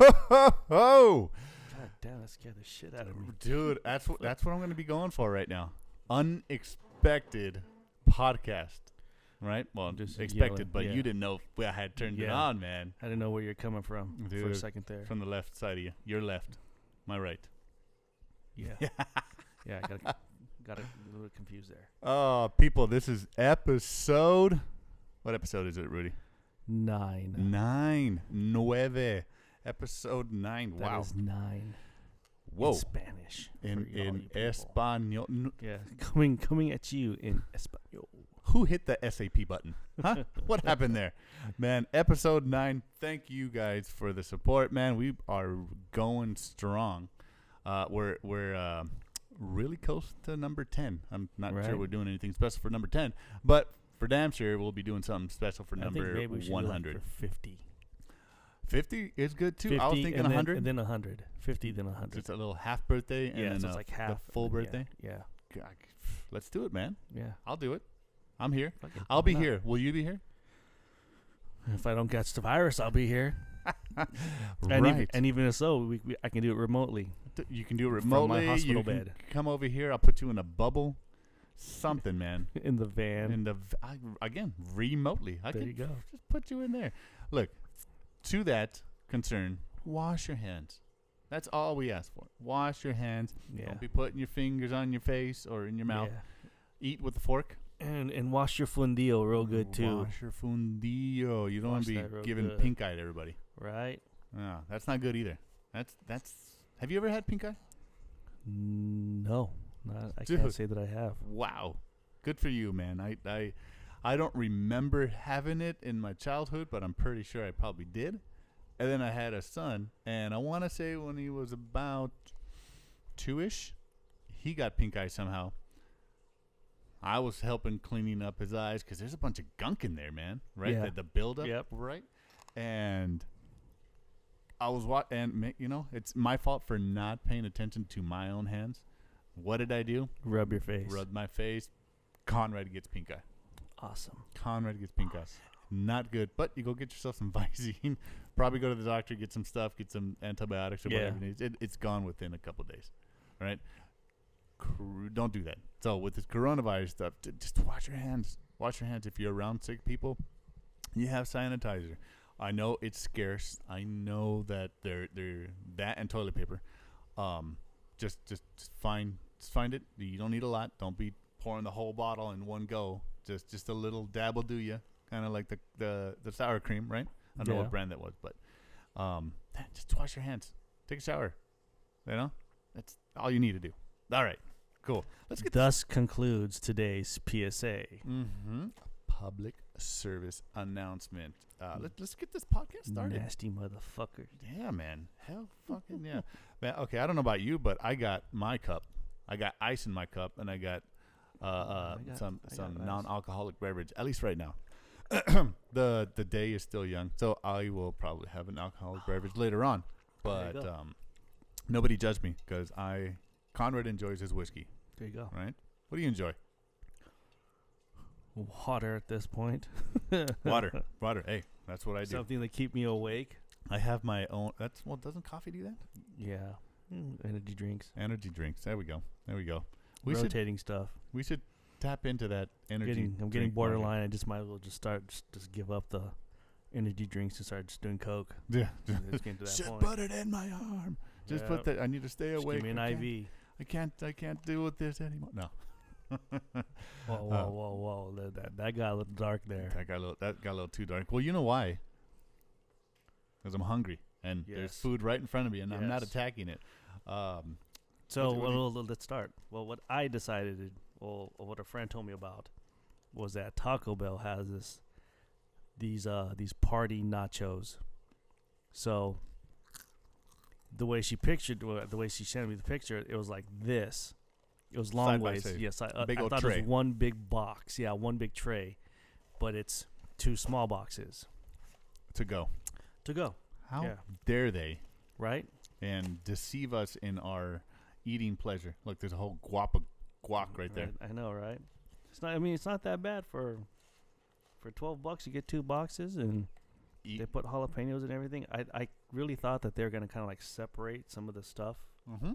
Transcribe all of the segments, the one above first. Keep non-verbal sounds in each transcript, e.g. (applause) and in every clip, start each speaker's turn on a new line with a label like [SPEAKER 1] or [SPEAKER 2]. [SPEAKER 1] ho,
[SPEAKER 2] God damn, that scared the shit out of me.
[SPEAKER 1] Oh! (laughs) dude. That's what that's what I'm gonna be going for right now. Unexpected podcast, right? Well,
[SPEAKER 2] Just
[SPEAKER 1] just
[SPEAKER 2] yell it,
[SPEAKER 1] expected, but
[SPEAKER 2] yeah.
[SPEAKER 1] you didn't know if I had turned it
[SPEAKER 2] Yeah.
[SPEAKER 1] on, man.
[SPEAKER 2] I didn't know where you're coming from for a
[SPEAKER 1] Dude.
[SPEAKER 2] second there.
[SPEAKER 1] From the left side of you, your left, my right. (laughs)
[SPEAKER 2] Yeah. yeah, I got got a little confused there.
[SPEAKER 1] Oh, people, this is episode. What episode is it, Rudy?
[SPEAKER 2] Nine.
[SPEAKER 1] Nine, nueve, episode nine.
[SPEAKER 2] That
[SPEAKER 1] wow,
[SPEAKER 2] is nine.
[SPEAKER 1] whoa,
[SPEAKER 2] In Spanish. for
[SPEAKER 1] in
[SPEAKER 2] y'all
[SPEAKER 1] in
[SPEAKER 2] you people.
[SPEAKER 1] Espanol. N-
[SPEAKER 2] Yeah, coming coming at you in Espanol.
[SPEAKER 1] Who hit the SAP button? (laughs) Huh? what happened there? Man, episode nine. Thank you guys for the support, man. We are going strong. Uh, we're we're uh, really close to number ten. I'm not
[SPEAKER 2] Right.
[SPEAKER 1] sure we're doing anything special for number ten, but for damn sure we'll be doing something special for
[SPEAKER 2] I think
[SPEAKER 1] number
[SPEAKER 2] maybe we should do, like,
[SPEAKER 1] one
[SPEAKER 2] for
[SPEAKER 1] hundred.
[SPEAKER 2] 50.
[SPEAKER 1] Fifty is good too. I was
[SPEAKER 2] 50,
[SPEAKER 1] thinking
[SPEAKER 2] and then-
[SPEAKER 1] hundred.
[SPEAKER 2] And then 100. 50, then 100.
[SPEAKER 1] It's a little half birthday, and
[SPEAKER 2] yeah,
[SPEAKER 1] then
[SPEAKER 2] so
[SPEAKER 1] a
[SPEAKER 2] it's like
[SPEAKER 1] f- the
[SPEAKER 2] half.
[SPEAKER 1] full
[SPEAKER 2] and yeah,
[SPEAKER 1] birthday.
[SPEAKER 2] Yeah.
[SPEAKER 1] God, Let's do it, man.
[SPEAKER 2] Yeah.
[SPEAKER 1] I'll do it. I'm here.
[SPEAKER 2] Fuck it,
[SPEAKER 1] I'll
[SPEAKER 2] why
[SPEAKER 1] be
[SPEAKER 2] not?
[SPEAKER 1] here. Will you be here?
[SPEAKER 2] If I don't catch the virus, I'll be here. And, even, and even if so, we, we, I can do it remotely. (laughs)
[SPEAKER 1] Th- you can do it
[SPEAKER 2] from my
[SPEAKER 1] remotely.
[SPEAKER 2] hospital
[SPEAKER 1] you can
[SPEAKER 2] bed.
[SPEAKER 1] Come over here. I'll put you in a bubble. Something, man.
[SPEAKER 2] in the van.
[SPEAKER 1] And the v- I, again, remotely. I
[SPEAKER 2] there
[SPEAKER 1] can
[SPEAKER 2] you go.
[SPEAKER 1] just put you in there. Look, to that concern, wash your hands. That's all we ask for. Wash your hands.
[SPEAKER 2] Yeah.
[SPEAKER 1] Don't be putting your fingers on your face or in your mouth.
[SPEAKER 2] Yeah.
[SPEAKER 1] Eat with a fork.
[SPEAKER 2] And and wash your fundio real good too,
[SPEAKER 1] Wash your fundio. You don't want
[SPEAKER 2] Wash
[SPEAKER 1] to
[SPEAKER 2] that real
[SPEAKER 1] be giving
[SPEAKER 2] good.
[SPEAKER 1] pink eye to everybody.
[SPEAKER 2] right?
[SPEAKER 1] No, that's not good either. That's that's. Have you ever had pink eye?
[SPEAKER 2] No, not, I
[SPEAKER 1] Dude.
[SPEAKER 2] can't say that I have.
[SPEAKER 1] Wow, good for you, man. I I I don't remember having it in my childhood, but I'm pretty sure I probably did. And then I had a son, and I want to say when he was about two ish, he got pink eye somehow. I was helping cleaning up his eyes because there's a bunch of gunk in there, man. Right,
[SPEAKER 2] Yeah.
[SPEAKER 1] the, the buildup.
[SPEAKER 2] Yep.
[SPEAKER 1] Right, and I was wa- and ma- you know it's my fault for not paying attention to my own hands. What did I do?
[SPEAKER 2] Rub your face.
[SPEAKER 1] Rub my face. Conrad gets pink eye.
[SPEAKER 2] Awesome.
[SPEAKER 1] Conrad gets pink eye. Not good, but you go get yourself some (laughs) Visine. Probably go to the doctor, get some stuff, get some antibiotics or
[SPEAKER 2] Yeah.
[SPEAKER 1] whatever it is. It, it's gone within a couple days. All right? Cor- Don't do that. So, with this coronavirus stuff, j- just wash your hands. Wash your hands. If you're around sick people, you have sanitizer. I know it's scarce. I know that they're, they're that and toilet paper. Um, just, just, just find, just find it. You don't need a lot. Don't be pouring the whole bottle in one go. Just, just a little dab will do you. Kind of like the, the, the sour cream, right? I don't know
[SPEAKER 2] Yeah.
[SPEAKER 1] what brand that was, but, um, man, just wash your hands. Take a shower. You know, that's all you need to do. All right, cool. Let's get
[SPEAKER 2] Thus concludes today's PSA.
[SPEAKER 1] hmm public service announcement. Uh, let, let's get this podcast started.
[SPEAKER 2] Nasty motherfucker.
[SPEAKER 1] Yeah, man. Hell fucking yeah. (laughs) man, okay, I don't know about you, but I got my cup. I got ice in my cup and I got uh, uh,
[SPEAKER 2] I got-
[SPEAKER 1] some
[SPEAKER 2] I got
[SPEAKER 1] some
[SPEAKER 2] ice.
[SPEAKER 1] non-alcoholic beverage at least right now. (clears throat) the the day is still young, so I will probably have an
[SPEAKER 2] (sighs)
[SPEAKER 1] alcoholic beverage later on.
[SPEAKER 2] There you
[SPEAKER 1] But
[SPEAKER 2] go.
[SPEAKER 1] um, nobody judge me cuz I Conrad enjoys his whiskey,
[SPEAKER 2] There you go.
[SPEAKER 1] right? What do you
[SPEAKER 2] (laughs)
[SPEAKER 1] enjoy?
[SPEAKER 2] Water at this point. (laughs)
[SPEAKER 1] Water. Water. Hey, that's what I do.
[SPEAKER 2] Something to keep me awake.
[SPEAKER 1] I have my own. That's well. Doesn't coffee do that?
[SPEAKER 2] Yeah. Mm, Energy drinks.
[SPEAKER 1] Energy drinks. There we go. There we go. We should
[SPEAKER 2] rotating stuff.
[SPEAKER 1] we should tap into that energy.
[SPEAKER 2] Getting, I'm getting
[SPEAKER 1] drink market.
[SPEAKER 2] borderline. I just might as well just start just, just give up the energy drinks and start just
[SPEAKER 1] (laughs)
[SPEAKER 2] doing coke.
[SPEAKER 1] (laughs)
[SPEAKER 2] (laughs)
[SPEAKER 1] Yeah. (laughs)
[SPEAKER 2] Just getting to that
[SPEAKER 1] Just
[SPEAKER 2] point.
[SPEAKER 1] put it in my arm. Just
[SPEAKER 2] Yeah.
[SPEAKER 1] put that. I need to stay
[SPEAKER 2] Just
[SPEAKER 1] awake.
[SPEAKER 2] give me an
[SPEAKER 1] I can't-
[SPEAKER 2] IV.
[SPEAKER 1] I can't. I can't deal with this anymore. No. (laughs)
[SPEAKER 2] Whoa, whoa,
[SPEAKER 1] Uh,
[SPEAKER 2] whoa, whoa! That, that that got a little dark there.
[SPEAKER 1] That got a little. That got a little too dark. Well, you know why? Because I'm hungry and there's
[SPEAKER 2] Yes.
[SPEAKER 1] food right in front of me, and I'm not
[SPEAKER 2] Yes.
[SPEAKER 1] attacking it. Um,
[SPEAKER 2] So
[SPEAKER 1] What do- what do you-
[SPEAKER 2] well, well, let's start. Well, what I decided, or, or what a friend told me about, was that Taco Bell has this these uh these party nachos. So the way she pictured, well, the way she sent me the picture, it was like this. It was long
[SPEAKER 1] Side by
[SPEAKER 2] ways.
[SPEAKER 1] side.
[SPEAKER 2] Yes, I, uh,
[SPEAKER 1] Big
[SPEAKER 2] I
[SPEAKER 1] old
[SPEAKER 2] thought it
[SPEAKER 1] tray.
[SPEAKER 2] was one big box. Yeah, one big tray, but it's two small boxes
[SPEAKER 1] to go.
[SPEAKER 2] to go.
[SPEAKER 1] How
[SPEAKER 2] Yeah.
[SPEAKER 1] dare they?
[SPEAKER 2] Right?
[SPEAKER 1] and deceive us in our eating pleasure. Look, there's a whole guapa guac right there.
[SPEAKER 2] I, I know, right? It's not. I mean, it's not that bad for for twelve bucks. You get two boxes, and
[SPEAKER 1] eat.
[SPEAKER 2] They put jalapenos and everything. I I really thought that they're gonna kind of like separate some of the stuff,
[SPEAKER 1] mm-hmm.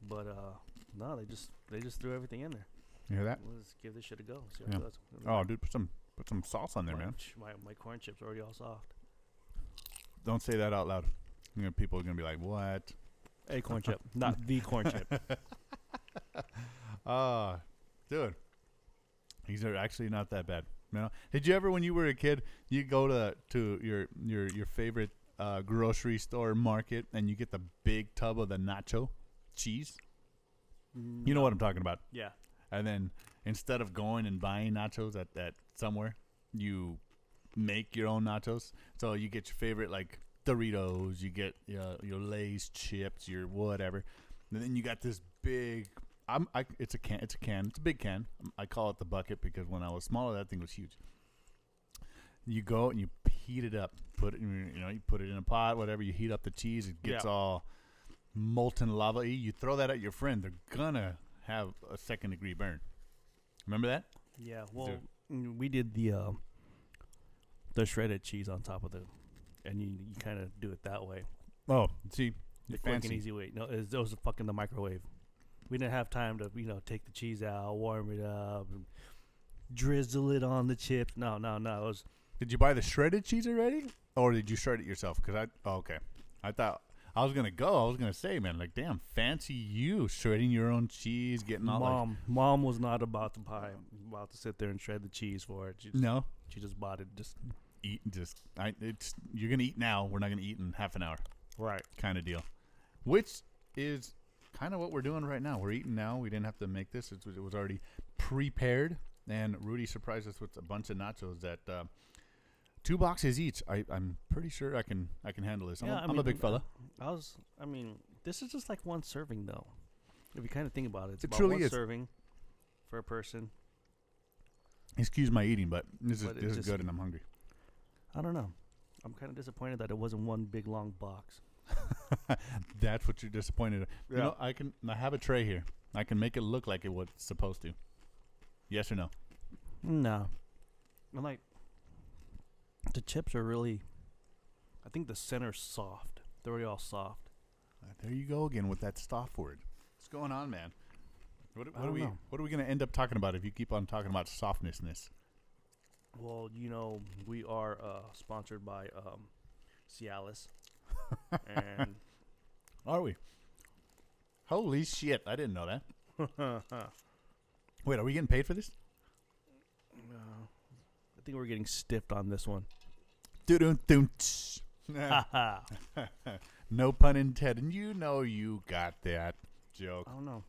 [SPEAKER 2] but uh, no, they just they just threw everything in there.
[SPEAKER 1] You hear that?
[SPEAKER 2] Let's give this shit a go. See what
[SPEAKER 1] Yeah.
[SPEAKER 2] it does.
[SPEAKER 1] Oh, dude, put some put some sauce on there,
[SPEAKER 2] my,
[SPEAKER 1] man.
[SPEAKER 2] ch- My, my corn chips already all soft.
[SPEAKER 1] Don't say that out loud. You know, people are gonna be like, "What?"
[SPEAKER 2] A corn chip, (laughs) not the corn chip.
[SPEAKER 1] Ah, dude, these are actually not that bad. You know? Did you ever, when you were a kid, you go to to your your your favorite uh, grocery store market and you get the big tub of the nacho cheese? You know what I'm talking about.
[SPEAKER 2] Mm, Yeah.
[SPEAKER 1] And then instead of going and buying nachos at, at somewhere, you make your own nachos. So you get your favorite like Doritos, you get uh, your Lay's chips, your whatever. And then you got this big. I'm. I, it's a can. It's a can. It's a big can. I call it the bucket because when I was smaller, that thing was huge. You go and you heat it up. Put it. In, you know. You put it in a pot. Whatever. You heat up the cheese. It gets
[SPEAKER 2] Yeah.
[SPEAKER 1] all molten lava. You throw that at your friend. They're gonna have a second degree burn. Remember that?
[SPEAKER 2] Yeah. Well, mm, we did the um, the shredded cheese on top of the, and you you kind of do it that way.
[SPEAKER 1] Oh, see,
[SPEAKER 2] The quick and
[SPEAKER 1] fancy.
[SPEAKER 2] easy way. No, it was fucking the microwave. We didn't have time to, you know, take the cheese out, warm it up, and drizzle it on the chips. No, no, no. It was
[SPEAKER 1] Did you buy the shredded cheese already, or did you shred it yourself? Because I oh, okay, I thought I was gonna go. I was gonna say, man, like damn, fancy you shredding your own cheese, getting all
[SPEAKER 2] mom. mom was not about to buy, about to sit there and shred the cheese for it. She,
[SPEAKER 1] like no,
[SPEAKER 2] she just bought it. Just
[SPEAKER 1] eat just I it's you're gonna eat now. We're not gonna eat in half an hour,
[SPEAKER 2] right.
[SPEAKER 1] kind of deal. Which is kind of what we're doing right now. We're eating now. We didn't have to make this. It was, it was already prepared. And Rudy surprised us with a bunch of nachos that. Uh, Two boxes each. I, I'm pretty sure I can I can handle this. I'm,
[SPEAKER 2] Yeah,
[SPEAKER 1] a,
[SPEAKER 2] I
[SPEAKER 1] am a
[SPEAKER 2] mean,
[SPEAKER 1] big
[SPEAKER 2] uh,
[SPEAKER 1] fella.
[SPEAKER 2] I was. I mean, this is just like one serving, though. If you kind of think about it, it's
[SPEAKER 1] It
[SPEAKER 2] about
[SPEAKER 1] truly
[SPEAKER 2] one
[SPEAKER 1] is.
[SPEAKER 2] serving for a person.
[SPEAKER 1] Excuse my eating, but this is
[SPEAKER 2] But it
[SPEAKER 1] this is
[SPEAKER 2] just-
[SPEAKER 1] good, and I'm hungry.
[SPEAKER 2] I don't know. I'm kind of disappointed that it wasn't one big long box.
[SPEAKER 1] That's what you're disappointed. at. You
[SPEAKER 2] Yeah.
[SPEAKER 1] know, I can I have a tray here. I can make it look like it was supposed to. Yes or no?
[SPEAKER 2] No, I'm like the chips are really. I think the center's soft. They're already all soft.
[SPEAKER 1] Uh, There you go again with that soft word. What's going on, man? What, what are
[SPEAKER 2] don't
[SPEAKER 1] we
[SPEAKER 2] know.
[SPEAKER 1] What are we gonna end up talking about if you keep on talking about softnessness?
[SPEAKER 2] Well, you know, we are uh, sponsored by um, (laughs) Cialis, and (laughs)
[SPEAKER 1] Are we? Holy shit! I didn't know that. Wait, are we getting paid for this?
[SPEAKER 2] No. I think we're getting stiffed on this one.
[SPEAKER 1] Doo-doo-doo. (laughs) Nah,
[SPEAKER 2] Ha ha.
[SPEAKER 1] no pun intended. And you know you got that joke.
[SPEAKER 2] I don't know.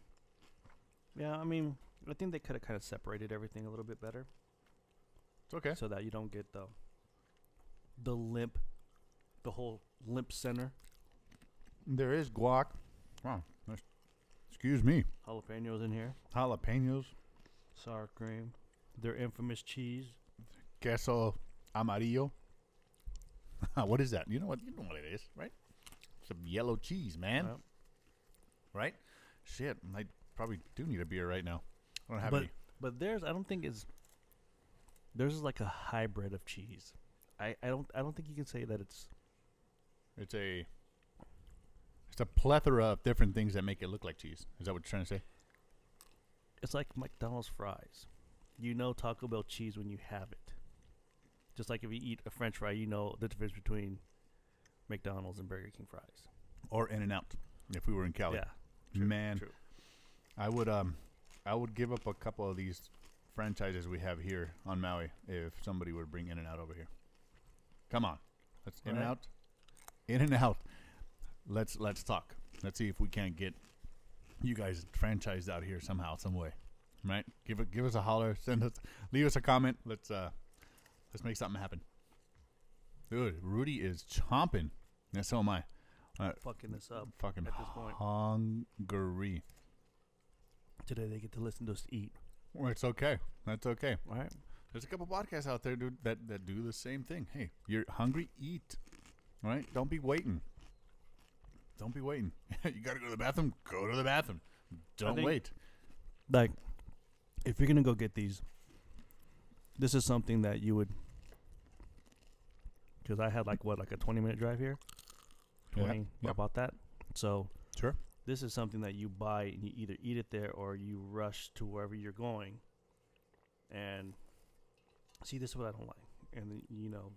[SPEAKER 2] Yeah, I mean, I think they could have kind of separated everything a little bit better
[SPEAKER 1] It's okay.
[SPEAKER 2] so that you don't get the the limp, the whole limp center.
[SPEAKER 1] There is guac. Wow. that's- Excuse me.
[SPEAKER 2] Jalapenos in here,
[SPEAKER 1] Jalapenos,
[SPEAKER 2] sour cream, their infamous cheese.
[SPEAKER 1] queso amarillo. (laughs) what is that? You know what? You know what it is, right? Some yellow cheese, man.
[SPEAKER 2] Yep.
[SPEAKER 1] Right? Shit, I probably do need a beer right now. I don't have
[SPEAKER 2] But
[SPEAKER 1] any.
[SPEAKER 2] but theirs, I don't think is theirs is like a hybrid of cheese. I, I don't I don't think you can say that it's
[SPEAKER 1] It's a it's a plethora of different things that make it look like cheese. Is that what you're trying to say?
[SPEAKER 2] It's like McDonald's fries. You know Taco Bell cheese when you have it. Just like if you eat a french fry, you know the difference between McDonald's and Burger King fries.
[SPEAKER 1] Or In and Out, if we were in Cali.
[SPEAKER 2] yeah.
[SPEAKER 1] Man,
[SPEAKER 2] true.
[SPEAKER 1] I would um, I would give up a couple of these franchises we have here on Maui if somebody would bring In and Out over here. Come on, let's In and
[SPEAKER 2] Right.
[SPEAKER 1] Out, In and Out. Let's let's talk. Let's see if we can't get you guys franchised out here somehow, some way. Right? Give it, give us a holler. Send us, leave us a comment. Let's uh, let's make something happen. Dude, Rudy is chomping. And so am I.
[SPEAKER 2] Fucking this up.
[SPEAKER 1] Fucking
[SPEAKER 2] at this point.
[SPEAKER 1] hungry.
[SPEAKER 2] Today they get to listen to us eat.
[SPEAKER 1] Well, it's okay. That's okay.
[SPEAKER 2] All right.
[SPEAKER 1] There's a couple podcasts out there, dude, that, that do the same thing. Hey, you're hungry, eat. All right? Don't be waiting. Don't be waiting. (laughs) you got to go to the bathroom? Go to the bathroom. Don't
[SPEAKER 2] think-
[SPEAKER 1] wait.
[SPEAKER 2] Like if you're gonna go get these, this is something that you would because I had like what like a twenty minute drive here.
[SPEAKER 1] Yeah,
[SPEAKER 2] Twenty
[SPEAKER 1] yeah.
[SPEAKER 2] about that. So
[SPEAKER 1] Sure.
[SPEAKER 2] this is something that you buy and you either eat it there or you rush to wherever you're going. And see, this is what I don't like. And then, you know,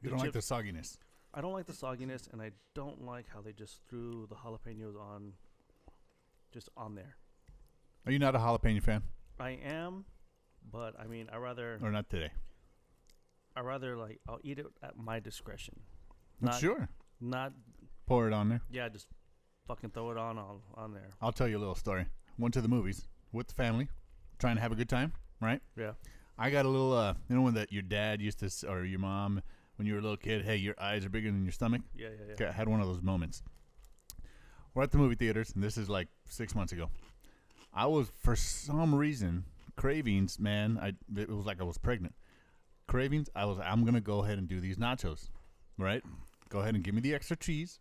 [SPEAKER 1] You
[SPEAKER 2] The
[SPEAKER 1] don't like the
[SPEAKER 2] chips-
[SPEAKER 1] sogginess.
[SPEAKER 2] I don't like the sogginess, and I don't like how they just threw the jalapenos on, just on there.
[SPEAKER 1] Are you not a jalapeno fan?
[SPEAKER 2] I am, but I mean, I rather,
[SPEAKER 1] Or not today?
[SPEAKER 2] I rather like I'll eat it at my discretion.
[SPEAKER 1] Not
[SPEAKER 2] Not-
[SPEAKER 1] sure.
[SPEAKER 2] Not
[SPEAKER 1] Pour it on there.
[SPEAKER 2] yeah, just fucking throw it on on, on there.
[SPEAKER 1] I'll tell you a little story. Went to the movies with the family, trying to have a good time, right?
[SPEAKER 2] Yeah.
[SPEAKER 1] I got a little, uh, you know, when that your dad used to, s- or your mom, when you were a little kid, hey, your eyes are bigger than your stomach.
[SPEAKER 2] Yeah, yeah, yeah.
[SPEAKER 1] Okay, I had one of those moments. We're at the movie theaters, and this is like six months ago. I was, for some reason, cravings, man. I it was like I was pregnant. Cravings. I was. I'm gonna go ahead and do these nachos, right? Go ahead and give me the extra cheese,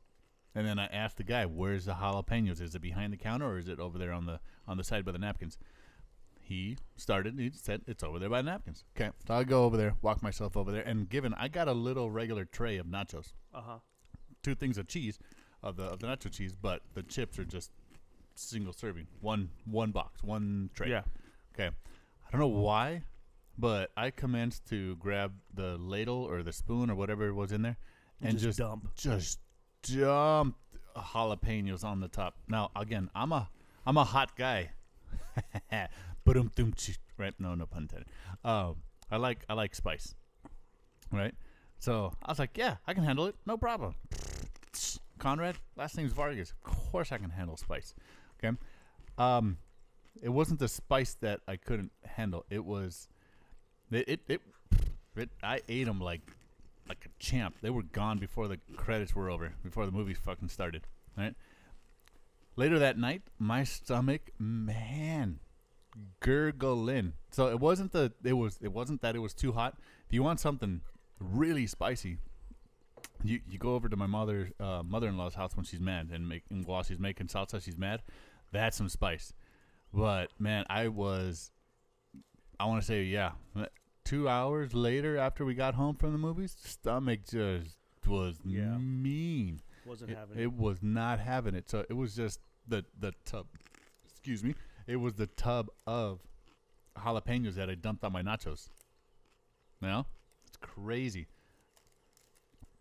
[SPEAKER 1] and then I asked the guy, "Where's the jalapenos? Is it behind the counter or is it over there on the on the side by the napkins?" He started. He said, "It's over there by the napkins." Okay, so I go over there, walk myself over there, and given I got a little regular tray of nachos
[SPEAKER 2] Uh huh.
[SPEAKER 1] two things of cheese, of the of the nacho cheese, but the chips are just single serving, one one box, one tray.
[SPEAKER 2] Yeah.
[SPEAKER 1] Okay. I don't know why, but I commenced to grab the ladle or the spoon or whatever was in there, and just
[SPEAKER 2] dump.
[SPEAKER 1] just dumped jalapenos on the top. Now again, I'm a I'm a hot guy. (laughs) But um right? No, no pun intended. Um, I like I like spice. Right? So I was like, yeah, I can handle it, no problem. (sniffs) Conrad, last name's Vargas. Of course I can handle spice. Okay. Um it wasn't the spice that I couldn't handle. It was it it, it, it I ate them like like a champ. They were gone before the credits were over, before the movie fucking started. Right. Later that night, my stomach, man, gurgling. So it wasn't the it was it wasn't that it was too hot. If you want something really spicy, you you go over to my mother uh, mother in law's house when she's mad and make and while she's making salsa, she's mad. That's some spice. But man, I was I want to say yeah, two hours later after we got home from the movies, stomach just was
[SPEAKER 2] Yeah.
[SPEAKER 1] mean.
[SPEAKER 2] Wasn't
[SPEAKER 1] It,
[SPEAKER 2] having it.
[SPEAKER 1] it was not having it. So it was just the the tub. Excuse me. It was the tub of jalapenos that I dumped on my nachos. Now it's crazy.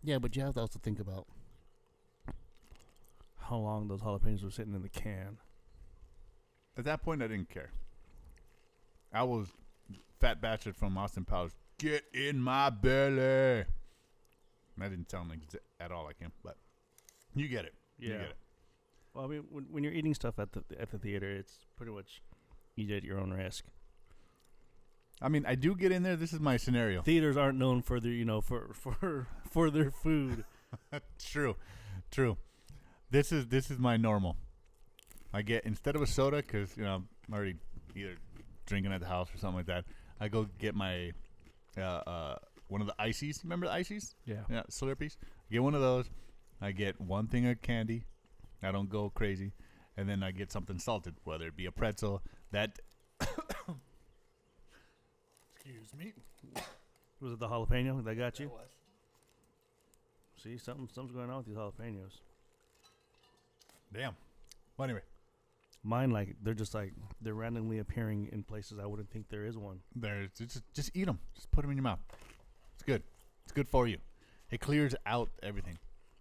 [SPEAKER 3] Yeah, but you have to also think about
[SPEAKER 2] How long those jalapenos were sitting in the can?
[SPEAKER 1] At that point, I didn't care. I was fat bastard from Austin Powers. Get in my belly. And I didn't sound exa- at all like him, but you get it. You get it.
[SPEAKER 2] Well, I mean, when, when you're eating stuff at the at the theater, it's pretty much eat at your own risk.
[SPEAKER 1] I mean, I do get in there. This is my scenario.
[SPEAKER 2] Theaters aren't known for their you know for (laughs) for for their food.
[SPEAKER 1] True, true. This is this is my normal. I get instead of a soda because you know I'm already either drinking at the house or something like that. I go get my uh, uh, one of the ices. Remember the ices?
[SPEAKER 2] Yeah.
[SPEAKER 1] Yeah, Slurpees. Get one of those. I get one thing of candy. I don't go crazy, and then I get something salted, whether it be a pretzel. That. (coughs) Excuse me.
[SPEAKER 2] Was it the jalapeno that got you? See, something something's going on with these jalapenos.
[SPEAKER 1] Damn. Well, anyway,
[SPEAKER 2] Mine, like they're just like they're randomly appearing in places I wouldn't think there is one.
[SPEAKER 1] There's just just eat them. Just put them in your mouth. It's good. It's good for you. It clears out everything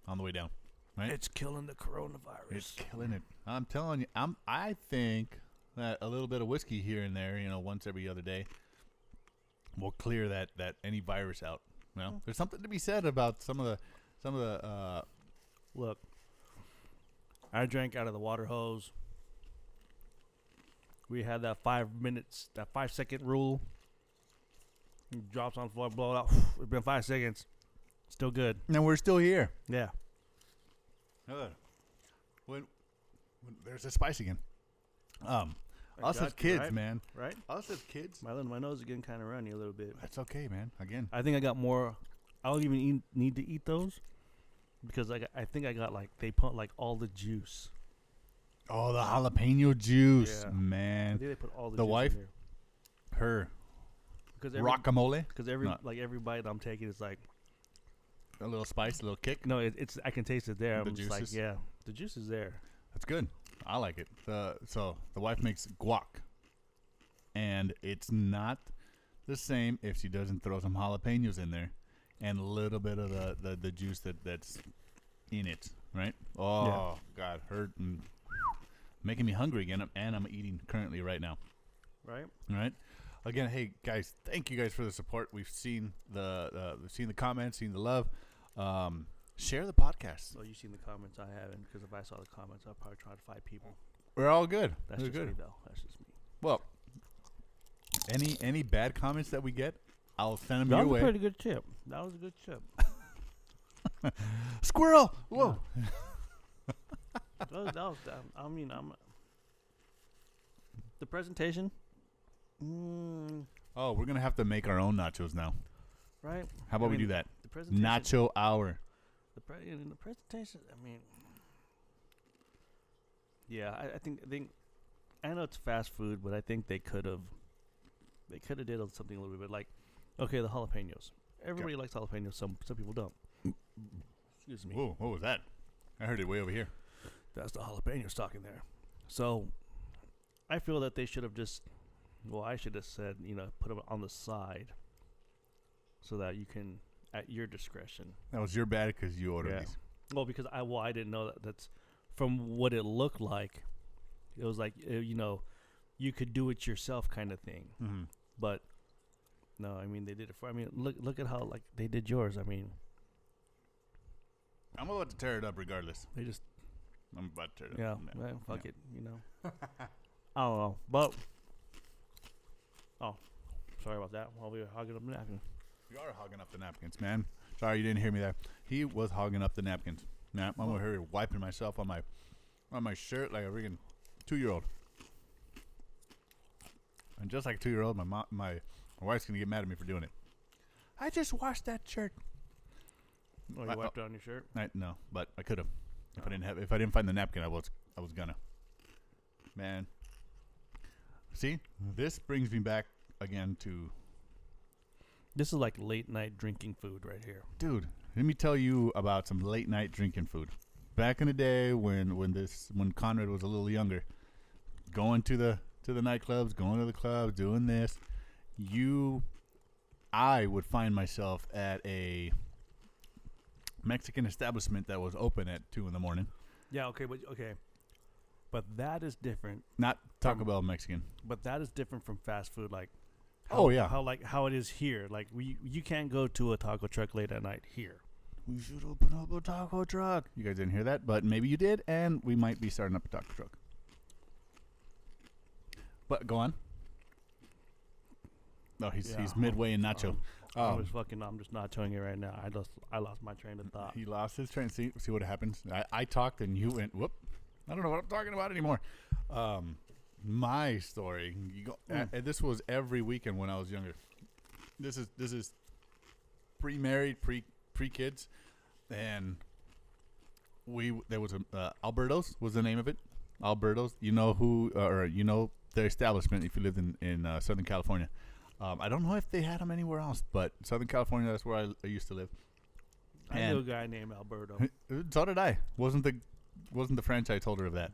[SPEAKER 1] on the way down. Right?
[SPEAKER 2] It's killing the coronavirus.
[SPEAKER 1] It's killing it. I'm telling you. I'm. I think that a little bit of whiskey here and there, you know, once every other day, will clear that that any virus out. You know, there's something to be said about some of the some of the. Uh,
[SPEAKER 2] Look, I drank out of the water hose. We had that five minutes, that five second rule. Drops on the floor, blow it out. (sighs) It's been five seconds. Still good.
[SPEAKER 1] and we're still here.
[SPEAKER 2] Yeah.
[SPEAKER 1] Ugh. When, when there's a spice again. Um, us as kids,
[SPEAKER 2] right?
[SPEAKER 1] man.
[SPEAKER 2] Right?
[SPEAKER 1] Us as kids.
[SPEAKER 2] My, my nose is getting kind of runny a little bit.
[SPEAKER 1] That's okay, man. Again,
[SPEAKER 2] I think I got more. I don't even eat, need to eat those because I, got, I think I got like, they put like all the juice.
[SPEAKER 1] Oh, the jalapeno juice,
[SPEAKER 2] Yeah. I
[SPEAKER 1] man.
[SPEAKER 2] think they put all the,
[SPEAKER 1] The
[SPEAKER 2] juice
[SPEAKER 1] wife?
[SPEAKER 2] in there.
[SPEAKER 1] Her
[SPEAKER 2] Because every,
[SPEAKER 1] rockamole.
[SPEAKER 2] cause every
[SPEAKER 1] No.
[SPEAKER 2] like every bite I'm taking is like
[SPEAKER 1] a little spice, a little kick.
[SPEAKER 2] No, it, it's I can taste it there.
[SPEAKER 1] The
[SPEAKER 2] I'm just like,
[SPEAKER 1] juices?
[SPEAKER 2] yeah, the juice is there.
[SPEAKER 1] That's good. I like it. The, so the wife makes guac, and it's not the same if she doesn't throw some jalapenos in there and a little bit of the, the, the juice that, that's in it, right? Oh God, hurt and making me hungry again, and I'm eating currently right now.
[SPEAKER 2] Right?
[SPEAKER 1] All right. Again, hey guys, thank you guys for the support. We've seen the uh, we've seen the comments, seen the love. Um, share the podcast.
[SPEAKER 2] Oh, you seen the comments? I haven't because if I saw the comments, I'd probably try to fight people.
[SPEAKER 1] We're all good.
[SPEAKER 2] That's
[SPEAKER 1] We're
[SPEAKER 2] just
[SPEAKER 1] good.
[SPEAKER 2] me, though. That's just me.
[SPEAKER 1] Well, any any bad comments that we get, I'll send them
[SPEAKER 2] That
[SPEAKER 1] your
[SPEAKER 2] was
[SPEAKER 1] way.
[SPEAKER 2] a pretty good chip. That was a good chip.
[SPEAKER 1] Squirrel. Whoa. (laughs)
[SPEAKER 2] that was, that was, that- I mean, I'm the presentation. Mm,
[SPEAKER 1] Oh, we're gonna have to make our own nachos now.
[SPEAKER 2] right?
[SPEAKER 1] How about
[SPEAKER 2] I
[SPEAKER 1] we do
[SPEAKER 2] mean,
[SPEAKER 1] that?
[SPEAKER 2] The presentation.
[SPEAKER 1] Nacho hour.
[SPEAKER 2] The pre- in the presentation. I mean, yeah, I, I think I think I know it's fast food, but I think they could have they could have did a- something a little bit like okay, the jalapenos. Everybody likes jalapenos. Some some people don't. Excuse me.
[SPEAKER 1] Whoa, what was that? I heard it way over here.
[SPEAKER 2] That's the jalapenos talking there. So I feel that they should have just, well, I should have said, you know, put them on the side so that you can, at your discretion.
[SPEAKER 1] That was your bad because you ordered
[SPEAKER 2] Yeah.
[SPEAKER 1] these.
[SPEAKER 2] Well, because I, well, I didn't know that. That's from what it looked like. It was like, uh, you know, you could do it yourself kind of thing.
[SPEAKER 1] Mm-hmm.
[SPEAKER 2] But no, I mean, they did it for, I mean, look, look at how, like, they did yours. I mean,
[SPEAKER 1] I'm about to tear it up regardless.
[SPEAKER 2] they just,
[SPEAKER 1] I'm about to tear it
[SPEAKER 2] yeah,
[SPEAKER 1] up.
[SPEAKER 2] well, fuck it, you (laughs) know. I don't know, but oh, sorry about that. While we were hogging up the napkin,
[SPEAKER 1] You are hogging up the napkins, man. Sorry you didn't hear me there. He was hogging up the napkins. Now I'm over here wiping myself on my on my shirt like a freaking two year old. And just like a two year old, my mom, my my wife's gonna get mad at me for doing it. I just washed that shirt.
[SPEAKER 2] oh,
[SPEAKER 1] I-
[SPEAKER 2] you wiped it on your shirt.
[SPEAKER 1] I, no, but I could have. If I didn't have, if I didn't find the napkin, I was, I was gonna. Man, see, this brings me back again to
[SPEAKER 2] This is like late night drinking food right here.
[SPEAKER 1] dude let me tell you about some late night drinking food back in the day when when this when conrad was a little younger going to the to the nightclubs going to the clubs doing this you i would find myself at a mexican establishment that was open at two in the morning
[SPEAKER 2] Yeah, okay, but okay, but that is different.
[SPEAKER 1] not taco
[SPEAKER 2] Um,
[SPEAKER 1] bell mexican
[SPEAKER 2] But that is different from fast food, like.
[SPEAKER 1] Oh, yeah.
[SPEAKER 2] how like how it is here. Like we, you can't go to a taco truck late at night here.
[SPEAKER 1] we should open up a taco truck you guys didn't hear that but maybe you did and we might be starting up a taco truck but go on no he's
[SPEAKER 2] Yeah, Oh.
[SPEAKER 1] he's
[SPEAKER 2] I'm-
[SPEAKER 1] midway in nacho
[SPEAKER 2] I'm
[SPEAKER 1] um,
[SPEAKER 2] just fucking. I'm just not showing it right now. I lost. I lost my train of thought.
[SPEAKER 1] he lost his train see, see what happens I, I talked and you went whoop i don't know what i'm talking about anymore um my story you go, a- and this was every weekend when i was younger this is this is pre-married pre pre-kids and we there was a uh, Alberto's was the name of it. Alberto's, you know who uh, or you know their establishment if you lived in in uh, Southern California. Um, I don't know if they had them anywhere else, but Southern California that's where I, I used to live.
[SPEAKER 2] I knew a
[SPEAKER 1] And
[SPEAKER 2] guy
[SPEAKER 1] (laughs)
[SPEAKER 2] named Alberto. Um,
[SPEAKER 1] so did I. wasn't the wasn't the franchise holder of that.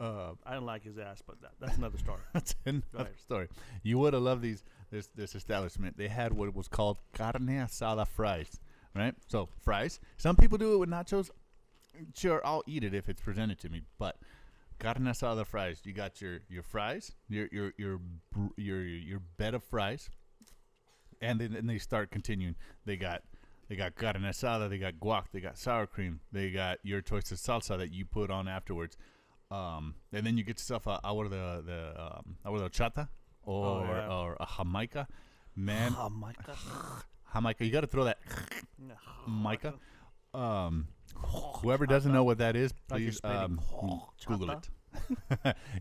[SPEAKER 2] No,
[SPEAKER 1] Uh, (laughs)
[SPEAKER 2] I didn't like his ass, but that, that's another story.
[SPEAKER 1] that's another
[SPEAKER 2] Right.
[SPEAKER 1] story. You would have loved these this this establishment. They had what was called carne asada fries, right? So fries. Some people do it with nachos. Sure, I'll eat it if it's presented to me. But carne asada fries. You got your your fries, your your your br- your your bed of fries, and then and they start continuing. They got. They got carne asada, they got guac, they got sour cream, they got your choice of salsa that you put on afterwards. Um, and then you get yourself a agua de, the um, agua de chata or,
[SPEAKER 2] Oh, yeah.
[SPEAKER 1] or a Jamaica. Man,
[SPEAKER 2] oh my god.
[SPEAKER 1] Jamaica, you got to throw that Micah. Um, whoever doesn't know what that is,
[SPEAKER 2] Like you're
[SPEAKER 1] please
[SPEAKER 2] spitting.
[SPEAKER 1] um, Google it.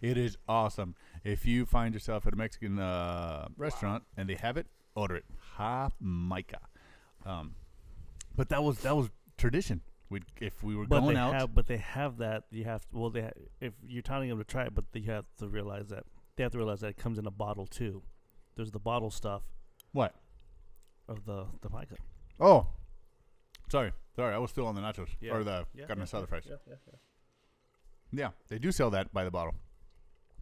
[SPEAKER 1] it (laughs) is awesome. If you find yourself at a Mexican uh, restaurant and they have it, order it. Jamaica. Um, but that was that was tradition. We'd, if we were
[SPEAKER 2] But
[SPEAKER 1] going
[SPEAKER 2] they
[SPEAKER 1] out,
[SPEAKER 2] have, but they have that. You have to, well, they ha- if you're telling them to try it, but they have to realize that they have to realize that it comes in a bottle too. There's the bottle stuff
[SPEAKER 1] what?
[SPEAKER 2] of the the mica.
[SPEAKER 1] Oh, sorry. Sorry, I was still on the nachos
[SPEAKER 2] Yeah.
[SPEAKER 1] or the
[SPEAKER 2] Yeah,
[SPEAKER 1] carne
[SPEAKER 2] yeah,
[SPEAKER 1] asada fries.
[SPEAKER 2] Yeah, yeah, yeah.
[SPEAKER 1] Yeah, they do sell that by the bottle.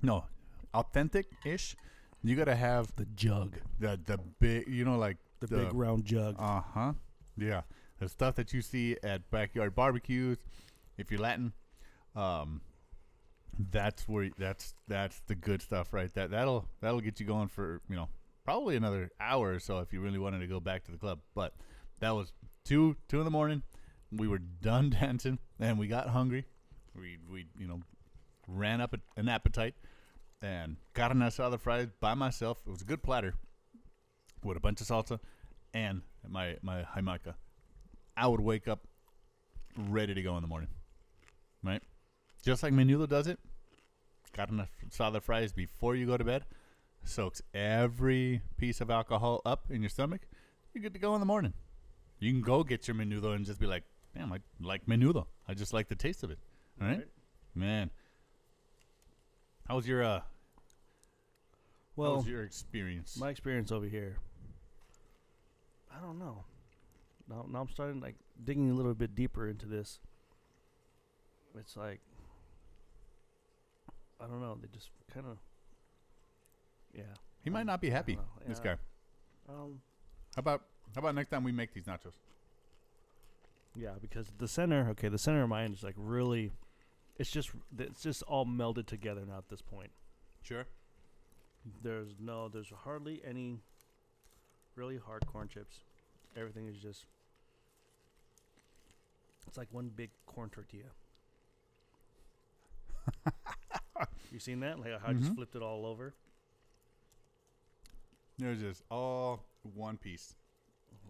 [SPEAKER 1] No, authentic ish. You gotta have
[SPEAKER 2] The jug,
[SPEAKER 1] the the big, you know, like
[SPEAKER 2] the,
[SPEAKER 1] The-
[SPEAKER 2] big round jug.
[SPEAKER 1] uh huh, yeah, the stuff that you see at backyard barbecues. If you're Latin, um, that's where that's that's the good stuff, right? That that'll that'll get you going for you know probably another hour or so if you really wanted to go back to the club. But that was two two in the morning. We were done (laughs) dancing and we got hungry. We we you know ran up a- an appetite and got an asada fries by myself. It was a good platter with a bunch of salsa and my my jamaica. I would wake up ready to go in the morning, right? Just like Menudo does it. Got an asada fries before you go to bed. Soaks every piece of alcohol up in your stomach. You're good to go in the morning. You can go get your menudo and just be like, damn, I like menudo. I just like the taste of it. All right, man. How was your uh? how
[SPEAKER 2] Well,
[SPEAKER 1] was your experience?
[SPEAKER 2] my experience over here, I don't know. Now, now I'm starting like digging a little bit deeper into this. It's like I don't know. They just kind of yeah.
[SPEAKER 1] he might not be happy.
[SPEAKER 2] I don't know,
[SPEAKER 1] This
[SPEAKER 2] yeah.
[SPEAKER 1] guy.
[SPEAKER 2] Um,
[SPEAKER 1] How about how about next time we make these nachos?
[SPEAKER 2] Yeah, because the center, okay, the center of mine is like really, it's just it's just all melded together now at this point.
[SPEAKER 1] Sure.
[SPEAKER 2] There's no, there's hardly any really hard corn chips. Everything is just, it's like one big corn tortilla. you seen that? Like how I just
[SPEAKER 1] Mhm.
[SPEAKER 2] flipped it all over.
[SPEAKER 1] There's just all one piece.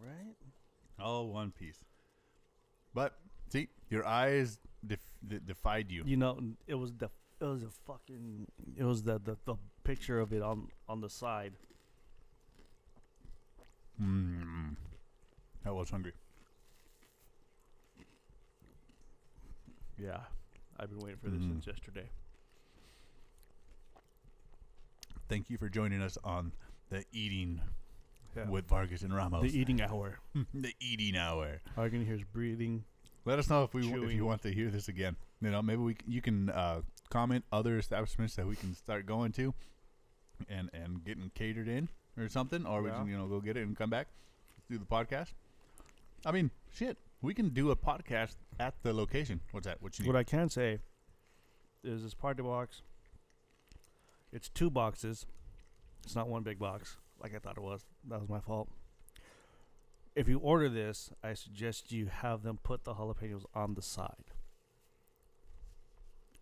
[SPEAKER 2] Right.
[SPEAKER 1] All one piece. But see, your eyes def- de- defied you.
[SPEAKER 2] You know, n- it was the it was a fucking it was the the, the picture of it on on the side.
[SPEAKER 1] Mm. I was hungry.
[SPEAKER 2] Yeah, I've been waiting for this
[SPEAKER 1] Mhm.
[SPEAKER 2] since yesterday.
[SPEAKER 1] Thank you for joining us on the eating
[SPEAKER 2] Yeah.
[SPEAKER 1] with Vargas and Ramos.
[SPEAKER 2] The eating hour.
[SPEAKER 1] (laughs) the eating hour.
[SPEAKER 2] All you're gonna hear is breathing.
[SPEAKER 1] Let us know if we w- if
[SPEAKER 2] Chewing.
[SPEAKER 1] you want to hear this again. You know, maybe we c- you can uh, comment other establishments that we can start going to, and and getting catered in or something, or we
[SPEAKER 2] Yeah.
[SPEAKER 1] can you know go get it and come back, do the podcast. I mean, shit, we can do a podcast at the location. What's that? What you need?
[SPEAKER 2] What I can say is this party box. It's two boxes. It's not one big box like I thought it was. That was my fault. If you order this, I suggest you have them put the jalapenos on the side.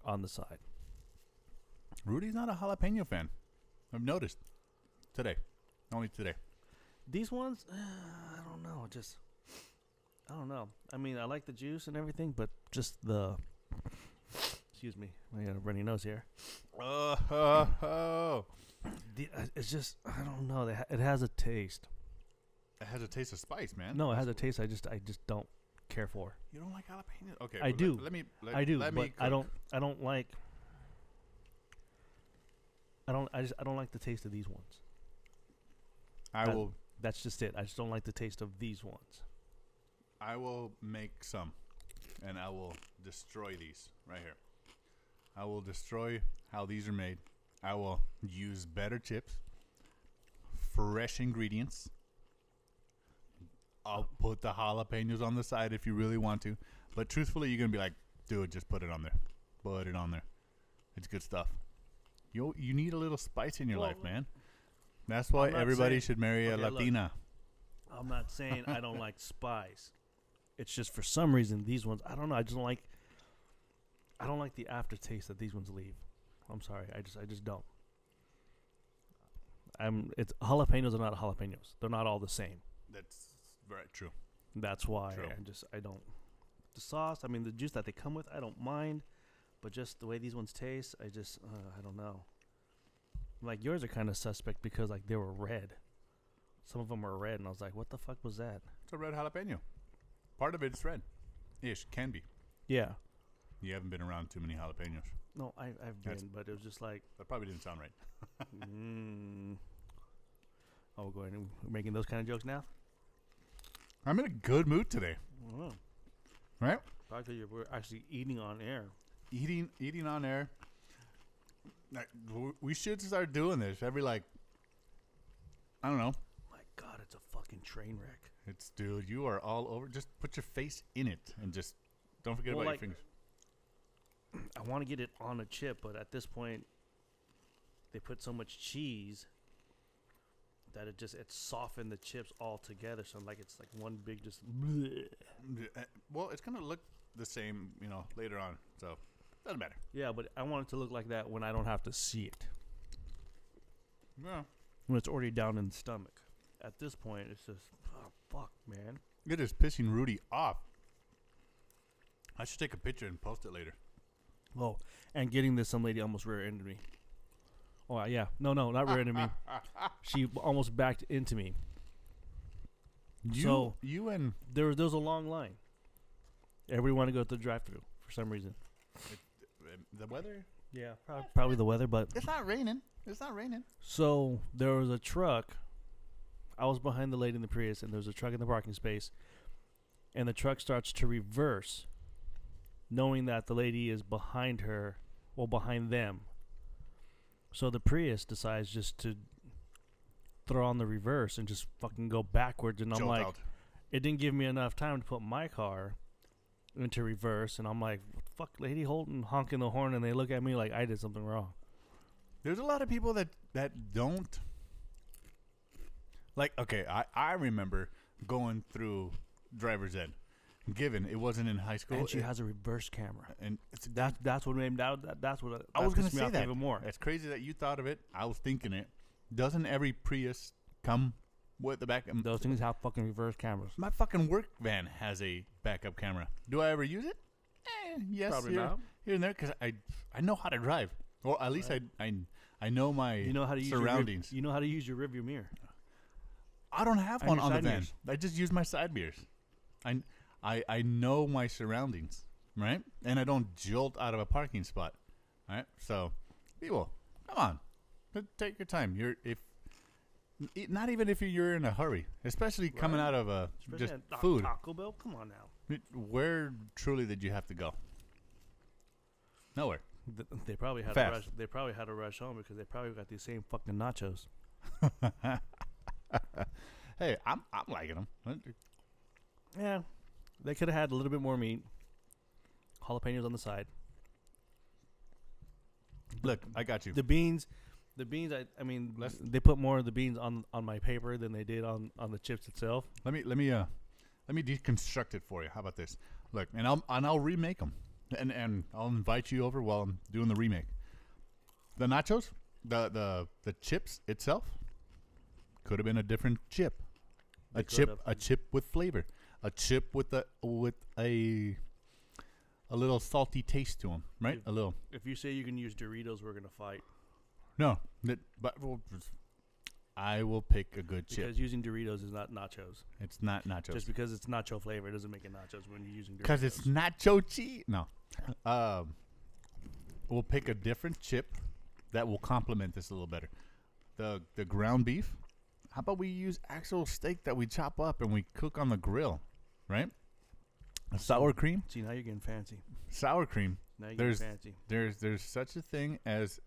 [SPEAKER 2] On the side.
[SPEAKER 1] Rudy's not a jalapeno fan. I've noticed today, only today.
[SPEAKER 2] These ones, (sighs) uh, I don't know. Just, I don't know. I mean, I like the juice and everything, but just the. Excuse me, I got a runny nose here.
[SPEAKER 1] Oh, oh, oh.
[SPEAKER 2] The, uh, it's just I don't know. They ha- It has a taste.
[SPEAKER 1] it has a taste of spice, man.
[SPEAKER 2] No, it has a taste. I just I just don't care for.
[SPEAKER 1] you don't like jalapenos. Okay,
[SPEAKER 2] I
[SPEAKER 1] well, let-
[SPEAKER 2] do.
[SPEAKER 1] Let, me. Let,
[SPEAKER 2] I do,
[SPEAKER 1] let
[SPEAKER 2] but
[SPEAKER 1] me
[SPEAKER 2] I
[SPEAKER 1] cook.
[SPEAKER 2] don't. I don't like. I don't. I just I don't like the taste of these ones.
[SPEAKER 1] I
[SPEAKER 2] that-
[SPEAKER 1] will
[SPEAKER 2] That's just it. I just don't like the taste of these ones.
[SPEAKER 1] I will make some, and I will destroy these right here. I will destroy how these are made. I will use better chips, fresh ingredients. I'll put the jalapenos on the side if you really want to, but truthfully, you're gonna be like, dude, just put it on there. Put it on there. It's good stuff. You you need a little spice in your
[SPEAKER 2] Well,
[SPEAKER 1] life, man. That's why
[SPEAKER 2] I'm not
[SPEAKER 1] everybody
[SPEAKER 2] saying-
[SPEAKER 1] should marry
[SPEAKER 2] Okay,
[SPEAKER 1] a
[SPEAKER 2] look.
[SPEAKER 1] Latina.
[SPEAKER 2] I'm not saying I don't (laughs) like spice. It's just for some reason these ones I don't know. I just don't like. I don't like the aftertaste that these ones leave. I'm sorry. I just I just don't. I'm. It's jalapenos are not jalapenos. They're not all the same.
[SPEAKER 1] That's very true.
[SPEAKER 2] That's why
[SPEAKER 1] True.
[SPEAKER 2] I just I don't. The sauce. I mean the juice that they come with. I don't mind, but just the way these ones taste. I just uh, I don't know. Like yours are kind of suspect because like they were red. Some of them were red, and I was like, "What the fuck was that?"
[SPEAKER 1] It's a red jalapeno. Part of it's red. Ish. Can be.
[SPEAKER 2] Yeah.
[SPEAKER 1] You haven't been around too many jalapenos.
[SPEAKER 2] No, I, I've
[SPEAKER 1] That's-
[SPEAKER 2] been, but it was just like,
[SPEAKER 1] That probably didn't sound right.
[SPEAKER 2] mm. oh, going and we're making those kind of jokes now.
[SPEAKER 1] I'm in a good mood today.
[SPEAKER 2] I don't know.
[SPEAKER 1] Right?
[SPEAKER 2] Fact that you we're actually eating on air.
[SPEAKER 1] Eating, eating on air. Like, w- We should start doing this every like. I don't know.
[SPEAKER 2] My God, it's a fucking train wreck.
[SPEAKER 1] It's dude, you are all over. Just put your face in it and just don't forget
[SPEAKER 2] Well,
[SPEAKER 1] about
[SPEAKER 2] like-
[SPEAKER 1] your fingers.
[SPEAKER 2] I want to get it on a chip, but at this point, they put so much cheese that it just it softened the chips all together. So like it's like one big just. bleh.
[SPEAKER 1] Mm, uh, Well, it's gonna look the same, you know, later on. So doesn't matter.
[SPEAKER 2] Yeah, but I want it to look like that when I don't have to see it
[SPEAKER 1] Yeah,
[SPEAKER 2] when it's already down in the stomach. At this point, it's just oh fuck, man.
[SPEAKER 1] it is pissing Rudy off. I should take a picture and post it later.
[SPEAKER 2] Oh, and getting this, some lady almost rear-ended me. Oh yeah, no, no, not rear-ended me. She almost backed into me.
[SPEAKER 1] You,
[SPEAKER 2] So-
[SPEAKER 1] you and
[SPEAKER 2] There, was- there was a long line. Everybody wanted to go to the drive-through for some reason.
[SPEAKER 1] um, the weather.
[SPEAKER 2] Yeah, probably the weather, but
[SPEAKER 1] It's not raining. It's not raining.
[SPEAKER 2] So there was a truck. I was behind the lady in the Prius, and there was a truck in the parking space. And the truck starts to reverse, knowing that the lady is behind her, well, behind them. So the Prius decides just to throw on the reverse and just fucking go backwards. And I'm
[SPEAKER 1] Jolt
[SPEAKER 2] like,
[SPEAKER 1] out.
[SPEAKER 2] it didn't give me enough time to put my car into reverse. And I'm like, what the fuck, lady holding, honking the horn. And they look at me like I did something wrong.
[SPEAKER 1] There's a lot of people that that don't like. Okay, I I remember going through driver's ed. Given it wasn't in high school,
[SPEAKER 2] and she
[SPEAKER 1] it-
[SPEAKER 2] has a reverse camera.
[SPEAKER 1] and it's,
[SPEAKER 2] That's that's what made that, that that's what
[SPEAKER 1] I was
[SPEAKER 2] that
[SPEAKER 1] gonna
[SPEAKER 2] pissed me
[SPEAKER 1] say
[SPEAKER 2] off
[SPEAKER 1] that
[SPEAKER 2] even more.
[SPEAKER 1] It's crazy that you thought of it. I was thinking it. Doesn't every Prius come with the back?
[SPEAKER 2] Those things have fucking reverse cameras.
[SPEAKER 1] My fucking work van has a backup camera. Do I ever use it? Eh, yes,
[SPEAKER 2] Probably
[SPEAKER 1] here,
[SPEAKER 2] not.
[SPEAKER 1] here and there, because I I know how to drive. Or at least I, I I know my
[SPEAKER 2] You know how to use
[SPEAKER 1] surroundings.
[SPEAKER 2] Your, rear- you know how to use your rearview mirror.
[SPEAKER 1] I don't have
[SPEAKER 2] And
[SPEAKER 1] one
[SPEAKER 2] your
[SPEAKER 1] on the
[SPEAKER 2] side
[SPEAKER 1] van.
[SPEAKER 2] mirrors.
[SPEAKER 1] I just use my side mirrors. I, I I know my surroundings, right? And I don't jolt out of a parking spot, right? So, people, come on, T- take your time. You're if e- not even if you're in a hurry, especially coming
[SPEAKER 2] Right.
[SPEAKER 1] out of a
[SPEAKER 2] Especially
[SPEAKER 1] just
[SPEAKER 2] at Ta-
[SPEAKER 1] food.
[SPEAKER 2] Taco Bell. Come on now.
[SPEAKER 1] It- Where truly did you have to go? Nowhere.
[SPEAKER 2] Th- They probably had
[SPEAKER 1] Fast.
[SPEAKER 2] to rush. They probably had to rush home because they probably got these same fucking nachos.
[SPEAKER 1] Hey, I'm I'm liking them.
[SPEAKER 2] Yeah, they could have had a little bit more meat, jalapenos on the side.
[SPEAKER 1] Look, I got you.
[SPEAKER 2] The beans, the beans. I, I mean,
[SPEAKER 1] Let's-
[SPEAKER 2] they put more of the beans on on my paper than they did on on the chips itself.
[SPEAKER 1] Let me let me uh let me deconstruct it for you. How about this? Look, and I'll and I'll remake them, and and I'll invite you over while I'm doing the remake. The nachos, the the the chips itself, could have been a different chip, a
[SPEAKER 2] They could
[SPEAKER 1] chip
[SPEAKER 2] have.
[SPEAKER 1] a chip with flavor, a chip with a with a a little salty taste to them, right?
[SPEAKER 2] Dude.
[SPEAKER 1] A little.
[SPEAKER 2] If you say you can use Doritos, we're gonna fight
[SPEAKER 1] No, that, but well, I will pick a good chip.
[SPEAKER 2] because using Doritos is not nachos.
[SPEAKER 1] It's not nachos.
[SPEAKER 2] Just because it's nacho flavor doesn't make it nachos when you're using
[SPEAKER 1] Because
[SPEAKER 2] Doritos.
[SPEAKER 1] it's nacho cheese. No. Um, we'll pick a different chip that will complement this a little better. The the ground beef. How about we use actual steak that we chop up and we cook on the grill, right? A sour cream.
[SPEAKER 2] See now you're getting fancy.
[SPEAKER 1] Sour cream.
[SPEAKER 2] Now you're
[SPEAKER 1] There's-
[SPEAKER 2] getting fancy.
[SPEAKER 1] There's there's such a thing as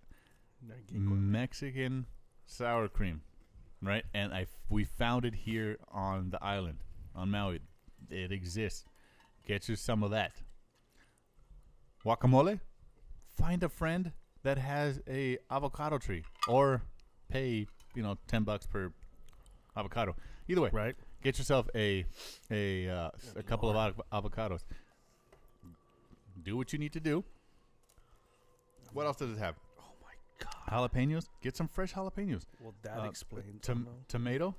[SPEAKER 2] Now you're getting gourmet.
[SPEAKER 1] Mexican sour cream, right? And I f- we found it here on the island on Maui. It exists. Get you some of that. Guacamole. Find a friend that has a avocado tree, or pay you know ten bucks per avocado. Either way,
[SPEAKER 2] right?
[SPEAKER 1] get yourself a a uh, s- a couple of av- avocados. Do what you need to do. What else does it have?
[SPEAKER 2] Oh my god.
[SPEAKER 1] jalapenos. Get some fresh jalapenos.
[SPEAKER 2] Well, that
[SPEAKER 1] Uh,
[SPEAKER 2] explains.
[SPEAKER 1] Tom-
[SPEAKER 2] oh, no.
[SPEAKER 1] tomato.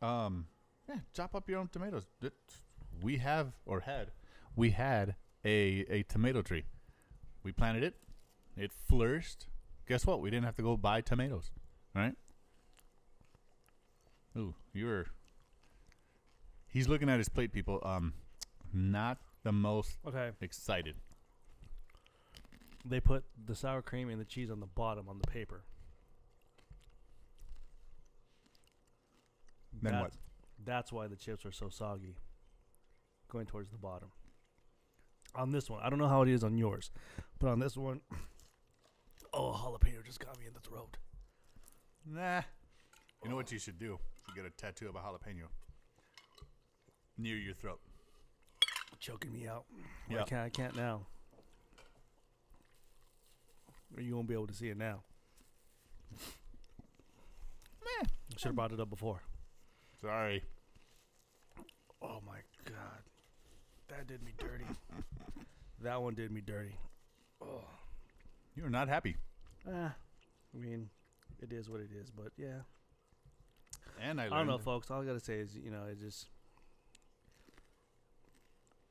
[SPEAKER 1] Um, yeah, chop up your own tomatoes. Th- We have or had, we had a a tomato tree. We planted it. It flourished. Guess what? We didn't have to go buy tomatoes. All right. Ooh, you're. He's looking at his plate, people. Um, not the most
[SPEAKER 2] Okay,
[SPEAKER 1] excited.
[SPEAKER 2] they put the sour cream and the cheese on the bottom on the paper.
[SPEAKER 1] Then what?
[SPEAKER 2] That's- That's why the chips are so soggy. Going towards the bottom. on this one. I don't know how it is on yours, but on this one, (coughs) oh, a jalapeno just got me in the throat.
[SPEAKER 1] Nah. You know what you should do? You should get a tattoo of a jalapeno near your throat.
[SPEAKER 2] choking me out.
[SPEAKER 1] Yeah.
[SPEAKER 2] I can't. I can't now. Or you won't be able to see it now. Should have brought it up before.
[SPEAKER 1] Sorry.
[SPEAKER 2] Oh my god, that did me dirty. that one did me dirty. Oh,
[SPEAKER 1] You're not happy.
[SPEAKER 2] ah, I mean, it is what it is. But yeah,
[SPEAKER 1] And I,
[SPEAKER 2] I don't know,
[SPEAKER 1] learned-
[SPEAKER 2] folks. All I gotta say is, you know, it just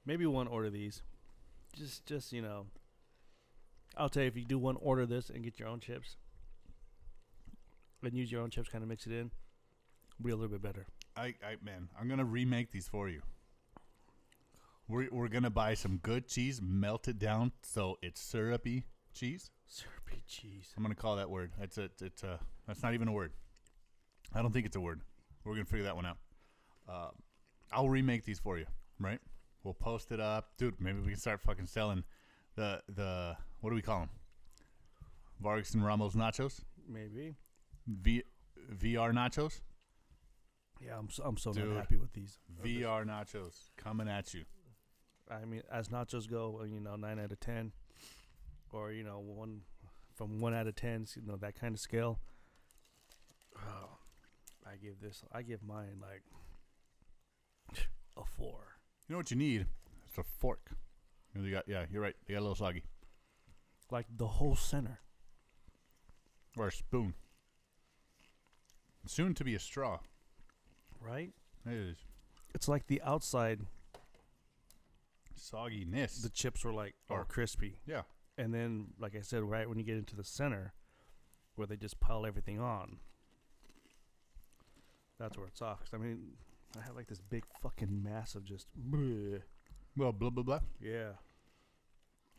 [SPEAKER 2] maybe one order these. Just, just you know, I'll tell you if you do one order this and get your own chips, and use your own chips, kind of mix it in, be a little bit better.
[SPEAKER 1] I, I man, I'm gonna remake these for you. We're we're gonna buy some good cheese, melt it down so it's syrupy cheese.
[SPEAKER 2] Syrupy cheese.
[SPEAKER 1] I'm gonna call that word. That's it. It's uh, that's not even a word. I don't think it's a word. We're gonna figure that one out. Uh, I'll remake these for you, right? We'll post it up, dude. Maybe we can start fucking selling the the what do we call them? Vargas and Ramos nachos,
[SPEAKER 2] Maybe.
[SPEAKER 1] v, VR nachos,
[SPEAKER 2] Yeah, I'm so, I'm so
[SPEAKER 1] Dude.
[SPEAKER 2] not happy with these.
[SPEAKER 1] VR nachos coming at you.
[SPEAKER 2] I mean, as nachos go, uh, you know, nine out of ten, or you know, one from one out of ten, you know, that kind of scale. (sighs) Oh, I give this, I give mine like a four.
[SPEAKER 1] You know what you need? It's a fork. You know, they got, yeah, you're right. They got a little soggy.
[SPEAKER 2] Like the whole center.
[SPEAKER 1] Or a spoon. Soon to be a straw.
[SPEAKER 2] Right?
[SPEAKER 1] It is
[SPEAKER 2] It's like the outside,
[SPEAKER 1] sogginess.
[SPEAKER 2] the chips were like are
[SPEAKER 1] Or-
[SPEAKER 2] crispy,
[SPEAKER 1] yeah.
[SPEAKER 2] and then, like I said, right when you get into the center, where they just pile everything on, that's where it sucks. I mean, I had like this big fucking mass of just. bleh.
[SPEAKER 1] Well, blah, blah, blah.
[SPEAKER 2] Yeah.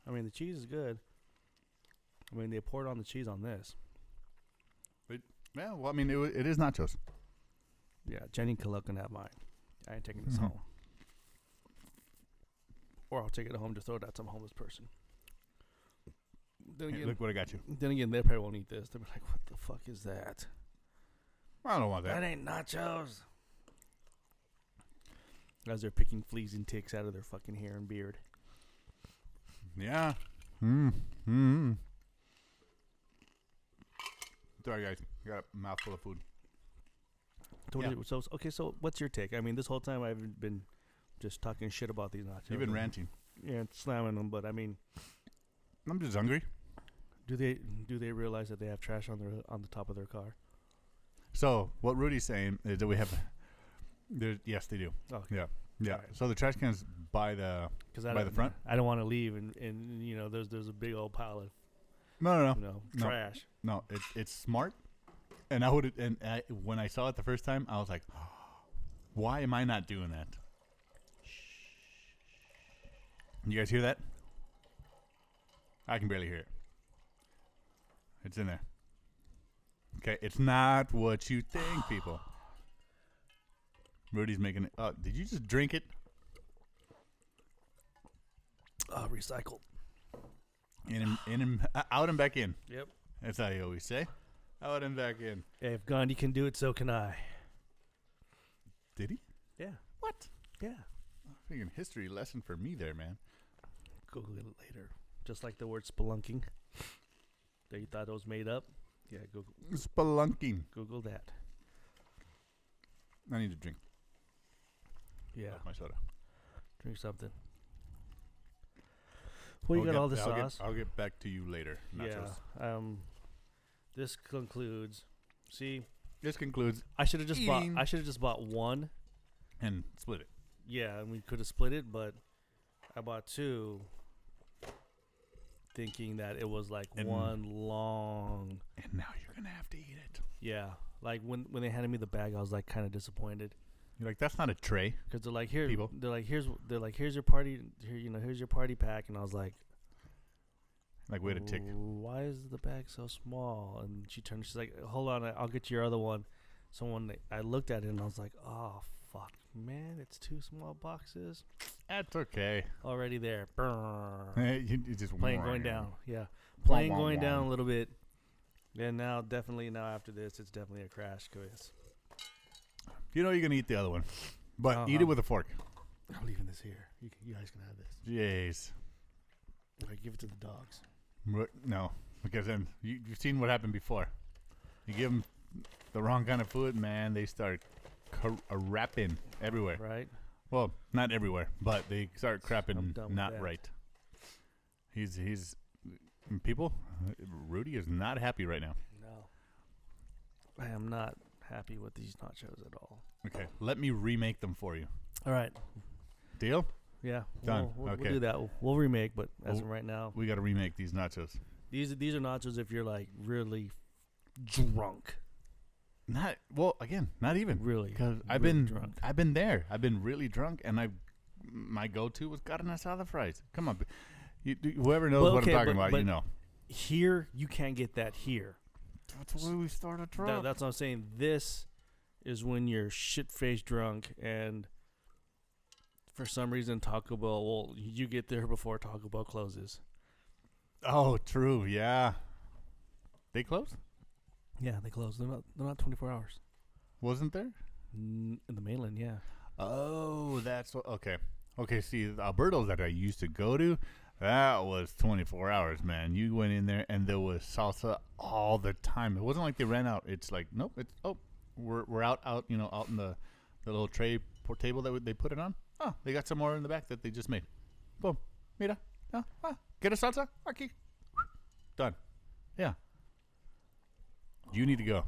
[SPEAKER 2] I mean, the cheese is good. I mean, they poured on the cheese on this.
[SPEAKER 1] Yeah, well, I mean, it, wa- it is nachos.
[SPEAKER 2] Yeah, Jenny Kaluk can have mine. I ain't taking this
[SPEAKER 1] Mhm.
[SPEAKER 2] home. Or I'll take it home to throw it at some homeless person. Then
[SPEAKER 1] Hey,
[SPEAKER 2] again,
[SPEAKER 1] look what I got you.
[SPEAKER 2] then again, they probably won't eat this. They'll be like, "What the fuck is that?
[SPEAKER 1] I don't want
[SPEAKER 2] That
[SPEAKER 1] that.
[SPEAKER 2] ain't nachos." As they're picking fleas and ticks out of their fucking hair and beard.
[SPEAKER 1] Yeah. Mm. Mm. Sorry, guys. I got a mouthful of food.
[SPEAKER 2] So, what
[SPEAKER 1] Yeah.
[SPEAKER 2] is- so okay, so what's your take? I mean, this whole time I've been just talking shit about these nachos.
[SPEAKER 1] You've been
[SPEAKER 2] and-
[SPEAKER 1] ranting.
[SPEAKER 2] Yeah, and slamming them, but I mean,
[SPEAKER 1] I'm just hungry.
[SPEAKER 2] do they do they realize that they have trash on their on the top of their car?
[SPEAKER 1] So, what Rudy's saying is that we have. there- Yes, they do.
[SPEAKER 2] Oh, okay.
[SPEAKER 1] Yeah. Yeah.
[SPEAKER 2] Alright.
[SPEAKER 1] So the trash cans by the.
[SPEAKER 2] Because I
[SPEAKER 1] By
[SPEAKER 2] don't-
[SPEAKER 1] the front?
[SPEAKER 2] I don't want to leave, and, and you know, there's there's a big old pile of
[SPEAKER 1] No, no, no.
[SPEAKER 2] you know
[SPEAKER 1] No.
[SPEAKER 2] trash.
[SPEAKER 1] No, it, it's smart. And I would, and I, when I saw it the first time, I was like, (gasps) "Why am I not doing that?" You guys hear that? I can barely hear it. It's in there. Okay, it's not what you think, people. Rudy's making it. Oh, did you just drink it?
[SPEAKER 2] Uh, recycled.
[SPEAKER 1] In and in and uh, out and back in.
[SPEAKER 2] Yep.
[SPEAKER 1] That's how you always say. Out and back in.
[SPEAKER 2] If Gandhi can do it, so can I.
[SPEAKER 1] Did he?
[SPEAKER 2] Yeah.
[SPEAKER 1] What?
[SPEAKER 2] Yeah.
[SPEAKER 1] Freaking history lesson for me there, man.
[SPEAKER 2] Google it later. Just like the word spelunking. That you thought it was made up. Yeah. Google
[SPEAKER 1] Spelunking.
[SPEAKER 2] Google that.
[SPEAKER 1] I need to drink
[SPEAKER 2] Yeah.
[SPEAKER 1] off my soda.
[SPEAKER 2] Drink something. Well, you
[SPEAKER 1] I'll
[SPEAKER 2] got
[SPEAKER 1] get-
[SPEAKER 2] all the
[SPEAKER 1] I'll get-
[SPEAKER 2] sauce.
[SPEAKER 1] I'll get back to you later. Nachos.
[SPEAKER 2] Yeah. Um, this concludes. See,
[SPEAKER 1] This concludes
[SPEAKER 2] I should have just bought.
[SPEAKER 1] Eating.
[SPEAKER 2] I should have just bought one.
[SPEAKER 1] and split it.
[SPEAKER 2] Yeah, and we could have split it, but I bought two, thinking that it was like
[SPEAKER 1] And-
[SPEAKER 2] one long.
[SPEAKER 1] And now you're gonna have to eat it.
[SPEAKER 2] Yeah, like when when they handed me the bag, I was like kind of disappointed
[SPEAKER 1] You're like, that's not a tray.
[SPEAKER 2] because they're like here.
[SPEAKER 1] People.
[SPEAKER 2] They're like here's they're like here's your party here you know here's your party pack, and I was like
[SPEAKER 1] Like, wait a tick.
[SPEAKER 2] Why is the bag so small? And she turned. She's like, "Hold on, I- I'll get your other one." Someone I looked at it and I was like, "Oh fuck, man, it's two small boxes
[SPEAKER 1] That's okay. Eh,
[SPEAKER 2] already there. Brrr.
[SPEAKER 1] you, you just
[SPEAKER 2] Plane going down. Yeah.
[SPEAKER 1] Wah,
[SPEAKER 2] Plane
[SPEAKER 1] wah,
[SPEAKER 2] going
[SPEAKER 1] wah.
[SPEAKER 2] down a little bit. And now, definitely now after this, it's definitely a crash quiz.
[SPEAKER 1] You know you're gonna eat the other one, but eat
[SPEAKER 2] Uh-huh.
[SPEAKER 1] it with a fork.
[SPEAKER 3] I'm leaving this here. You, can, you guys can have this.
[SPEAKER 1] Jeez.
[SPEAKER 3] I give it to the dogs.
[SPEAKER 1] But no, because then you, you've seen what happened before. You give them the wrong kind of food, man. They start cr- uh, rapping everywhere.
[SPEAKER 2] Right?
[SPEAKER 1] Well, not everywhere, but they start crapping
[SPEAKER 2] done with
[SPEAKER 1] not
[SPEAKER 2] that.
[SPEAKER 1] right. He's he's people. Rudy is not happy right now.
[SPEAKER 2] No. I am not happy with these nachos at all.
[SPEAKER 1] Okay, let me remake them for you.
[SPEAKER 2] All right.
[SPEAKER 1] Deal?
[SPEAKER 2] Yeah.
[SPEAKER 1] Done.
[SPEAKER 2] We'll, we'll,
[SPEAKER 1] Okay.
[SPEAKER 2] we'll do that. We'll, we'll remake, but as
[SPEAKER 1] We'll-
[SPEAKER 2] of right now,
[SPEAKER 1] We got to remake these nachos.
[SPEAKER 2] these are, these are nachos if you're like really drunk.
[SPEAKER 1] Not well. Again, not even.
[SPEAKER 2] Really.
[SPEAKER 1] Because I've
[SPEAKER 2] really
[SPEAKER 1] been
[SPEAKER 2] drunk.
[SPEAKER 1] I've been there. I've been really drunk, and I my go to was carne asada fries. Come on, b- you, d- whoever knows
[SPEAKER 2] Well,
[SPEAKER 1] what
[SPEAKER 2] okay,
[SPEAKER 1] I'm talking
[SPEAKER 2] but-
[SPEAKER 1] about, you
[SPEAKER 2] but-
[SPEAKER 1] know.
[SPEAKER 2] Here, you can't get that here.
[SPEAKER 1] That's why we start a
[SPEAKER 2] That, that's what I'm saying. This is when you're shit faced drunk and for some reason Taco Bell well you get there before Taco Bell closes.
[SPEAKER 1] oh, true. Yeah, they closed.
[SPEAKER 2] Yeah, they close. They're not they're not twenty four hours.
[SPEAKER 1] Wasn't there?
[SPEAKER 2] N- in the mainland, yeah.
[SPEAKER 1] Oh, that's what, okay. Okay, see, the Alberto's that I used to go to, that was 24 hours, man. You went in there and there was salsa all the time. It wasn't like they ran out. It's like, nope, it's oh, we're, we're out out, you know, out in the, the little tray por- table that they put it on. Oh, they got some more in the back that they just made. Boom. Mira. Ah, ah. Get a salsa. Aquí. Done. Yeah. You need to go.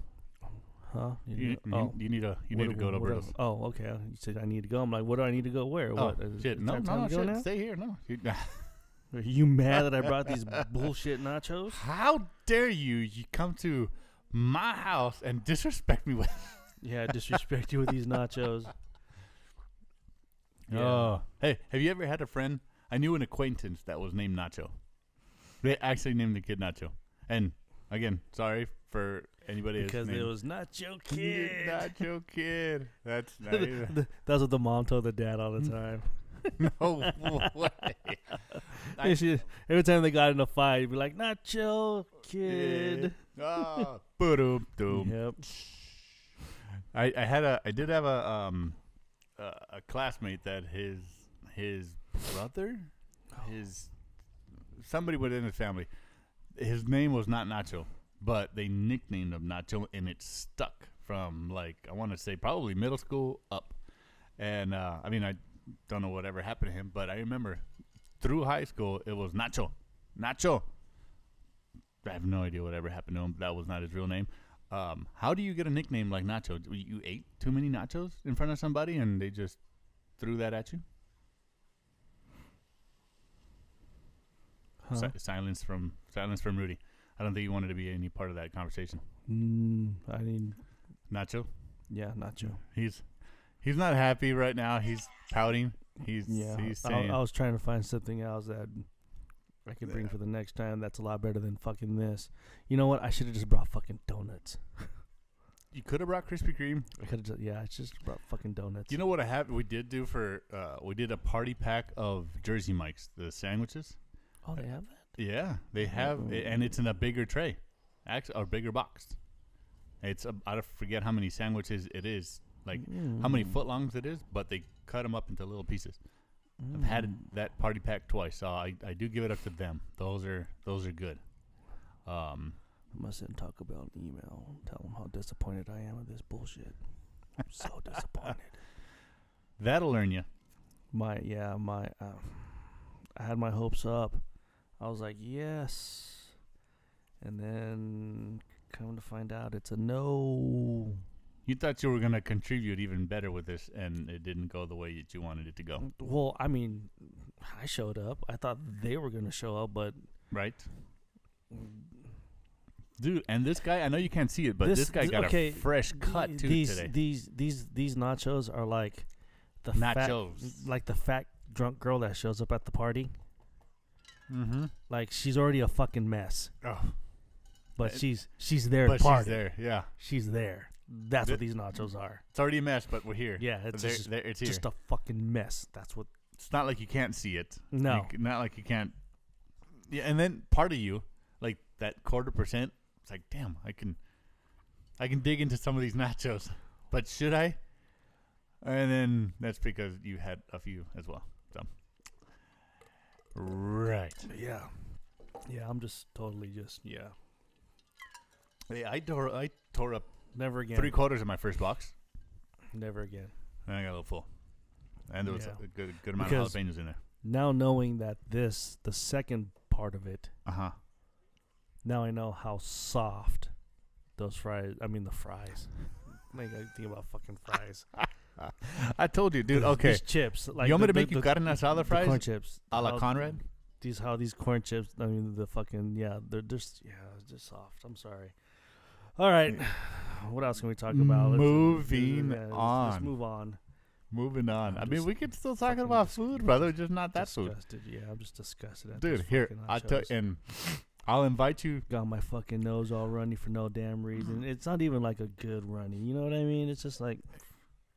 [SPEAKER 2] Huh?
[SPEAKER 1] You, you,
[SPEAKER 2] oh.
[SPEAKER 1] you need to you
[SPEAKER 2] What
[SPEAKER 1] need to
[SPEAKER 2] do-
[SPEAKER 1] go to
[SPEAKER 2] what
[SPEAKER 1] Alberto's.
[SPEAKER 2] else? Oh, okay. I- You said I need to go. I'm like, what do I need to go? Where?
[SPEAKER 1] Oh,
[SPEAKER 2] what? Is-
[SPEAKER 1] shit.
[SPEAKER 2] is
[SPEAKER 1] No,
[SPEAKER 2] there
[SPEAKER 1] no,
[SPEAKER 2] time
[SPEAKER 1] no,
[SPEAKER 2] to go
[SPEAKER 1] shit.
[SPEAKER 2] now?
[SPEAKER 1] Stay here. No. You- (laughs)
[SPEAKER 2] Are you mad that I brought these (laughs) bullshit nachos?
[SPEAKER 1] How dare you? You come to my house and disrespect me with. (laughs)
[SPEAKER 2] Yeah, I disrespect you with these nachos. Yeah.
[SPEAKER 1] Oh, hey, have you ever had a friend? I knew an acquaintance that was named Nacho. They actually named the kid Nacho. And again, sorry for anybody that's
[SPEAKER 2] Because it
[SPEAKER 1] named- (laughs)
[SPEAKER 2] was nacho
[SPEAKER 1] You're
[SPEAKER 2] kid.
[SPEAKER 1] Nacho kid. That's
[SPEAKER 2] (laughs)
[SPEAKER 1] not even- (laughs)
[SPEAKER 2] The- That's what the mom told the dad
[SPEAKER 1] Mm.
[SPEAKER 2] all the time.
[SPEAKER 1] no way. I-
[SPEAKER 2] And she- every time they got in a fight, it'd be like, Nacho Kid.
[SPEAKER 1] Oh, boom, boom.
[SPEAKER 2] Yep.
[SPEAKER 1] I, I had a I did have a um a, a classmate that his his brother his somebody within his family his name was not Nacho but they nicknamed him Nacho and it stuck from like I want to say probably middle school up and uh, I mean I don't know whatever happened to him but I remember through high school it was Nacho Nacho I have no idea whatever happened to him but that was not his real name um, how do you get a nickname like Nacho? You- You ate too many nachos in front of somebody and they just threw that at you?
[SPEAKER 2] Huh?
[SPEAKER 1] Si- silence from silence from Rudy. I don't think you wanted to be any part of that conversation.
[SPEAKER 2] Mm, I mean,
[SPEAKER 1] Nacho,
[SPEAKER 2] yeah, Nacho.
[SPEAKER 1] he's he's not happy right now. He's pouting. He's
[SPEAKER 2] Yeah.
[SPEAKER 1] he's
[SPEAKER 2] I,
[SPEAKER 1] saying
[SPEAKER 2] I was trying to find something else that I could bring for the next time. That's a lot better than fucking this. You know what? I should have just brought fucking donuts.
[SPEAKER 1] you could have brought Krispy Kreme.
[SPEAKER 2] I could have just, yeah, I just brought fucking donuts.
[SPEAKER 1] You know what I have? We did do for uh, we did a party pack of Jersey Mike's, the sandwiches.
[SPEAKER 2] oh, they have that?
[SPEAKER 1] Yeah, they have, it, and it's in a bigger tray, actually, or bigger box. It's a, I forget how many sandwiches it is, like
[SPEAKER 2] Mm-hmm.
[SPEAKER 1] how many
[SPEAKER 2] Mm.
[SPEAKER 1] footlongs it is, but they cut them up into little pieces. I've
[SPEAKER 2] Mm.
[SPEAKER 1] had that party pack twice, so I, I do give it up to them. Those are those are good. Um,
[SPEAKER 2] I Mm-hmm. must send Taco Bell an email. Tell them how disappointed I am with this bullshit. I'm
[SPEAKER 1] (laughs)
[SPEAKER 2] so disappointed.
[SPEAKER 1] that'll learn you.
[SPEAKER 2] my yeah my uh, I had my hopes up. I was like yes, and then come to find out it's a no.
[SPEAKER 1] You thought you were gonna contribute even better with this, and it didn't go the way that you wanted it to go,
[SPEAKER 2] Well, I mean, I showed up. I thought they were gonna show up, but
[SPEAKER 1] right? Dude, and this guy, I know you can't see it, but this,
[SPEAKER 2] This-
[SPEAKER 1] guy
[SPEAKER 2] th-
[SPEAKER 1] got
[SPEAKER 2] okay,
[SPEAKER 1] a fresh cut too
[SPEAKER 2] these
[SPEAKER 1] today.
[SPEAKER 2] these these these nachos are like the
[SPEAKER 1] Nachos.
[SPEAKER 2] fat, like the fat drunk girl that shows up at the party.
[SPEAKER 1] mm-hmm.
[SPEAKER 2] Like she's already a fucking mess,
[SPEAKER 1] Oh,
[SPEAKER 2] but
[SPEAKER 1] Uh,
[SPEAKER 2] she's she's there.
[SPEAKER 1] but
[SPEAKER 2] to party.
[SPEAKER 1] she's there. Yeah,
[SPEAKER 2] She's there. That's
[SPEAKER 1] Th-
[SPEAKER 2] what these nachos are.
[SPEAKER 1] It's already a mess, but we're here.
[SPEAKER 2] Yeah, it's
[SPEAKER 1] it's there,
[SPEAKER 2] just-
[SPEAKER 1] there, it's here.
[SPEAKER 2] Just a fucking mess. That's what.
[SPEAKER 1] it's not like you can't see it.
[SPEAKER 2] No.
[SPEAKER 1] You c- not like you can't. Yeah, and then part of you, like that quarter percent, it's like, damn, I can, I can dig into some of these nachos, but should I? And then that's because you had a few as well. So, right.
[SPEAKER 2] yeah. Yeah, I'm just totally just yeah.
[SPEAKER 1] Yeah, I tore, I tore up
[SPEAKER 2] Never again.
[SPEAKER 1] three quarters of my first box,
[SPEAKER 2] Never again.
[SPEAKER 1] and I got a little full. And there was
[SPEAKER 2] Yeah.
[SPEAKER 1] a good, good amount
[SPEAKER 2] Because-
[SPEAKER 1] of jalapenos in there.
[SPEAKER 2] Now knowing that this, the second part of it,
[SPEAKER 1] Uh huh.
[SPEAKER 2] now I know how soft those fries. I mean the fries. Like I think about fucking fries.
[SPEAKER 1] I told you, dude.
[SPEAKER 2] These-
[SPEAKER 1] Okay,
[SPEAKER 2] These chips. Like
[SPEAKER 1] you want me
[SPEAKER 2] the-
[SPEAKER 1] to make
[SPEAKER 2] the-
[SPEAKER 1] you
[SPEAKER 2] the-
[SPEAKER 1] carne asada
[SPEAKER 2] the
[SPEAKER 1] fries
[SPEAKER 2] Corn chips.
[SPEAKER 1] a la
[SPEAKER 2] How-
[SPEAKER 1] Conrad?
[SPEAKER 2] These how these corn chips. I mean the fucking yeah. They're just yeah. They're just soft. I'm sorry. All right. (sighs) What else can we talk about? Let's-
[SPEAKER 1] Moving
[SPEAKER 2] yeah, let's- Let's
[SPEAKER 1] on.
[SPEAKER 2] move on.
[SPEAKER 1] Moving on.
[SPEAKER 2] I'm
[SPEAKER 1] I mean,
[SPEAKER 2] just
[SPEAKER 1] we could still talk
[SPEAKER 2] fucking
[SPEAKER 1] about
[SPEAKER 2] dis-
[SPEAKER 1] food, brother. Just not that food,
[SPEAKER 2] disgusted. Yeah, I'm just disgusted. At
[SPEAKER 1] dude.
[SPEAKER 2] those
[SPEAKER 1] Here,
[SPEAKER 2] fucking
[SPEAKER 1] I tell
[SPEAKER 2] nachos.
[SPEAKER 1] and I'll invite you.
[SPEAKER 2] Got my fucking nose all runny for no damn reason. It's not even like a good runny. You know what I mean? It's just like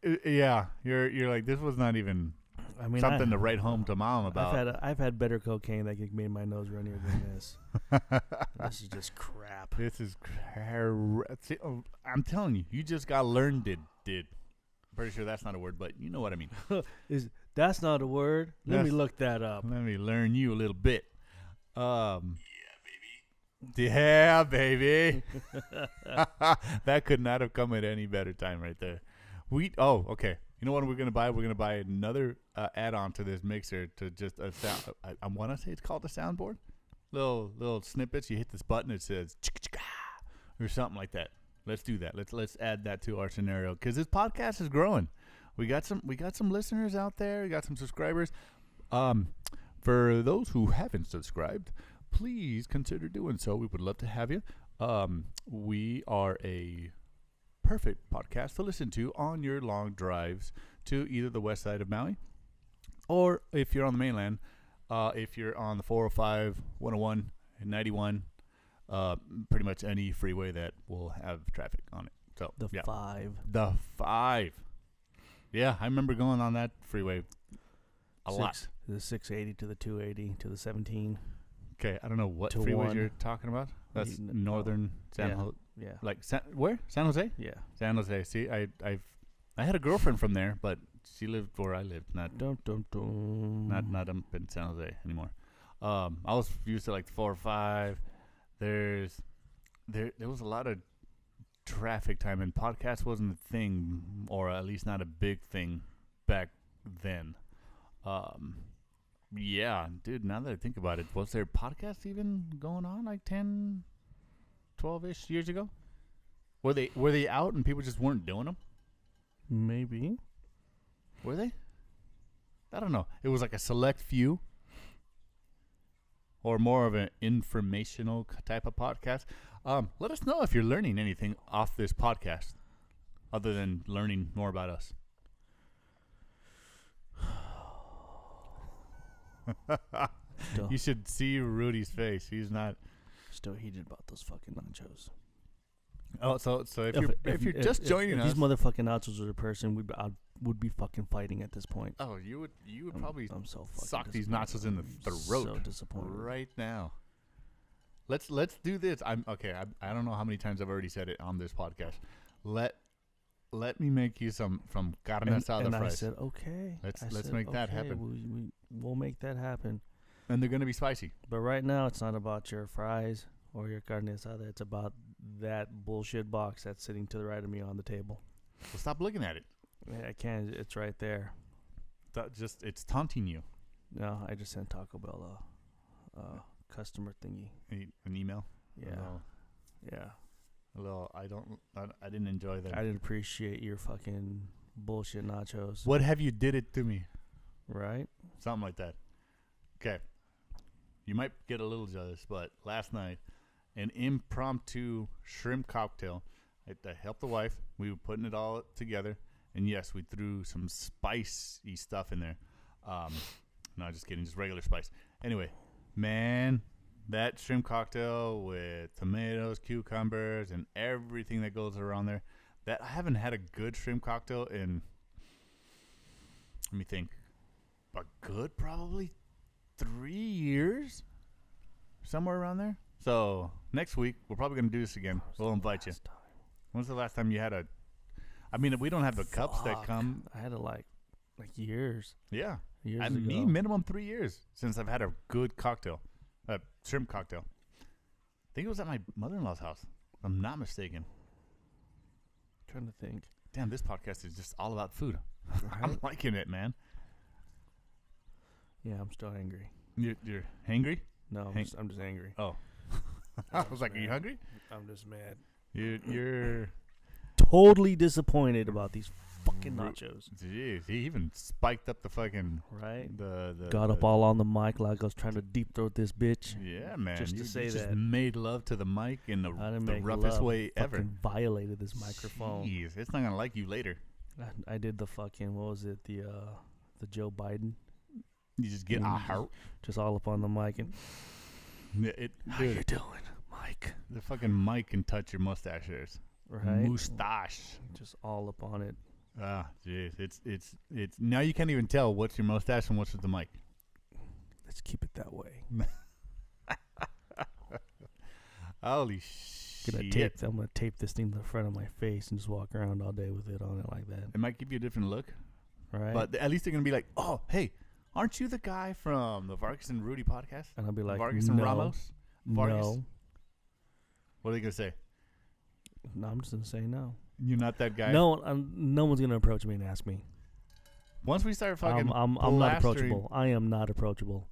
[SPEAKER 1] Uh, Yeah, you're you're like this was not even
[SPEAKER 2] I mean
[SPEAKER 1] something
[SPEAKER 2] I,
[SPEAKER 1] to write home to mom
[SPEAKER 2] I've
[SPEAKER 1] about.
[SPEAKER 2] had I've had better cocaine that made my nose runnier than
[SPEAKER 1] (laughs)
[SPEAKER 2] this. (laughs) this is just crap.
[SPEAKER 1] this is cra- see, oh, I'm telling you, you just got learned it. Did pretty sure that's not a word, but you know what I mean.
[SPEAKER 2] Is that's not a word? Let me
[SPEAKER 1] That's-
[SPEAKER 2] look that up.
[SPEAKER 1] Let me learn you a little bit. Um, yeah, baby. (laughs) Yeah, baby. that could not have come at any better time, right there. We oh okay. You know what we're gonna buy? We're gonna buy another uh, add-on to this mixer to just a sound. I, I want to say it's called a soundboard. Little little snippets. You hit this button. It says "Chicka-chicka," or something like that. Let's do that. Let's let's add that to our scenario because this podcast is growing. We got some we got some listeners out there. We got some subscribers. Um, for those who haven't subscribed, please consider doing so. We would love to have you. Um, we are a perfect podcast to listen to on your long drives to either the west side of Maui or if you're on the mainland, uh, if you're on the 405, 101, and 91, oh uh, pretty much any freeway that will have traffic on it. So,
[SPEAKER 2] The
[SPEAKER 1] yeah.
[SPEAKER 2] five.
[SPEAKER 1] the five. Yeah, I remember going on that freeway a
[SPEAKER 2] Six.
[SPEAKER 1] lot.
[SPEAKER 2] The six eighty to the two eighty to the seventeen.
[SPEAKER 1] Okay, I don't know what
[SPEAKER 2] To
[SPEAKER 1] freeways
[SPEAKER 2] one.
[SPEAKER 1] you're talking about. That's
[SPEAKER 2] You kn-
[SPEAKER 1] northern San
[SPEAKER 2] Yeah.
[SPEAKER 1] Jose.
[SPEAKER 2] Yeah.
[SPEAKER 1] Like San, where? San Jose?
[SPEAKER 2] Yeah.
[SPEAKER 1] San Jose. See, I I've I had a girlfriend from there, but she lived where I lived, not
[SPEAKER 2] Dum dum dum.
[SPEAKER 1] not not up in San Jose anymore. Um, I was used to like four or five. There's there there was a lot of traffic time, and podcast wasn't a thing, or at least not a big thing back then. Um, yeah, dude. Now that I think about it, was there podcasts even going on like 10, 12 ish years ago? Were they were they out and people just weren't doing them?
[SPEAKER 2] Maybe.
[SPEAKER 1] Were they? I don't know. It was like a select few, or more of an informational k- type of podcast. Um, let us know if you're learning anything off this podcast, other than learning more about us. (sighs)
[SPEAKER 2] Still,
[SPEAKER 1] You should see Rudy's face. He's not.
[SPEAKER 2] still heated about those fucking nachos.
[SPEAKER 1] Oh, so so if, you're if, you're just
[SPEAKER 2] if-
[SPEAKER 1] joining
[SPEAKER 2] if
[SPEAKER 1] us,
[SPEAKER 2] these motherfucking nachos were the person, we'd be, I would be fucking fighting at this point.
[SPEAKER 1] oh, you would you would
[SPEAKER 2] I'm-
[SPEAKER 1] probably
[SPEAKER 2] I'm so fucking
[SPEAKER 1] sock these
[SPEAKER 2] disappointed.
[SPEAKER 1] nachos in the
[SPEAKER 2] I'm
[SPEAKER 1] throat
[SPEAKER 2] So disappointed.
[SPEAKER 1] right now. Let's let's do this. I'm okay. I, I don't know how many times I've already said it on this podcast. Let let me make you some from carne
[SPEAKER 2] And,
[SPEAKER 1] asada
[SPEAKER 2] and I
[SPEAKER 1] fries,
[SPEAKER 2] said, okay.
[SPEAKER 1] Let's-
[SPEAKER 2] I
[SPEAKER 1] let's
[SPEAKER 2] said,
[SPEAKER 1] make that
[SPEAKER 2] "Okay,
[SPEAKER 1] happen."
[SPEAKER 2] We, we, we'll make that happen.
[SPEAKER 1] and they're gonna be spicy.
[SPEAKER 2] But right now, it's not about your fries or your carne asada. It's about that bullshit box that's sitting to the right of me on the table.
[SPEAKER 1] So stop looking at it.
[SPEAKER 2] I can't. It's right there.
[SPEAKER 1] That just it's taunting you.
[SPEAKER 2] No, I just sent Taco Bell a, a customer thingy.
[SPEAKER 1] E- An email. A
[SPEAKER 2] Yeah.
[SPEAKER 1] little-
[SPEAKER 2] Yeah.
[SPEAKER 1] A little. I don't. I, I didn't enjoy that.
[SPEAKER 2] I didn't appreciate your fucking bullshit nachos.
[SPEAKER 1] what have you did it to me?
[SPEAKER 2] Right?
[SPEAKER 1] Something like that. Okay. You might get a little jealous, but last night, an impromptu shrimp cocktail. I, I helped the wife. We were putting it all together. And yes, we threw some spicy stuff in there. Um, no, just kidding. Just regular spice. Anyway, man, that shrimp cocktail with tomatoes, cucumbers, and everything that goes around there. That I haven't had a good shrimp cocktail in. Let me think. A good probably three years, somewhere around there. So next week we're probably gonna do this again. We'll invite you.
[SPEAKER 2] Last time.
[SPEAKER 1] When's the last time you had a? I mean, we don't have the cups that
[SPEAKER 2] Fuck.
[SPEAKER 1] come.
[SPEAKER 2] I had it like like years.
[SPEAKER 1] Yeah,
[SPEAKER 2] Years
[SPEAKER 1] I
[SPEAKER 2] ago.
[SPEAKER 1] mean, minimum three years since I've had a good cocktail, a shrimp cocktail. I think it was at my mother-in-law's house. If I'm not mistaken.
[SPEAKER 2] trying to think.
[SPEAKER 1] Damn, this podcast is just all about food. (laughs) I'm
[SPEAKER 2] Right?
[SPEAKER 1] liking it, man.
[SPEAKER 2] yeah, I'm still angry.
[SPEAKER 1] You're, you're hangry? (laughs)
[SPEAKER 2] No, I'm
[SPEAKER 1] Hank-
[SPEAKER 2] just, I'm just angry.
[SPEAKER 1] Oh. I was like, are you hungry?
[SPEAKER 2] I'm just mad.
[SPEAKER 1] You're, you're
[SPEAKER 2] Totally disappointed about these fucking
[SPEAKER 1] Ru-
[SPEAKER 2] nachos.
[SPEAKER 1] Jeez, he even spiked up the fucking
[SPEAKER 2] Right?
[SPEAKER 1] the the.
[SPEAKER 2] Got up
[SPEAKER 1] the-
[SPEAKER 2] all on the mic like I was trying to deep throat this bitch.
[SPEAKER 1] Yeah, man.
[SPEAKER 2] just to
[SPEAKER 1] you,
[SPEAKER 2] say
[SPEAKER 1] you just
[SPEAKER 2] that.
[SPEAKER 1] made love to the mic in the,
[SPEAKER 2] I didn't
[SPEAKER 1] the
[SPEAKER 2] make
[SPEAKER 1] roughest
[SPEAKER 2] love.
[SPEAKER 1] way ever.
[SPEAKER 2] Fucking violated this microphone.
[SPEAKER 1] Jeez, it's not gonna like you later.
[SPEAKER 2] I, I did the fucking what was it the uh the Joe Biden
[SPEAKER 1] You just get
[SPEAKER 2] Mm.
[SPEAKER 1] ah, how-
[SPEAKER 2] just all up on the mic and
[SPEAKER 1] Yeah, It,
[SPEAKER 2] how you
[SPEAKER 1] dude,
[SPEAKER 2] doing, Mike?
[SPEAKER 1] the fucking mic can touch your mustaches.
[SPEAKER 2] Right?
[SPEAKER 1] Mustache.
[SPEAKER 2] Just all up on it.
[SPEAKER 1] Ah, jeez, it's it's it's now you can't even tell what's your mustache and what's with the mic.
[SPEAKER 2] Let's keep it that way.
[SPEAKER 1] Holy shit!
[SPEAKER 2] Gonna tape. I'm gonna tape this thing to the front of my face and just walk around all day with it on it like that.
[SPEAKER 1] It might give you a different look,
[SPEAKER 2] Right?
[SPEAKER 1] but at least they're gonna be like, "Oh, hey, aren't you the guy from the Vargas and Rudy podcast?
[SPEAKER 2] and I'll be like,
[SPEAKER 1] Vargas
[SPEAKER 2] no,
[SPEAKER 1] and Ramos? Vargas?
[SPEAKER 2] no,
[SPEAKER 1] What are they gonna say?
[SPEAKER 2] no. I'm just gonna say no.
[SPEAKER 1] You're not that guy.
[SPEAKER 2] No, i no one's gonna approach me and ask me.
[SPEAKER 1] Once we start fucking,
[SPEAKER 2] I'm, I'm, I'm
[SPEAKER 1] blastering-
[SPEAKER 2] not approachable. I am not approachable.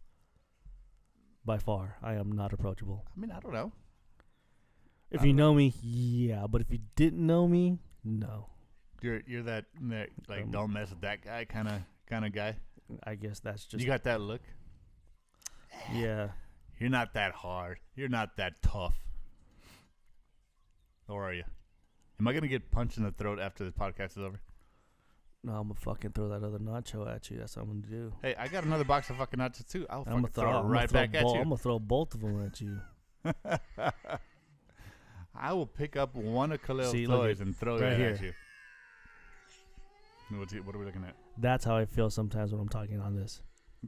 [SPEAKER 2] By far, I am not approachable.
[SPEAKER 1] I mean, I don't know.
[SPEAKER 2] If
[SPEAKER 1] I
[SPEAKER 2] you
[SPEAKER 1] don't-
[SPEAKER 2] know me, yeah. But if you didn't know me, no.
[SPEAKER 1] You're you're that, that like
[SPEAKER 2] Um,
[SPEAKER 1] don't mess with that guy kind of kind of guy.
[SPEAKER 2] I guess that's just
[SPEAKER 1] you got that look.
[SPEAKER 2] yeah.
[SPEAKER 1] You're not that hard. You're not that tough. Or are you? Am I gonna get punched in the throat after this podcast is over?
[SPEAKER 2] No, I'm gonna fucking throw that other nacho at you. That's what I'm gonna do.
[SPEAKER 1] Hey, I got another box of fucking nachos too. I'll fucking
[SPEAKER 2] I'm gonna
[SPEAKER 1] throw it right back at
[SPEAKER 2] bo- I'm
[SPEAKER 1] you.
[SPEAKER 2] gonna throw both of them at you.
[SPEAKER 1] I will pick up one of Khalil's
[SPEAKER 2] See, look
[SPEAKER 1] toys
[SPEAKER 2] at-
[SPEAKER 1] and throw
[SPEAKER 2] right
[SPEAKER 1] it
[SPEAKER 2] here.
[SPEAKER 1] at you. What's it- What are we looking at?
[SPEAKER 2] That's how I feel sometimes when I'm talking on this.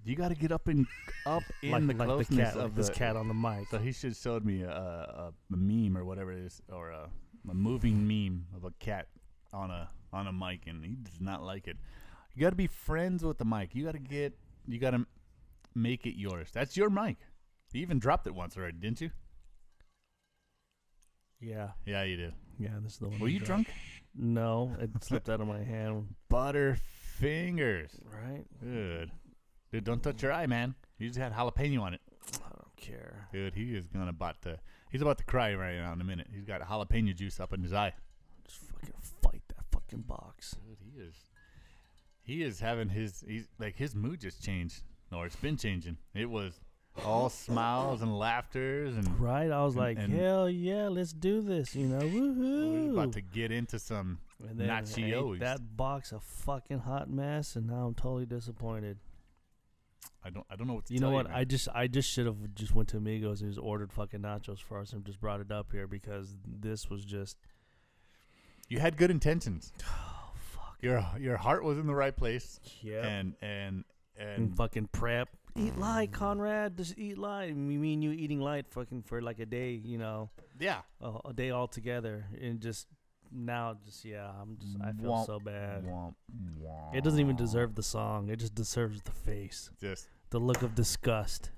[SPEAKER 1] You got to get up in up in
[SPEAKER 2] like
[SPEAKER 1] the
[SPEAKER 2] like
[SPEAKER 1] closeness
[SPEAKER 2] the cat,
[SPEAKER 1] of
[SPEAKER 2] like
[SPEAKER 1] the,
[SPEAKER 2] this cat on the mic.
[SPEAKER 1] So he should showed me a, a, a meme or whatever it is, or a, a moving meme of a cat on a on a mic, and he does not like it. You got to be friends with the mic. You got to get. You got to make it yours. That's your mic. You even dropped it once already, didn't you?
[SPEAKER 2] Yeah,
[SPEAKER 1] Yeah, you did.
[SPEAKER 2] yeah. This is the one.
[SPEAKER 1] Were
[SPEAKER 2] I
[SPEAKER 1] you
[SPEAKER 2] got.
[SPEAKER 1] drunk?
[SPEAKER 2] No, it slipped out of my hand.
[SPEAKER 1] Butterfingers.
[SPEAKER 2] Right?
[SPEAKER 1] (laughs) Good. Dude, don't touch your eye, man. You just had jalapeno on it.
[SPEAKER 2] I don't care.
[SPEAKER 1] Dude, he is gonna about to. He's about to cry right now in a minute. He's got jalapeno juice up in his eye.
[SPEAKER 2] Just fucking fight that fucking box.
[SPEAKER 1] Dude, he is. He is having his. He's like his mood just changed, or it's been changing. It was all smiles and laughters, and
[SPEAKER 2] Right? I was
[SPEAKER 1] And-
[SPEAKER 2] like,
[SPEAKER 1] and-
[SPEAKER 2] hell yeah, let's do this. You know,
[SPEAKER 1] we're
[SPEAKER 2] woohoo!
[SPEAKER 1] about to get into some.
[SPEAKER 2] and then I
[SPEAKER 1] nachos.
[SPEAKER 2] ate that box a fucking hot mess, and now I'm totally disappointed.
[SPEAKER 1] I don't. I don't know what to
[SPEAKER 2] You
[SPEAKER 1] tell
[SPEAKER 2] know what?
[SPEAKER 1] man.
[SPEAKER 2] I just I just should have just went to Amigos and just ordered fucking nachos for us and just brought it up here because this was just
[SPEAKER 1] you had good intentions.
[SPEAKER 2] oh fuck
[SPEAKER 1] Your your heart was in the right place,
[SPEAKER 2] yeah
[SPEAKER 1] and and
[SPEAKER 2] and,
[SPEAKER 1] and
[SPEAKER 2] fucking prep eat light
[SPEAKER 1] Mm.
[SPEAKER 2] Conrad just eat light me me and you eating light fucking for like a day you know
[SPEAKER 1] yeah.
[SPEAKER 2] a, a day all together and just now just yeah I'm just I feel
[SPEAKER 1] Womp,
[SPEAKER 2] so bad
[SPEAKER 1] Womp,
[SPEAKER 2] it doesn't even
[SPEAKER 1] womp.
[SPEAKER 2] deserve the song it just deserves the face
[SPEAKER 1] Just
[SPEAKER 2] the look of disgust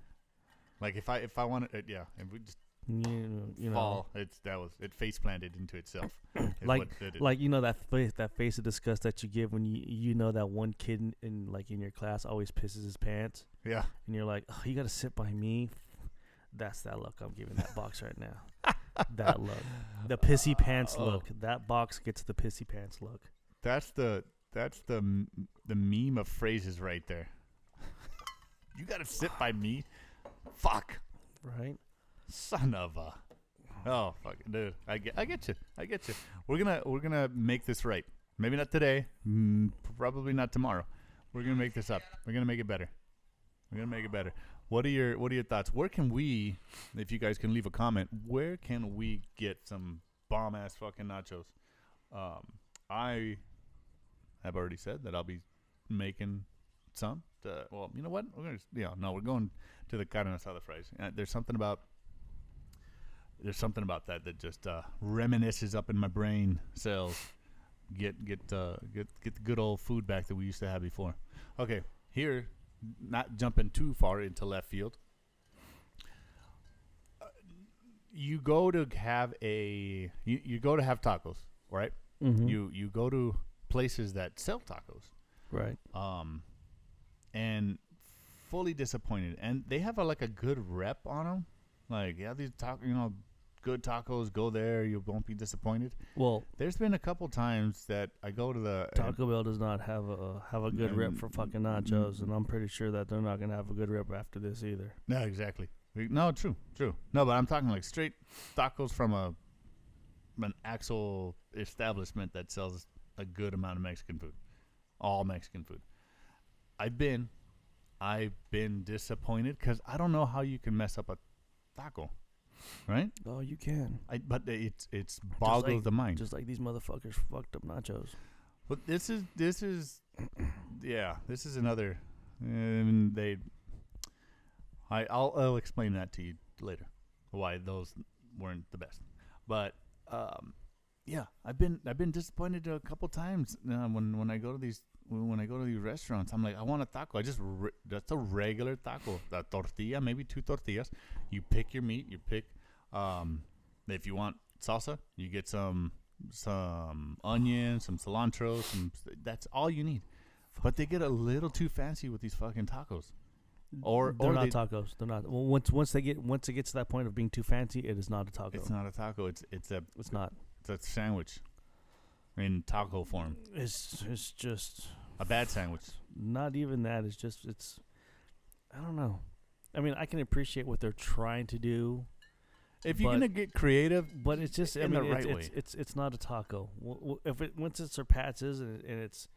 [SPEAKER 1] like if I if I wanted, it, yeah, if we just
[SPEAKER 2] you know, you know
[SPEAKER 1] fall, it's that was it face planted into
[SPEAKER 2] (coughs)
[SPEAKER 1] itself. is
[SPEAKER 2] Like-
[SPEAKER 1] what did it.
[SPEAKER 2] like you know that face that face of disgust that you give when you you know that one kid in, in like in your class always pisses his pants
[SPEAKER 1] yeah,
[SPEAKER 2] and you're like oh you gotta sit by me that's that look i'm giving that box right
[SPEAKER 1] (laughs)
[SPEAKER 2] now that look the pissy pants
[SPEAKER 1] Oh.
[SPEAKER 2] look that box gets the pissy pants look
[SPEAKER 1] That's the that's the m- the meme of phrases right there. you gotta sit by me. Fuck,
[SPEAKER 2] right
[SPEAKER 1] son of a. Oh fuck, dude. I get I get you. I get you. We're gonna we're gonna make this right. Maybe not today. Mm, probably not tomorrow. We're gonna make this up. We're gonna make it better. We're gonna make it better. What are your What are your thoughts? Where can we, if you guys can leave a comment, where can we get some bomb ass fucking nachos? Um, I have already said that I'll be making some. To, well, you know what? We're gonna, yeah, no, we're going to the carne asada fries. Uh, there's something about there's something about that that just uh, reminisces up in my brain cells. Get get uh, get get the good old food back that we used to have before. Okay, here, not jumping too far into left field. Uh, You go to have a you, you go to have tacos, right?
[SPEAKER 2] Mm-hmm.
[SPEAKER 1] You you go to places that sell tacos
[SPEAKER 2] right.
[SPEAKER 1] um, and fully disappointed. And they have a, like a good rep on them. Like, yeah, these taco, you know, good tacos. Go there, you won't be disappointed.
[SPEAKER 2] Well,
[SPEAKER 1] There's been a couple times that I go to the and-
[SPEAKER 2] Taco Bell does not have a uh, have a good rep for fucking nachos,
[SPEAKER 1] Mm-hmm.
[SPEAKER 2] and I'm pretty sure that they're not gonna have a good rep after this either.
[SPEAKER 1] no, exactly. We- No, true, true. No, but I'm talking like straight tacos from a an actual establishment that sells a good amount of Mexican food, all Mexican food. I've been, I've been disappointed because I don't know how you can mess up a taco, right?
[SPEAKER 2] Oh, you can.
[SPEAKER 1] I, but it's it's boggles
[SPEAKER 2] like-
[SPEAKER 1] the mind.
[SPEAKER 2] Just like these motherfuckers fucked up nachos.
[SPEAKER 1] But this is this is, yeah, this is another. And they, I I'll, I'll explain that to you later, why those weren't the best. But um, yeah, I've been I've been disappointed a couple times uh, when when I go to these when when I go to these restaurants. I'm like, I want a taco. I just re- that's a regular taco, a tortilla, maybe two tortillas. You pick your meat. You pick um, if you want salsa, you get some some onion, some cilantro, some. That's all you need. But they get a little too fancy with these fucking tacos. Or
[SPEAKER 2] they're
[SPEAKER 1] or
[SPEAKER 2] not
[SPEAKER 1] they-
[SPEAKER 2] tacos. They're not. Well, once once they get once it gets to that point of being too fancy, it is not a taco.
[SPEAKER 1] It's not a taco. It's it's a
[SPEAKER 2] It's not.
[SPEAKER 1] it's a sandwich, in taco form.
[SPEAKER 2] It's it's just
[SPEAKER 1] A bad sandwich.
[SPEAKER 2] not even that. It's just it's. I don't know. I mean, I can appreciate what they're trying to do,
[SPEAKER 1] If you're
[SPEAKER 2] But-
[SPEAKER 1] gonna get creative,
[SPEAKER 2] but it's just I
[SPEAKER 1] In the
[SPEAKER 2] mean, it's,
[SPEAKER 1] right
[SPEAKER 2] it's,
[SPEAKER 1] way.
[SPEAKER 2] it's it's not a taco. W- w- If it once it surpasses and, and it's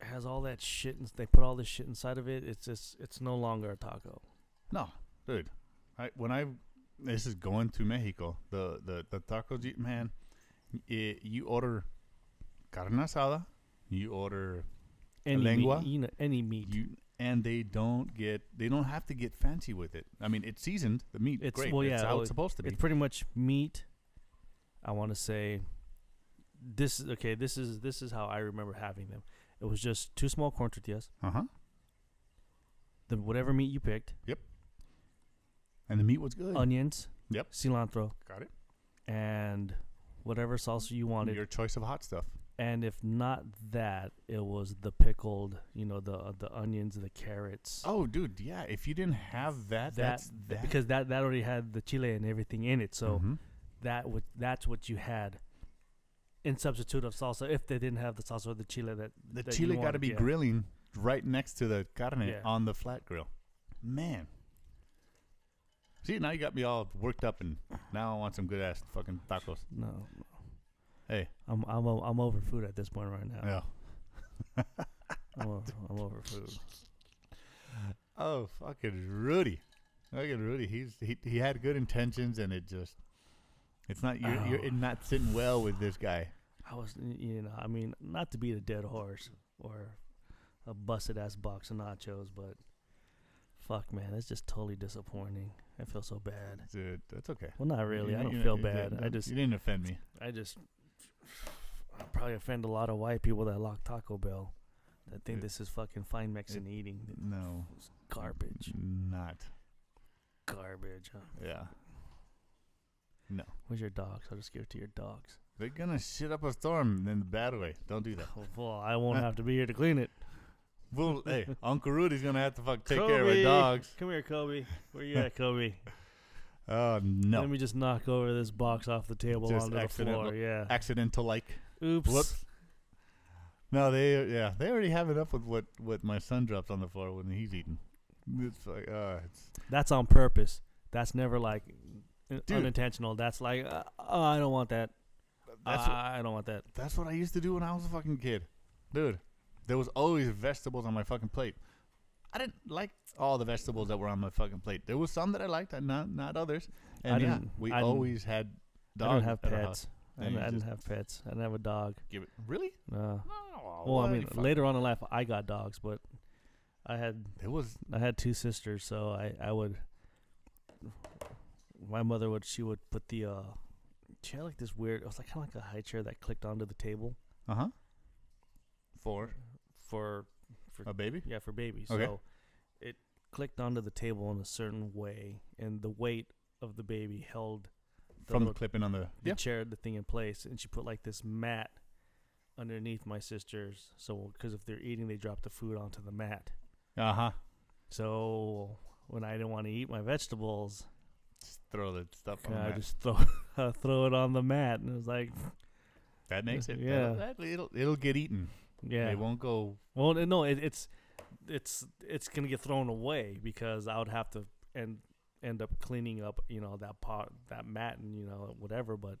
[SPEAKER 2] has all that shit and they put all this shit inside of it, it's just it's no longer a taco.
[SPEAKER 1] No, dude. I when I this is going to Mexico, the the the taco jeep man, i you order carne asada, you order
[SPEAKER 2] Any
[SPEAKER 1] Lengua?
[SPEAKER 2] meat, you know, any meat.
[SPEAKER 1] you and they don't get they don't have to get fancy with it. I mean, it's seasoned the meat.
[SPEAKER 2] It's-
[SPEAKER 1] great.
[SPEAKER 2] well,
[SPEAKER 1] it's
[SPEAKER 2] yeah,
[SPEAKER 1] how
[SPEAKER 2] well,
[SPEAKER 1] it's supposed to be.
[SPEAKER 2] It's pretty much meat. I want to say this is okay. This is this is how I remember having them. It was just two small corn tortillas,
[SPEAKER 1] Uh huh.
[SPEAKER 2] the whatever meat you picked,
[SPEAKER 1] And the meat was good.
[SPEAKER 2] onions,
[SPEAKER 1] Yep.
[SPEAKER 2] cilantro,
[SPEAKER 1] Got it.
[SPEAKER 2] and whatever salsa you wanted.
[SPEAKER 1] Your choice of hot stuff.
[SPEAKER 2] and if not that, it was the pickled, you know, the uh, the onions, the carrots.
[SPEAKER 1] Oh, dude, yeah. If you didn't have that,
[SPEAKER 2] that,
[SPEAKER 1] that's that.
[SPEAKER 2] because that that already had the chile and everything in it. So.
[SPEAKER 1] Mhm.
[SPEAKER 2] that would that's what you had in substitute of salsa if they didn't have the salsa or the chile that
[SPEAKER 1] the
[SPEAKER 2] that you
[SPEAKER 1] chile got to
[SPEAKER 2] wanted,
[SPEAKER 1] be
[SPEAKER 2] yeah.
[SPEAKER 1] grilling right next to the carne
[SPEAKER 2] Yeah.
[SPEAKER 1] on the flat grill. Man. See, now you got me all worked up, and now I want some good ass fucking tacos.
[SPEAKER 2] No, no.
[SPEAKER 1] Hey.
[SPEAKER 2] I'm I'm o- I'm over food at this point right now.
[SPEAKER 1] Yeah.
[SPEAKER 2] I'm, o- I'm over food.
[SPEAKER 1] Oh, fucking Rudy. Fucking Rudy. He's he, he had good intentions, and it just it's not you're, you're
[SPEAKER 2] Oh.
[SPEAKER 1] it not sitting well with this guy.
[SPEAKER 2] I was you know I mean not to beat a dead horse or a busted ass box of nachos, but fuck man, it's just totally disappointing. I feel so bad.
[SPEAKER 1] Dude, that's okay.
[SPEAKER 2] Well, not really.
[SPEAKER 1] You-
[SPEAKER 2] I
[SPEAKER 1] you
[SPEAKER 2] don't
[SPEAKER 1] know,
[SPEAKER 2] feel
[SPEAKER 1] you-
[SPEAKER 2] bad. I
[SPEAKER 1] you-
[SPEAKER 2] just
[SPEAKER 1] you didn't offend me.
[SPEAKER 2] I just I probably offend a lot of white people that lock Taco Bell that think
[SPEAKER 1] It-
[SPEAKER 2] this is fucking fine Mexican eating. It's
[SPEAKER 1] No,
[SPEAKER 2] garbage.
[SPEAKER 1] not.
[SPEAKER 2] Garbage. Huh?
[SPEAKER 1] Yeah,
[SPEAKER 2] Where's your dogs? I'll just give it to your dogs.
[SPEAKER 1] they're gonna shit up a storm in the bad way. Don't do that.
[SPEAKER 2] (laughs) Well, I won't have to be here to clean it. (laughs)
[SPEAKER 1] Well, hey, Uncle Rudy's gonna have to fuck take care of our dogs.
[SPEAKER 2] Come here, Kobe. Where you (laughs) at, Kobe?
[SPEAKER 1] Oh
[SPEAKER 2] Let
[SPEAKER 1] no,
[SPEAKER 2] me just knock over this box off the table
[SPEAKER 1] Just
[SPEAKER 2] onto the floor.
[SPEAKER 1] accidental-
[SPEAKER 2] Yeah.
[SPEAKER 1] accidental like.
[SPEAKER 2] Oops.
[SPEAKER 1] whoops. No, they yeah, they already have it up with what what my son drops on the floor when he's eating. It's like uh, it's
[SPEAKER 2] That's on purpose. That's never like uh,
[SPEAKER 1] Dude.
[SPEAKER 2] unintentional. That's like, uh, oh, I don't want that. Ah,
[SPEAKER 1] that's what,
[SPEAKER 2] I don't want that.
[SPEAKER 1] that's what I used to do when I was a fucking kid, dude. There was always vegetables on my fucking plate. I didn't like all the vegetables that were on my fucking plate. There was some that I liked, and not not others.
[SPEAKER 2] I
[SPEAKER 1] And yeah,
[SPEAKER 2] didn't-
[SPEAKER 1] we
[SPEAKER 2] I didn't-
[SPEAKER 1] always had.
[SPEAKER 2] I
[SPEAKER 1] Dogs
[SPEAKER 2] don't have
[SPEAKER 1] at our house.
[SPEAKER 2] pets. I, didn't-
[SPEAKER 1] you
[SPEAKER 2] I didn't
[SPEAKER 1] just
[SPEAKER 2] have pets. I didn't have a dog.
[SPEAKER 1] Give it. Really?
[SPEAKER 2] No.
[SPEAKER 1] No.
[SPEAKER 2] Well, I
[SPEAKER 1] what?
[SPEAKER 2] mean,
[SPEAKER 1] Fuck.
[SPEAKER 2] later on in life, I got dogs, but I had
[SPEAKER 1] It was
[SPEAKER 2] I had two sisters, so I I would. My mother would she would put the uh, she had like this weird. It was like kind of like a high chair that clicked onto the table
[SPEAKER 1] uh huh. For
[SPEAKER 2] for
[SPEAKER 1] a baby.
[SPEAKER 2] yeah for babies.
[SPEAKER 1] Okay.
[SPEAKER 2] So it clicked onto the table in a certain way, and the weight of the baby held the
[SPEAKER 1] From the
[SPEAKER 2] little-
[SPEAKER 1] clipping on the
[SPEAKER 2] the
[SPEAKER 1] yeah.
[SPEAKER 2] chair the thing in place and she put like this mat underneath my sister's so because if they're eating they drop the food onto the mat
[SPEAKER 1] Uh huh.
[SPEAKER 2] so when i didn't want to eat my vegetables
[SPEAKER 1] Just throw the stuff on.
[SPEAKER 2] i
[SPEAKER 1] that.
[SPEAKER 2] just throw (laughs) I throw it on the mat and it was like
[SPEAKER 1] that makes it.
[SPEAKER 2] yeah.
[SPEAKER 1] That, it'll it'll get eaten.
[SPEAKER 2] yeah
[SPEAKER 1] It won't go.
[SPEAKER 2] well no it, it's it's it's gonna get thrown away because i would have to end end up cleaning up you know that pot that mat and you know whatever but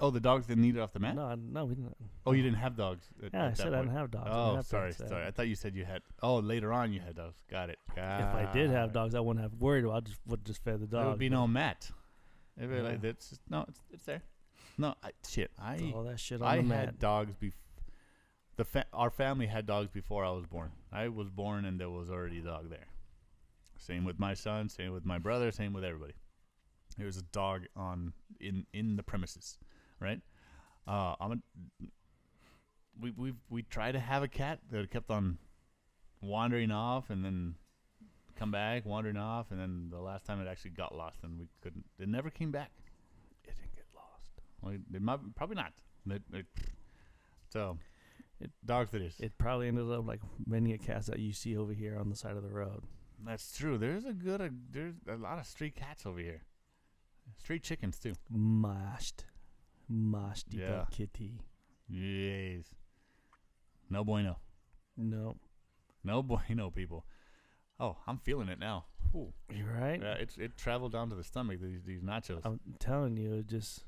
[SPEAKER 1] Oh, the dogs didn't eat it off the mat.
[SPEAKER 2] no I- no we didn't
[SPEAKER 1] Oh, you didn't have dogs. At,
[SPEAKER 2] yeah
[SPEAKER 1] at
[SPEAKER 2] i
[SPEAKER 1] that
[SPEAKER 2] said i
[SPEAKER 1] point.
[SPEAKER 2] didn't have dogs I didn't
[SPEAKER 1] Oh,
[SPEAKER 2] have
[SPEAKER 1] sorry,
[SPEAKER 2] pets. I-
[SPEAKER 1] sorry. I thought you said you had. Oh, later on you had dogs. Got it. Got
[SPEAKER 2] If I did have dogs, I wouldn't have worried. about- I just would just fed the dog.
[SPEAKER 1] Ah. there would be
[SPEAKER 2] but
[SPEAKER 1] no mat. It'd be
[SPEAKER 2] Yeah.
[SPEAKER 1] like that's just, no, it's, it's there. No, I, shit. I
[SPEAKER 2] with all that shit on
[SPEAKER 1] I
[SPEAKER 2] the
[SPEAKER 1] had
[SPEAKER 2] mat.
[SPEAKER 1] dogs before. The fa- our family had dogs before I was born. I was born and there was already a dog there. Same with my son. Same with my brother. Same with everybody. There was a dog on in in the premises, right? Uh, I'm a, we we we tried to have a cat that kept on wandering off and then come back wandering off and then the last time it actually got lost and we couldn't. It never came back. It didn't get lost. Well, it might, probably not. It- it- so,
[SPEAKER 2] It-
[SPEAKER 1] dogs, it is.
[SPEAKER 2] It probably ended up like many a cats that you see over here on the side of the road.
[SPEAKER 1] That's true. There's a good. there's a lot of street cats over here. Street chickens too.
[SPEAKER 2] Mashed, mashed
[SPEAKER 1] Yeah.
[SPEAKER 2] kitty.
[SPEAKER 1] Yes. No bueno.
[SPEAKER 2] No,
[SPEAKER 1] No (laughs) bueno, people. Oh, I'm feeling it now. Ooh.
[SPEAKER 2] you right. Um,
[SPEAKER 1] Yeah, it's it traveled down to the stomach. These these nachos.
[SPEAKER 2] I'm telling you, it just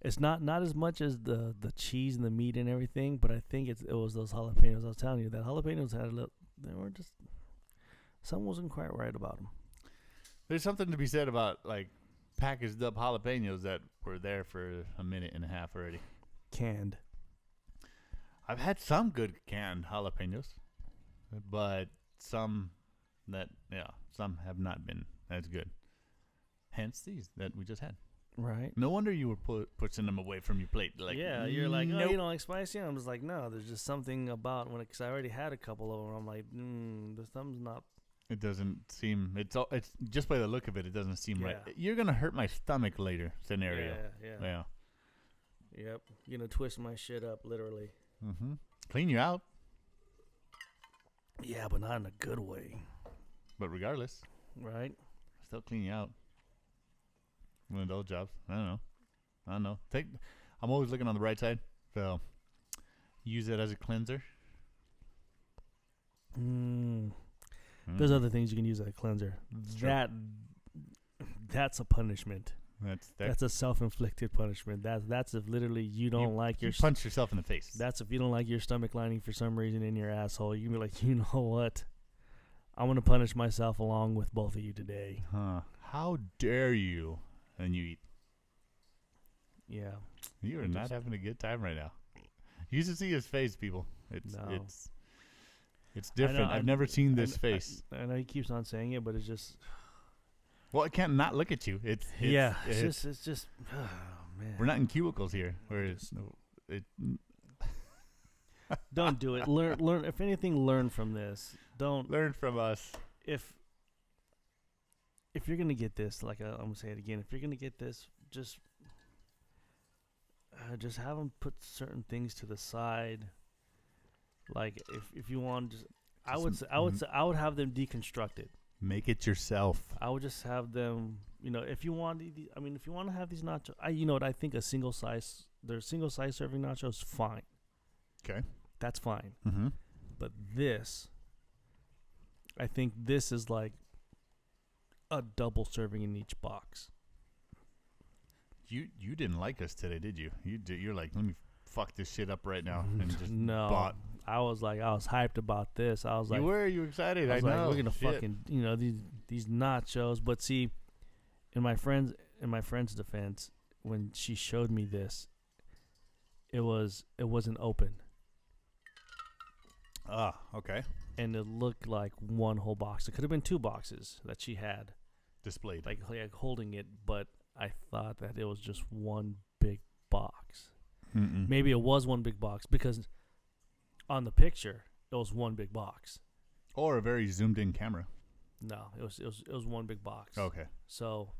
[SPEAKER 2] it's not not as much as the the cheese and the meat and everything, but I think it's it was those jalapenos. I was telling you that jalapenos had a little. They were just something wasn't quite right about them.
[SPEAKER 1] There's something to be said about like packaged up jalapenos that were there for a minute and a half already.
[SPEAKER 2] Canned.
[SPEAKER 1] I've had some good canned jalapenos, but some that yeah, some have not been as good. Hence these that we just had.
[SPEAKER 2] Right.
[SPEAKER 1] No wonder you were pu- pushing them away from your plate. Like
[SPEAKER 2] yeah, you're like, oh,
[SPEAKER 1] "Nope."
[SPEAKER 2] you don't like spicy. I'm just like, no, there's just something about when because I already had a couple of them. I'm like, mm, the thumb's not.
[SPEAKER 1] it doesn't seem. It's all. It's just by the look of it, it doesn't seem right.
[SPEAKER 2] Yeah.
[SPEAKER 1] You're gonna hurt my stomach later. Scenario.
[SPEAKER 2] Yeah, yeah,
[SPEAKER 1] Yeah.
[SPEAKER 2] Yep, you know, twist my shit up literally.
[SPEAKER 1] Mm-hmm. Clean you out,
[SPEAKER 2] Yeah, but not in a good way,
[SPEAKER 1] but regardless,
[SPEAKER 2] right?
[SPEAKER 1] still clean you out. One of those jobs. I don't know. I don't know. Take. I'm always looking on the right side, so use it as a cleanser.
[SPEAKER 2] Mm.
[SPEAKER 1] Hmm.
[SPEAKER 2] There's other things you can use as a cleanser. That that's a punishment.
[SPEAKER 1] That's that.
[SPEAKER 2] That's a self-inflicted punishment. That's that's if literally you don't like
[SPEAKER 1] you
[SPEAKER 2] your.
[SPEAKER 1] punch yourself in the face.
[SPEAKER 2] That's if you don't like your stomach lining for some reason in your asshole. You can be like, you know what? I'm gonna punish myself along with both of you today.
[SPEAKER 1] huh. How dare you? And you eat.
[SPEAKER 2] Yeah.
[SPEAKER 1] You are not
[SPEAKER 2] Just-
[SPEAKER 1] having a good time right now. You should see his face, people. It's
[SPEAKER 2] No.
[SPEAKER 1] it's it's
[SPEAKER 2] I know,
[SPEAKER 1] different. I've
[SPEAKER 2] I'm-
[SPEAKER 1] never seen
[SPEAKER 2] I
[SPEAKER 1] this
[SPEAKER 2] kn-
[SPEAKER 1] face.
[SPEAKER 2] I, I know he keeps on saying it, but it's just
[SPEAKER 1] well, I can't not look at you. It's, it's
[SPEAKER 2] yeah, it's,
[SPEAKER 1] It's,
[SPEAKER 2] just it's just (sighs) oh man.
[SPEAKER 1] we're not in cubicles here. Where it's
[SPEAKER 2] Just-
[SPEAKER 1] it,
[SPEAKER 2] Don't do it. Learn learn if anything, learn from this. Don't
[SPEAKER 1] learn from us.
[SPEAKER 2] if if you're gonna get this, like I, I'm gonna say it again, if you're gonna get this, just uh, just have them put certain things to the side. Like if if you want, just, I
[SPEAKER 1] Just
[SPEAKER 2] would s I would
[SPEAKER 1] m- mm-hmm.
[SPEAKER 2] s I would have them deconstructed.
[SPEAKER 1] Make it yourself.
[SPEAKER 2] I would just have them, you know, if you want, the- the- I mean, if you want to have these nachos, I, you know what, I think a single size, their single size serving nachos, fine.
[SPEAKER 1] 'Kay.
[SPEAKER 2] That's fine.
[SPEAKER 1] Mm-hmm.
[SPEAKER 2] But this, I think this is like a double serving in each box.
[SPEAKER 1] You you didn't like us today, did you? You do, you're like, let me fuck this shit up right now
[SPEAKER 2] (laughs)
[SPEAKER 1] and just
[SPEAKER 2] no.
[SPEAKER 1] bought.
[SPEAKER 2] I was like, I was hyped about this. I was like,
[SPEAKER 1] you were you were excited? I,
[SPEAKER 2] I was
[SPEAKER 1] know.
[SPEAKER 2] like, we're gonna
[SPEAKER 1] Shit.
[SPEAKER 2] fucking, you know, these these nachos. But see, in my friends, in my friend's defense, when she showed me this, it was it wasn't open
[SPEAKER 1] Ah, okay.
[SPEAKER 2] and it looked like one whole box. It could have been two boxes that she had,
[SPEAKER 1] Displayed.
[SPEAKER 2] like, like holding it, but I thought that it was just one big box.
[SPEAKER 1] Mm-mm.
[SPEAKER 2] Maybe it was one big box because on the picture it was one big box.
[SPEAKER 1] or a very zoomed in camera.
[SPEAKER 2] No, it was it was it was one big box.
[SPEAKER 1] Okay.
[SPEAKER 2] So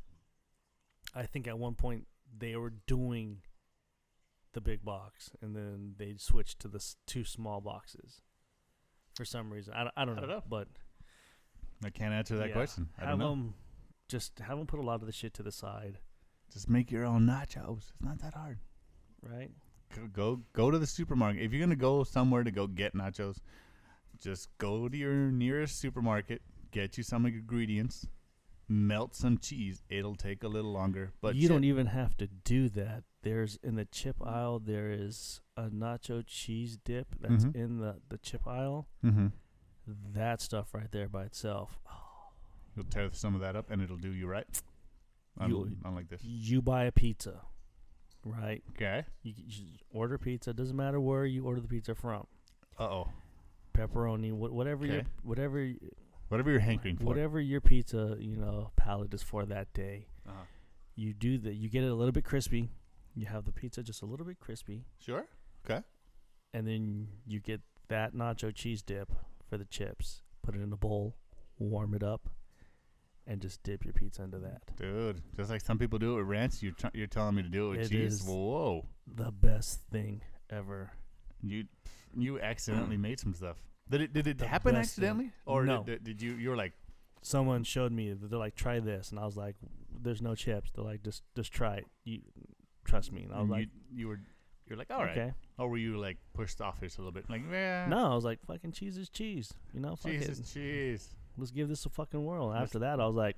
[SPEAKER 2] I think at one point they were doing the big box and then they switched to the s- two small boxes for some reason. I, don't- I, don't,
[SPEAKER 1] I
[SPEAKER 2] know,
[SPEAKER 1] don't know.
[SPEAKER 2] But
[SPEAKER 1] I can't answer that
[SPEAKER 2] yeah,
[SPEAKER 1] question. I
[SPEAKER 2] have
[SPEAKER 1] don't know.
[SPEAKER 2] them just have them put a lot of the shit to the side,
[SPEAKER 1] Just make your own nachos. It's not that hard.
[SPEAKER 2] right?
[SPEAKER 1] Go- Go go to the supermarket. If you're gonna go somewhere to go get nachos, just go to your nearest supermarket, get you some ingredients, melt some cheese. It'll take a little longer, but
[SPEAKER 2] you don't
[SPEAKER 1] shit,
[SPEAKER 2] even have to do that. There's in the chip aisle there is a nacho cheese dip that's
[SPEAKER 1] Mhm.
[SPEAKER 2] in the the chip aisle.
[SPEAKER 1] Mhm.
[SPEAKER 2] That stuff right there by itself.
[SPEAKER 1] You'll tear some of that up, and it'll do you right.
[SPEAKER 2] You-
[SPEAKER 1] Un- unlike this.
[SPEAKER 2] You buy a pizza, right?
[SPEAKER 1] Okay.
[SPEAKER 2] You, c- you just order pizza. Doesn't matter where you order the pizza from.
[SPEAKER 1] Uh oh.
[SPEAKER 2] Pepperoni, wh- whatever your
[SPEAKER 1] Okay.
[SPEAKER 2] whatever y-
[SPEAKER 1] Whatever you're hankering for.
[SPEAKER 2] whatever your pizza you know palate is for that day.
[SPEAKER 1] Uh-huh.
[SPEAKER 2] You do that. You get it a little bit crispy. You have the pizza just a little bit crispy,
[SPEAKER 1] Sure.
[SPEAKER 2] and then you get that nacho cheese dip for the chips. Put it in a bowl, warm it up, and just dip your pizza into that.
[SPEAKER 1] Dude, just like some people do it with ranch, you're, tr- you're telling me to do it with
[SPEAKER 2] It
[SPEAKER 1] cheese.
[SPEAKER 2] is-
[SPEAKER 1] Whoa.
[SPEAKER 2] The best thing ever.
[SPEAKER 1] You you
[SPEAKER 2] (clears throat)
[SPEAKER 1] accidentally made some stuff. Did it did it
[SPEAKER 2] The
[SPEAKER 1] happen
[SPEAKER 2] best thing.
[SPEAKER 1] accidentally? Or
[SPEAKER 2] No.
[SPEAKER 1] did, did you you were like,
[SPEAKER 2] someone showed me that they're like try this and i was like there's no chips they're like just just try it you trust me and i was
[SPEAKER 1] you,
[SPEAKER 2] like
[SPEAKER 1] you were you're like, all right.
[SPEAKER 2] okay
[SPEAKER 1] Or were you like pushed off this a little bit? Like, yeah.
[SPEAKER 2] no i was like fucking cheese is cheese you know fuck
[SPEAKER 1] Cheese
[SPEAKER 2] it.
[SPEAKER 1] is cheese.
[SPEAKER 2] let's give this a fucking whirl and
[SPEAKER 1] Let's-
[SPEAKER 2] after that i was like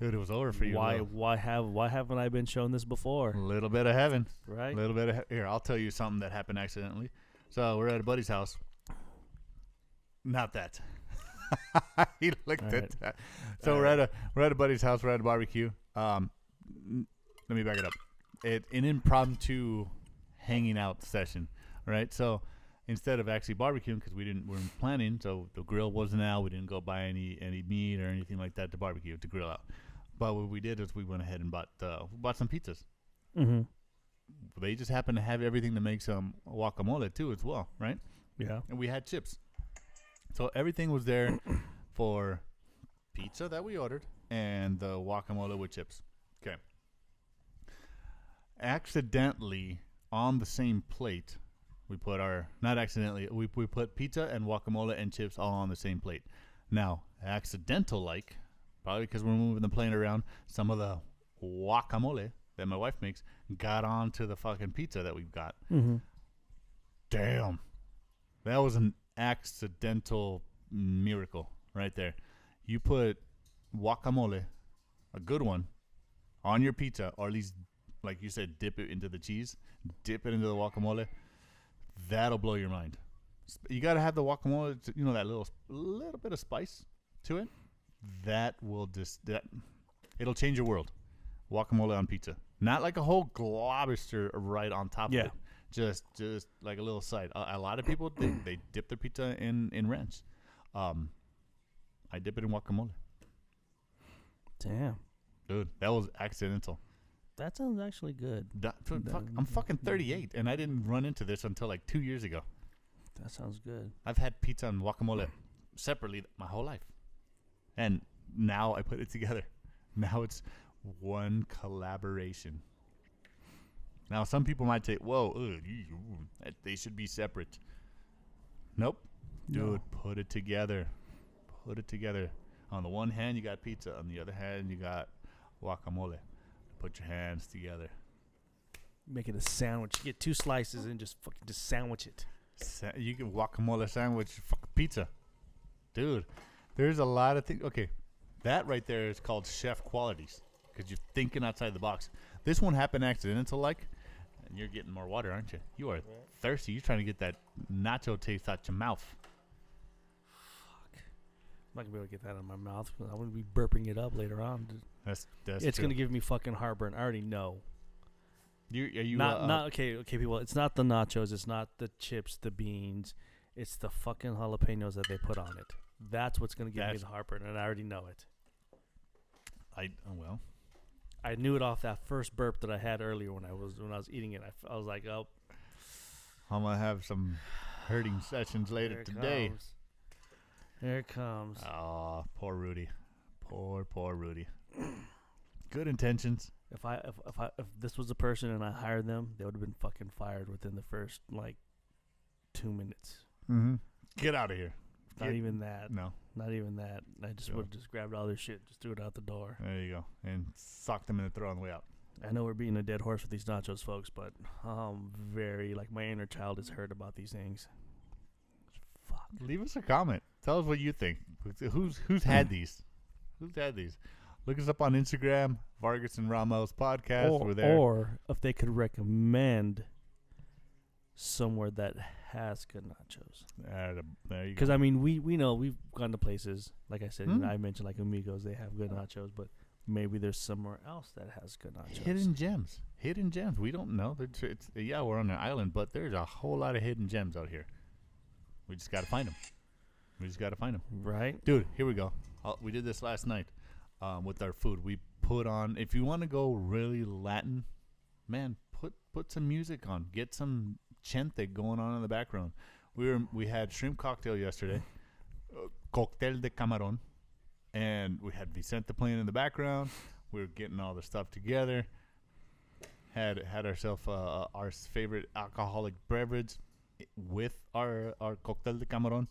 [SPEAKER 1] Dude, it was over (laughs) for you.
[SPEAKER 2] why
[SPEAKER 1] though.
[SPEAKER 2] why have why haven't i been shown this before
[SPEAKER 1] A little bit of heaven.
[SPEAKER 2] right
[SPEAKER 1] A little bit of he- here. I'll tell you something that happened accidentally. So we're at a buddy's house. Not that. (laughs) he looked
[SPEAKER 2] All
[SPEAKER 1] at
[SPEAKER 2] right.
[SPEAKER 1] that. So
[SPEAKER 2] All
[SPEAKER 1] we're at a we're at a buddy's house. We're at a barbecue. Um, n- let me back it up. It an impromptu hanging out session. All right. So instead of actually barbecuing because we didn't we weren't planning, so the grill wasn't out. We didn't go buy any any meat or anything like that to barbecue to grill out. But what we did is we went ahead and bought uh, bought some pizzas
[SPEAKER 2] mm-hmm.
[SPEAKER 1] they just happen to have everything to make some guacamole too as well, right?
[SPEAKER 2] yeah
[SPEAKER 1] And we had chips. So everything was (coughs) there for pizza that we ordered and the guacamole with chips. Okay. Accidentally on the same plate, we put our not accidentally, we we put pizza and guacamole and chips all on the same plate. Now, accidental like, probably because we're moving the plane around, some of the guacamole that my wife makes got onto the fucking pizza that we've got.
[SPEAKER 2] mm-hmm.
[SPEAKER 1] Damn. That was an accidental miracle right there. You put guacamole, a good one, on your pizza, or at least, like you said, dip it into the cheese, dip it into the guacamole. That'll blow your mind. Sp- You got to have the guacamole, to, you know, that little little bit of spice to it. That will just, that, it'll change your world. Guacamole on pizza. Not like a whole globster right on top
[SPEAKER 2] Yeah.
[SPEAKER 1] of it just just like a little side. A, a lot of people they, they dip their pizza in in ranch. Um, I dip it in guacamole,
[SPEAKER 2] damn
[SPEAKER 1] dude. That was accidental.
[SPEAKER 2] that sounds actually good
[SPEAKER 1] That, dude, fuck, I'm fucking 38, and I didn't run into this until like two years ago.
[SPEAKER 2] that sounds good
[SPEAKER 1] I've had pizza and guacamole separately my whole life, and now I put it together. (laughs) Now it's one collaboration. Now some people might say, "Whoa, ugh, you- you- that- they should be separate." Nope, dude,
[SPEAKER 2] No.
[SPEAKER 1] put it together. Put it together. On the one hand, you got pizza. On the other hand, you got guacamole. Put your hands together.
[SPEAKER 2] make it a sandwich you get two slices and just fucking just sandwich it
[SPEAKER 1] Sa- you can guacamole sandwich, fuck pizza, dude. There's a lot of things. Okay, that right there is called chef qualities because you're thinking outside the box. This one happened accidental, like, and you're getting more water, aren't you? You are thirsty. You're trying to get that nacho taste out your mouth.
[SPEAKER 2] I'm not gonna be able to get that out of my mouth. I wouldn't be burping it up later on.
[SPEAKER 1] That's that's
[SPEAKER 2] It's
[SPEAKER 1] true.
[SPEAKER 2] gonna give me fucking heartburn. I already know.
[SPEAKER 1] You are you
[SPEAKER 2] not
[SPEAKER 1] uh,
[SPEAKER 2] not okay okay people. It's not the nachos. It's not the chips, the beans. It's the fucking jalapenos that they put on it. That's what's gonna give me
[SPEAKER 1] That's-
[SPEAKER 2] the heartburn, and I already know it.
[SPEAKER 1] I oh, well.
[SPEAKER 2] I knew it off that first burp that I had earlier when I was when I was eating it. I, f- I was like, oh,
[SPEAKER 1] I'm gonna have some hurting sessions later
[SPEAKER 2] here it
[SPEAKER 1] today.
[SPEAKER 2] comes. Here it comes.
[SPEAKER 1] Ah, poor Rudy. Poor poor Rudy. (clears throat) Good intentions.
[SPEAKER 2] If I if if, I, if this was a person and I hired them, they would have been fucking fired within the first like two minutes.
[SPEAKER 1] Mm-hmm. Get out of here.
[SPEAKER 2] Not
[SPEAKER 1] Get-
[SPEAKER 2] even that.
[SPEAKER 1] No,
[SPEAKER 2] Not even that. I just
[SPEAKER 1] Yeah.
[SPEAKER 2] would have just grabbed all their shit, just threw it out the door.
[SPEAKER 1] there you go, and sock them in the throat on the way out.
[SPEAKER 2] I know we're beating a dead horse with these nachos, folks, but I'm very like my inner child is hurt about these things. Fuck.
[SPEAKER 1] Leave us a comment. Tell us what you think. Who's who's
[SPEAKER 2] (clears throat)
[SPEAKER 1] had these? Who's had these? Look us up on Instagram, Vargas and Ramos podcast.
[SPEAKER 2] or,
[SPEAKER 1] We're there.
[SPEAKER 2] or if they could recommend somewhere that has good nachos.
[SPEAKER 1] There the- there you go.
[SPEAKER 2] Because I mean, we we know we've gone to places like I said. you know,
[SPEAKER 1] Mhm.
[SPEAKER 2] I mentioned like Amigos, they have good nachos, but maybe there's somewhere else that has good nachos.
[SPEAKER 1] Hidden gems. Hidden gems. We don't know. They're tr- It's, yeah, we're on an island, but there's a whole lot of hidden gems out here. We just got to find them. We just got to find them.
[SPEAKER 2] right?
[SPEAKER 1] Dude, here we go. Uh, we did this last night um, with our food. We put on, if you want to go really Latin, man, put put some music on. Get some chente going on in the background. We were we had shrimp cocktail yesterday, uh, cocktail de camarón, and we had Vicente playing in the background. We were getting all the stuff together. Had had ourselves uh, our favorite alcoholic beverage with our our cocktail de camarón.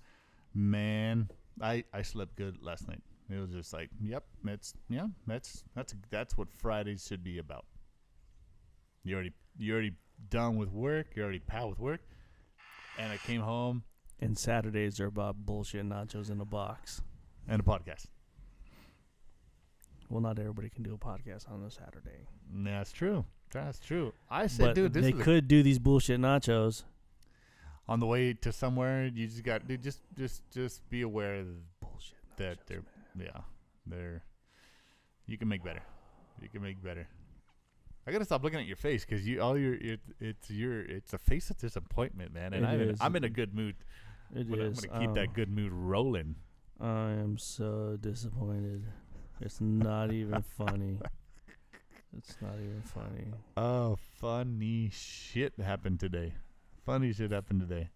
[SPEAKER 1] Man, I I slept good last night. It was just like, yep, that's yeah, that's that's that's what Fridays should be about. You already you already done with work. You're already pal with work. And I came home
[SPEAKER 2] And Saturdays are about bullshit nachos in a box.
[SPEAKER 1] and a podcast.
[SPEAKER 2] Well, not everybody can do a podcast on a Saturday,
[SPEAKER 1] That's true. That's true. I said,
[SPEAKER 2] but
[SPEAKER 1] dude, this
[SPEAKER 2] they
[SPEAKER 1] is a-
[SPEAKER 2] could do these bullshit nachos.
[SPEAKER 1] on the way to somewhere. You just got dude, just just just be aware
[SPEAKER 2] Bullshit.
[SPEAKER 1] that they're yeah they're you can make better. You can make better. I gotta stop looking at your face because you all your it, it's your it's a face of disappointment, man. And
[SPEAKER 2] It
[SPEAKER 1] I'm in,
[SPEAKER 2] is.
[SPEAKER 1] I'm in a good mood.
[SPEAKER 2] It
[SPEAKER 1] But I'm
[SPEAKER 2] is,
[SPEAKER 1] gonna keep that
[SPEAKER 2] um,
[SPEAKER 1] good mood rolling.
[SPEAKER 2] I am so disappointed. It's not even funny. It's not even funny.
[SPEAKER 1] Oh, funny shit happened today. Funny shit happened today,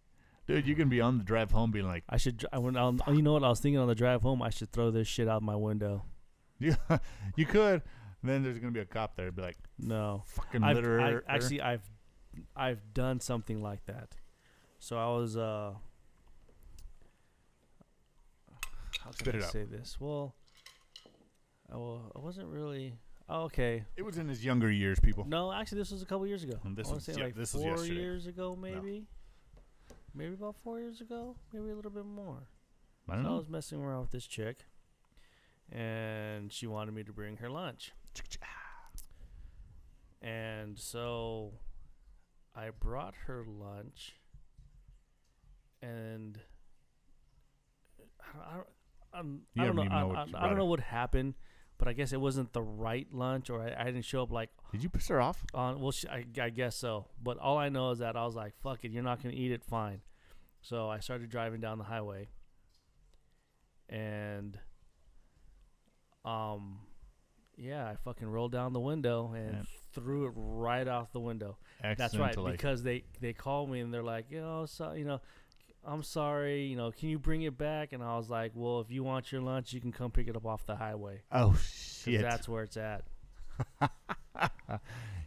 [SPEAKER 1] dude. You can be on the drive home being like,
[SPEAKER 2] I should. dr- I went. I'll, you know what? I was thinking on the drive home. I should throw this shit out my window.
[SPEAKER 1] you, you could. then there's gonna be a cop there, be like,
[SPEAKER 2] No,
[SPEAKER 1] fucking
[SPEAKER 2] I've,
[SPEAKER 1] litter.
[SPEAKER 2] I, actually, I've I've done something like that. So I was. uh How
[SPEAKER 1] Spit
[SPEAKER 2] can
[SPEAKER 1] it
[SPEAKER 2] I
[SPEAKER 1] out.
[SPEAKER 2] say this? Well, I, well, I wasn't really. Oh, okay.
[SPEAKER 1] it was in his younger years, people.
[SPEAKER 2] No, actually, this was a couple years ago.
[SPEAKER 1] And this
[SPEAKER 2] I wanna
[SPEAKER 1] was-
[SPEAKER 2] say
[SPEAKER 1] yeah,
[SPEAKER 2] like
[SPEAKER 1] this was
[SPEAKER 2] four
[SPEAKER 1] yesterday.
[SPEAKER 2] years ago, maybe. Maybe about four years ago, maybe a little bit more.
[SPEAKER 1] I don't
[SPEAKER 2] So I
[SPEAKER 1] know.
[SPEAKER 2] was messing around with this chick, and she wanted me to bring her lunch. And so I brought her lunch, and I don't, I don't,
[SPEAKER 1] You
[SPEAKER 2] I don't know.
[SPEAKER 1] haven't even
[SPEAKER 2] I,
[SPEAKER 1] know what
[SPEAKER 2] I-
[SPEAKER 1] you
[SPEAKER 2] I
[SPEAKER 1] brought
[SPEAKER 2] don't
[SPEAKER 1] her.
[SPEAKER 2] know what happened, but I guess it wasn't the right lunch, or I, I didn't show up like
[SPEAKER 1] Did you piss her off?
[SPEAKER 2] on. Uh, Well, she, I, I guess so. But all I know is that I was like, "Fuck it, you're not gonna eat it." Fine. So I started driving down the highway, and um, yeah, I fucking rolled down the window and
[SPEAKER 1] Yeah.
[SPEAKER 2] threw it right off the window. That's right,
[SPEAKER 1] Accidental, like,
[SPEAKER 2] because they they called me and they're like, you know, so you know. I'm sorry, you know, can you bring it back? And I was like, well, if you want your lunch, you can come pick it up off the highway.
[SPEAKER 1] oh
[SPEAKER 2] 'cause
[SPEAKER 1] shit.
[SPEAKER 2] that's where it's at.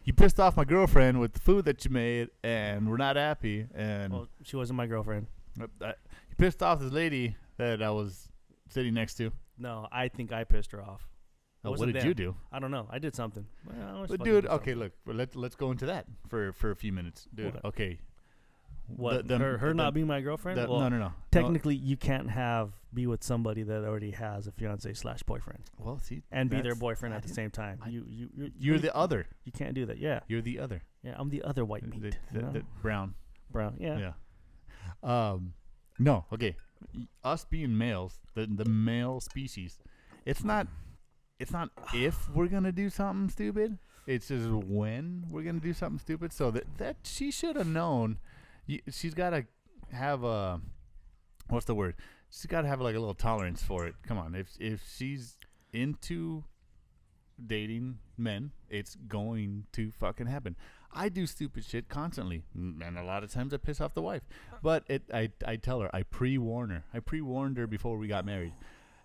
[SPEAKER 1] you pissed off my girlfriend with the food that you made, and we're not happy. And
[SPEAKER 2] Well, she wasn't my girlfriend.
[SPEAKER 1] uh, uh, you pissed off this lady that I was sitting next to.
[SPEAKER 2] No, I think I pissed her off.
[SPEAKER 1] Uh, what
[SPEAKER 2] wasn't
[SPEAKER 1] did you
[SPEAKER 2] them.
[SPEAKER 1] do?
[SPEAKER 2] I don't know. I did something. Well, I always
[SPEAKER 1] But
[SPEAKER 2] fucking
[SPEAKER 1] dude,
[SPEAKER 2] do
[SPEAKER 1] okay,
[SPEAKER 2] something.
[SPEAKER 1] look, well, let's let's go into that for for a few minutes, dude.
[SPEAKER 2] What?
[SPEAKER 1] Okay,
[SPEAKER 2] What?
[SPEAKER 1] the- the-
[SPEAKER 2] her her
[SPEAKER 1] the-
[SPEAKER 2] not being my girlfriend?
[SPEAKER 1] That-
[SPEAKER 2] well,
[SPEAKER 1] no, no, no.
[SPEAKER 2] technically, you can't have be with somebody that already has a fiance slash boyfriend
[SPEAKER 1] No, well, see,
[SPEAKER 2] and be their
[SPEAKER 1] that's-
[SPEAKER 2] boyfriend
[SPEAKER 1] I
[SPEAKER 2] at the
[SPEAKER 1] didn't-
[SPEAKER 2] same time.
[SPEAKER 1] I-
[SPEAKER 2] you you you
[SPEAKER 1] You're the other.
[SPEAKER 2] you can't do that. Yeah,
[SPEAKER 1] You're the other.
[SPEAKER 2] yeah. I'm the other white
[SPEAKER 1] The-
[SPEAKER 2] meat.
[SPEAKER 1] the-
[SPEAKER 2] you know?
[SPEAKER 1] the brown.
[SPEAKER 2] Brown. Yeah.
[SPEAKER 1] Yeah. Um, no. Okay. Y- Us being males, the the male species, it's not it's not if we're gonna do something stupid. It's just when we're gonna do something stupid. So that that she should have known. You, she's gotta have a what's the word? She's gotta have like a little tolerance for it. Come on, if if she's into dating men, it's going to fucking happen. I do stupid shit constantly, m- and a lot of times I piss off the wife. But it, I, I tell her, I pre warn her, I pre warned her before we got married.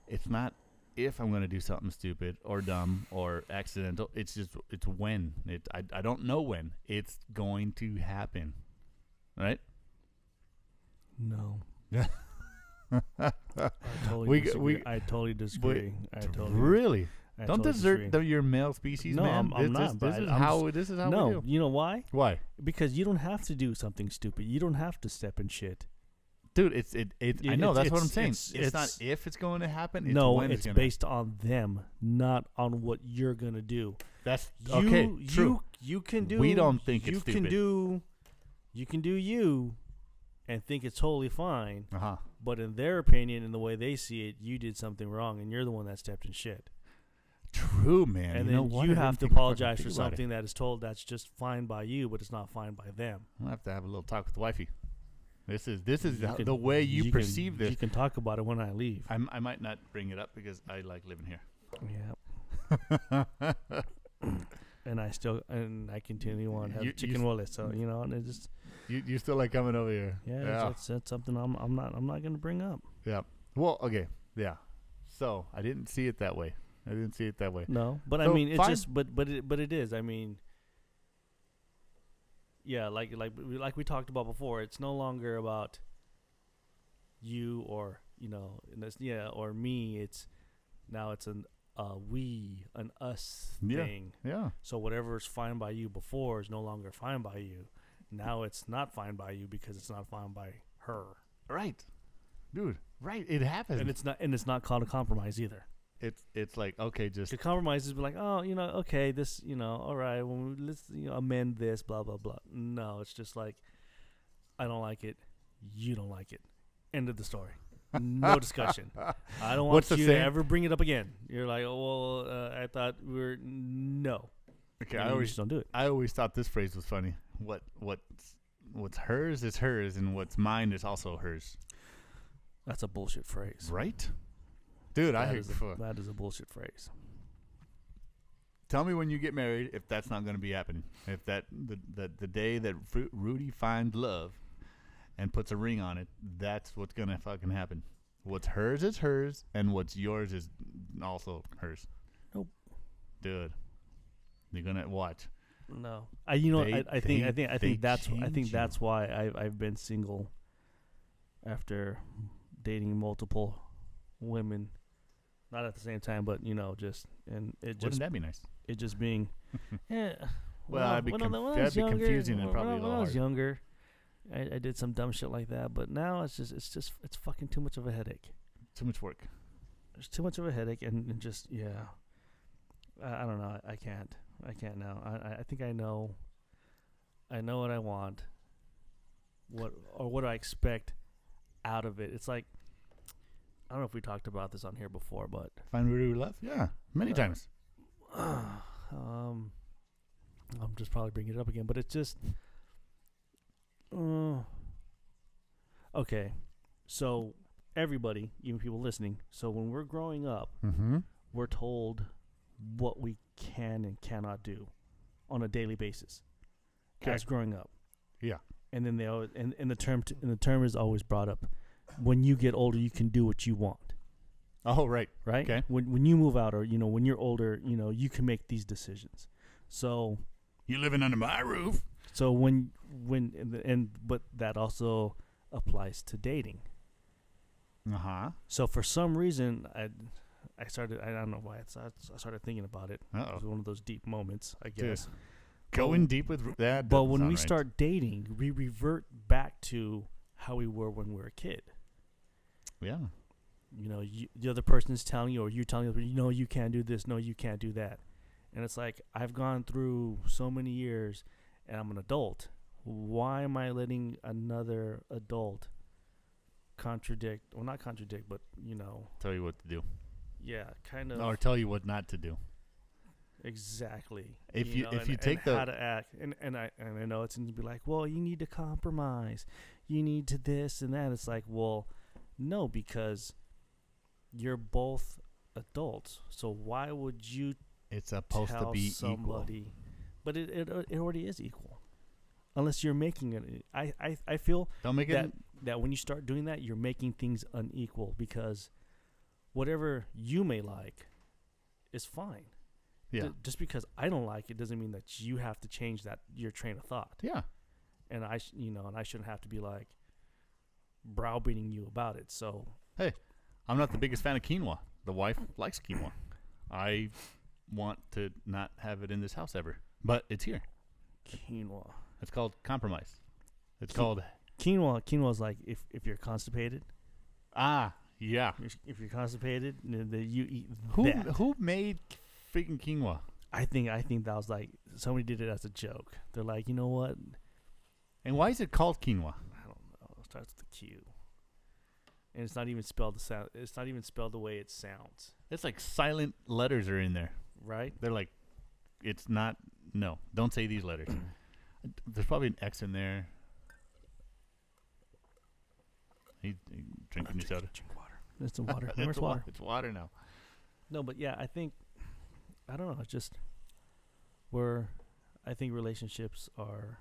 [SPEAKER 1] It's not if I'm going to do something stupid or dumb or accidental. It's just it's when. It I, I don't know when it's going to happen, right?
[SPEAKER 2] No.
[SPEAKER 1] (laughs)
[SPEAKER 2] I (laughs) totally
[SPEAKER 1] We g-
[SPEAKER 2] disagree.
[SPEAKER 1] we-
[SPEAKER 2] I totally disagree. I totally
[SPEAKER 1] really?
[SPEAKER 2] I
[SPEAKER 1] don't
[SPEAKER 2] totally
[SPEAKER 1] desert
[SPEAKER 2] disagree.
[SPEAKER 1] the, your male species,
[SPEAKER 2] No,
[SPEAKER 1] man.
[SPEAKER 2] I'm- I'm
[SPEAKER 1] this
[SPEAKER 2] not,
[SPEAKER 1] is,
[SPEAKER 2] but
[SPEAKER 1] this
[SPEAKER 2] I-
[SPEAKER 1] is
[SPEAKER 2] I'm
[SPEAKER 1] how this is how we
[SPEAKER 2] no,
[SPEAKER 1] do.
[SPEAKER 2] you know why?
[SPEAKER 1] Why,
[SPEAKER 2] Because you don't have to do something stupid. You don't have to step in shit.
[SPEAKER 1] dude? It's it. it
[SPEAKER 2] Y-
[SPEAKER 1] I know
[SPEAKER 2] it's-
[SPEAKER 1] that's what I'm
[SPEAKER 2] it's-
[SPEAKER 1] saying. It's,
[SPEAKER 2] it's-
[SPEAKER 1] not
[SPEAKER 2] it's-
[SPEAKER 1] if it's going to happen. It's
[SPEAKER 2] no,
[SPEAKER 1] when
[SPEAKER 2] it's
[SPEAKER 1] gonna-
[SPEAKER 2] based on them, not on what you're gonna do.
[SPEAKER 1] That's
[SPEAKER 2] You,
[SPEAKER 1] okay. true.
[SPEAKER 2] You you can do.
[SPEAKER 1] We don't think it's
[SPEAKER 2] you
[SPEAKER 1] stupid.
[SPEAKER 2] can do. You can do you, and think it's totally fine.
[SPEAKER 1] Uh huh.
[SPEAKER 2] But in their opinion, in the way they see it, you did something wrong, and you're the one that stepped in shit.
[SPEAKER 1] True, man.
[SPEAKER 2] and
[SPEAKER 1] you know
[SPEAKER 2] then
[SPEAKER 1] what?
[SPEAKER 2] you
[SPEAKER 1] I
[SPEAKER 2] have
[SPEAKER 1] didn't think-
[SPEAKER 2] to
[SPEAKER 1] fucking
[SPEAKER 2] apologize for
[SPEAKER 1] think about it.
[SPEAKER 2] something that is told that's just fine by you, but it's not fine by them.
[SPEAKER 1] I'm gonna have to have a little talk with the wifey. This is this is
[SPEAKER 2] You
[SPEAKER 1] the,
[SPEAKER 2] can-
[SPEAKER 1] the way you,
[SPEAKER 2] can-
[SPEAKER 1] perceive
[SPEAKER 2] You
[SPEAKER 1] this.
[SPEAKER 2] can talk about it when I leave.
[SPEAKER 1] I'm, I might not bring it up because I like living here.
[SPEAKER 2] Yeah.
[SPEAKER 1] (laughs)
[SPEAKER 2] and I still and I continue on have
[SPEAKER 1] You- you
[SPEAKER 2] chicken
[SPEAKER 1] s-
[SPEAKER 2] wallet. So you know, and it just
[SPEAKER 1] you you still like coming over here?
[SPEAKER 2] yeah, That's, that's something I'm I'm not I'm not gonna bring up.
[SPEAKER 1] yeah. Well, okay, yeah. So I didn't see it that way. I didn't see it that way.
[SPEAKER 2] No, but
[SPEAKER 1] So,
[SPEAKER 2] I mean, it's
[SPEAKER 1] fine.
[SPEAKER 2] just but but it but it is. I mean, yeah, like like we- like we talked about before, it's no longer about you or you know, and it's- yeah, or me. It's now it's an uh we an us
[SPEAKER 1] Yeah.
[SPEAKER 2] thing.
[SPEAKER 1] Yeah.
[SPEAKER 2] So whatever is fine by you before is no longer fine by you. Now it's not fine by you because it's not fine by her,
[SPEAKER 1] Right, dude. Right. It happens.
[SPEAKER 2] and
[SPEAKER 1] it's
[SPEAKER 2] it's not and it's not called a compromise either.
[SPEAKER 1] it's it's like okay, just
[SPEAKER 2] The compromise is be like, oh, you know, okay, this, you know, all right, well, we- let's you know, amend this, blah blah blah. No, it's just like, I don't like it, you don't like it. End of the story. No
[SPEAKER 1] (laughs)
[SPEAKER 2] discussion. I don't want
[SPEAKER 1] What's the
[SPEAKER 2] you to
[SPEAKER 1] saying?
[SPEAKER 2] ever bring it up again. You're like, oh, well, uh, I thought we were no.
[SPEAKER 1] okay. I
[SPEAKER 2] And you
[SPEAKER 1] always
[SPEAKER 2] just don't do it.
[SPEAKER 1] I always thought this phrase was funny. What what's what's hers is hers, and what's mine is also hers.
[SPEAKER 2] That's a bullshit phrase.
[SPEAKER 1] Right, dude. I
[SPEAKER 2] That
[SPEAKER 1] hate
[SPEAKER 2] is a, that is a bullshit phrase.
[SPEAKER 1] tell me when you get married if that's not going to be happening. If that the the, the day that Ru- Rudy finds love and puts a ring on it, that's what's going to fucking happen. What's hers is hers, and what's yours is also hers.
[SPEAKER 2] Nope.
[SPEAKER 1] dude. You're gonna watch.
[SPEAKER 2] No, I you know
[SPEAKER 1] They-
[SPEAKER 2] I, I think
[SPEAKER 1] they-
[SPEAKER 2] I think I
[SPEAKER 1] they
[SPEAKER 2] think that's I
[SPEAKER 1] change
[SPEAKER 2] think
[SPEAKER 1] you.
[SPEAKER 2] that's why I've I've been single after dating multiple women, not at the same time, but you know just and it
[SPEAKER 1] Wouldn't
[SPEAKER 2] just
[SPEAKER 1] that be nice?
[SPEAKER 2] it just being (laughs) yeah.
[SPEAKER 1] Well, that'd be conf- that'd be confusing and probably a
[SPEAKER 2] when,
[SPEAKER 1] little
[SPEAKER 2] I was
[SPEAKER 1] hard.
[SPEAKER 2] younger, I, I did some dumb shit like that, but now it's just it's just it's fucking too much of a headache.
[SPEAKER 1] Too much work.
[SPEAKER 2] It's too much of a headache and, and just yeah. I, I don't know. I, I can't. I can't now. I- I I think I know. I know what I want. What or what I expect out of it. It's like I don't know if we talked about this on here before, but (sighs)
[SPEAKER 1] Find Rudy love. Yeah, many
[SPEAKER 2] Uh,
[SPEAKER 1] times.
[SPEAKER 2] um, I'm just probably bringing it up again, but it's just. Uh, okay, so everybody, even people listening, so when we're growing up,
[SPEAKER 1] Mm-hmm.
[SPEAKER 2] we're told what we can and cannot do on a daily basis
[SPEAKER 1] Okay.
[SPEAKER 2] as growing up.
[SPEAKER 1] Yeah.
[SPEAKER 2] And then they always, and, and the term t- and the term is always brought up. When you get older, you can do what you want,
[SPEAKER 1] Oh right.
[SPEAKER 2] right?
[SPEAKER 1] Okay.
[SPEAKER 2] When when you move out or you know when you're older, you know you can make these decisions. So
[SPEAKER 1] You living under my roof?
[SPEAKER 2] so when when and, the- and but that also applies to dating.
[SPEAKER 1] Uh huh.
[SPEAKER 2] So for some reason, I I started I don't know why it's, I started thinking about it.
[SPEAKER 1] Uh
[SPEAKER 2] It
[SPEAKER 1] oh.
[SPEAKER 2] was one of those deep moments, I
[SPEAKER 1] Dude.
[SPEAKER 2] guess.
[SPEAKER 1] Going deep with Ru- that.
[SPEAKER 2] But
[SPEAKER 1] doesn't
[SPEAKER 2] when
[SPEAKER 1] sound
[SPEAKER 2] we
[SPEAKER 1] right.
[SPEAKER 2] start dating, we revert back to how we were when we were a kid.
[SPEAKER 1] yeah.
[SPEAKER 2] You know, you, the other person is telling you, or you're telling the other, you know, you can't do this, no, you can't do that. And it's like, I've gone through so many years and I'm an adult. Why am I letting another adult contradict, well, not contradict, but, you know,
[SPEAKER 1] Tell you what to do.
[SPEAKER 2] yeah, kind of
[SPEAKER 1] or tell you what not to do.
[SPEAKER 2] exactly.
[SPEAKER 1] If you- if
[SPEAKER 2] and-
[SPEAKER 1] you
[SPEAKER 2] and
[SPEAKER 1] take the-
[SPEAKER 2] how to act, and and I and I know it's going to be like, well, you need to compromise, you need to this and that. It's like, well, no, because you're both adults, so why would you
[SPEAKER 1] It's supposed to
[SPEAKER 2] tell
[SPEAKER 1] be equal.
[SPEAKER 2] somebody. But it, it it already is equal, unless you're making it. I I, I feel
[SPEAKER 1] Don't make it.
[SPEAKER 2] that that when you start doing that, you're making things unequal because whatever you may like is fine.
[SPEAKER 1] Yeah.
[SPEAKER 2] Ju- just because I don't like it doesn't mean that you have to change that your train of thought.
[SPEAKER 1] yeah.
[SPEAKER 2] And I sh- you know and I shouldn't have to be like browbeating you about it. So
[SPEAKER 1] I'm not the biggest fan of quinoa. The wife likes quinoa. I want to not have it in this house ever, but it's here.
[SPEAKER 2] quinoa,
[SPEAKER 1] It's called compromise. It's
[SPEAKER 2] Qui-
[SPEAKER 1] called
[SPEAKER 2] quinoa, quinoa is like if if you're constipated,
[SPEAKER 1] ah yeah.
[SPEAKER 2] if you're constipated, then then you eat
[SPEAKER 1] Who
[SPEAKER 2] that.
[SPEAKER 1] who made freaking quinoa?
[SPEAKER 2] I think I think that was like somebody did it as a joke. They're like, you know what?
[SPEAKER 1] And why is it called quinoa?
[SPEAKER 2] I don't know. It starts with a Q, and it's not even spelled the sound. It's not even spelled the way it sounds,
[SPEAKER 1] It's like silent letters are in there.
[SPEAKER 2] right?
[SPEAKER 1] They're like, it's not. No, don't say these letters. (clears throat) There's probably an X in there. He, he drinking his soda.
[SPEAKER 2] Drink water. It's
[SPEAKER 1] (laughs)
[SPEAKER 2] the water. Where's
[SPEAKER 1] It's wa-
[SPEAKER 2] water?
[SPEAKER 1] It's water now.
[SPEAKER 2] No, but yeah, I think I don't know. It's just we're. I think relationships are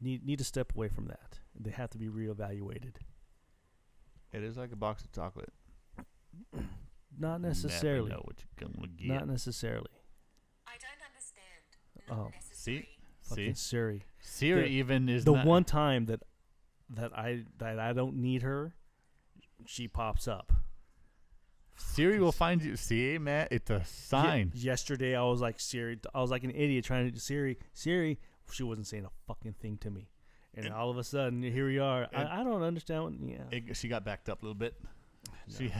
[SPEAKER 2] need need to step away from that. They have to be reevaluated.
[SPEAKER 1] It is like a box of chocolate.
[SPEAKER 2] (clears throat) Not
[SPEAKER 1] You never
[SPEAKER 2] necessarily.
[SPEAKER 1] know what you're gonna get.
[SPEAKER 2] Not necessarily.
[SPEAKER 4] I don't understand.
[SPEAKER 2] Oh.
[SPEAKER 4] Not necessary.
[SPEAKER 1] See,
[SPEAKER 2] Fucking Siri.
[SPEAKER 1] Siri
[SPEAKER 2] The-
[SPEAKER 1] even is
[SPEAKER 2] the
[SPEAKER 1] not-
[SPEAKER 2] one time that that I that I don't need her, she pops up.
[SPEAKER 1] Siri will find you. See, Matt, it's a
[SPEAKER 2] Ye-
[SPEAKER 1] sign.
[SPEAKER 2] yesterday, I was like Siri. I was like an idiot trying to Siri. Siri, she wasn't saying a fucking thing to me, and,
[SPEAKER 1] And-
[SPEAKER 2] all of a sudden here we are.
[SPEAKER 1] and-
[SPEAKER 2] I, I don't understand. What, yeah,
[SPEAKER 1] It- she got backed up a little bit.
[SPEAKER 2] No.
[SPEAKER 1] She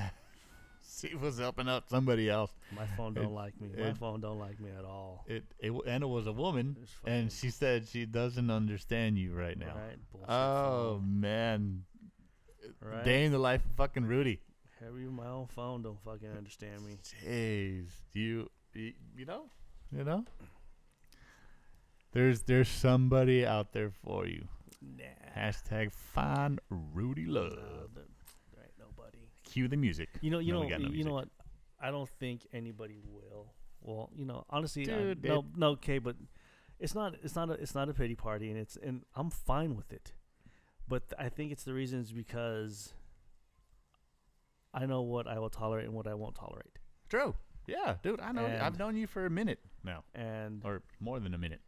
[SPEAKER 1] she (laughs) was helping out somebody else.
[SPEAKER 2] my phone don't
[SPEAKER 1] it-
[SPEAKER 2] like me. My
[SPEAKER 1] it-
[SPEAKER 2] phone don't like me at all.
[SPEAKER 1] It, it w- and it was a woman.
[SPEAKER 2] It's fucking-
[SPEAKER 1] And she said she doesn't understand you right now.
[SPEAKER 2] right, bullshit
[SPEAKER 1] Oh
[SPEAKER 2] phone,
[SPEAKER 1] man,
[SPEAKER 2] right.
[SPEAKER 1] day in the life of fucking Rudy.
[SPEAKER 2] Hell, even my own phone don't fucking understand me.
[SPEAKER 1] Jeez, you y- you know you know. There's there's somebody out there for you.
[SPEAKER 2] Nah,
[SPEAKER 1] Hashtag find Rudy
[SPEAKER 2] nah,
[SPEAKER 1] love.
[SPEAKER 2] there there ain't nobody.
[SPEAKER 1] Cue the music.
[SPEAKER 2] You know, you
[SPEAKER 1] No, we
[SPEAKER 2] know,
[SPEAKER 1] got no
[SPEAKER 2] you know
[SPEAKER 1] music.
[SPEAKER 2] what? I don't think anybody will. Well, you know, honestly, I,
[SPEAKER 1] Dude,
[SPEAKER 2] no, no, okay, but it's not, it's not, a, it's not a pity party, and it's, and I'm fine with it. But th- I think it's the reasons because I know what I will tolerate and what I won't tolerate,
[SPEAKER 1] True. Yeah, dude. I know. I've
[SPEAKER 2] And-
[SPEAKER 1] known you for a minute now,
[SPEAKER 2] and
[SPEAKER 1] or more than a minute.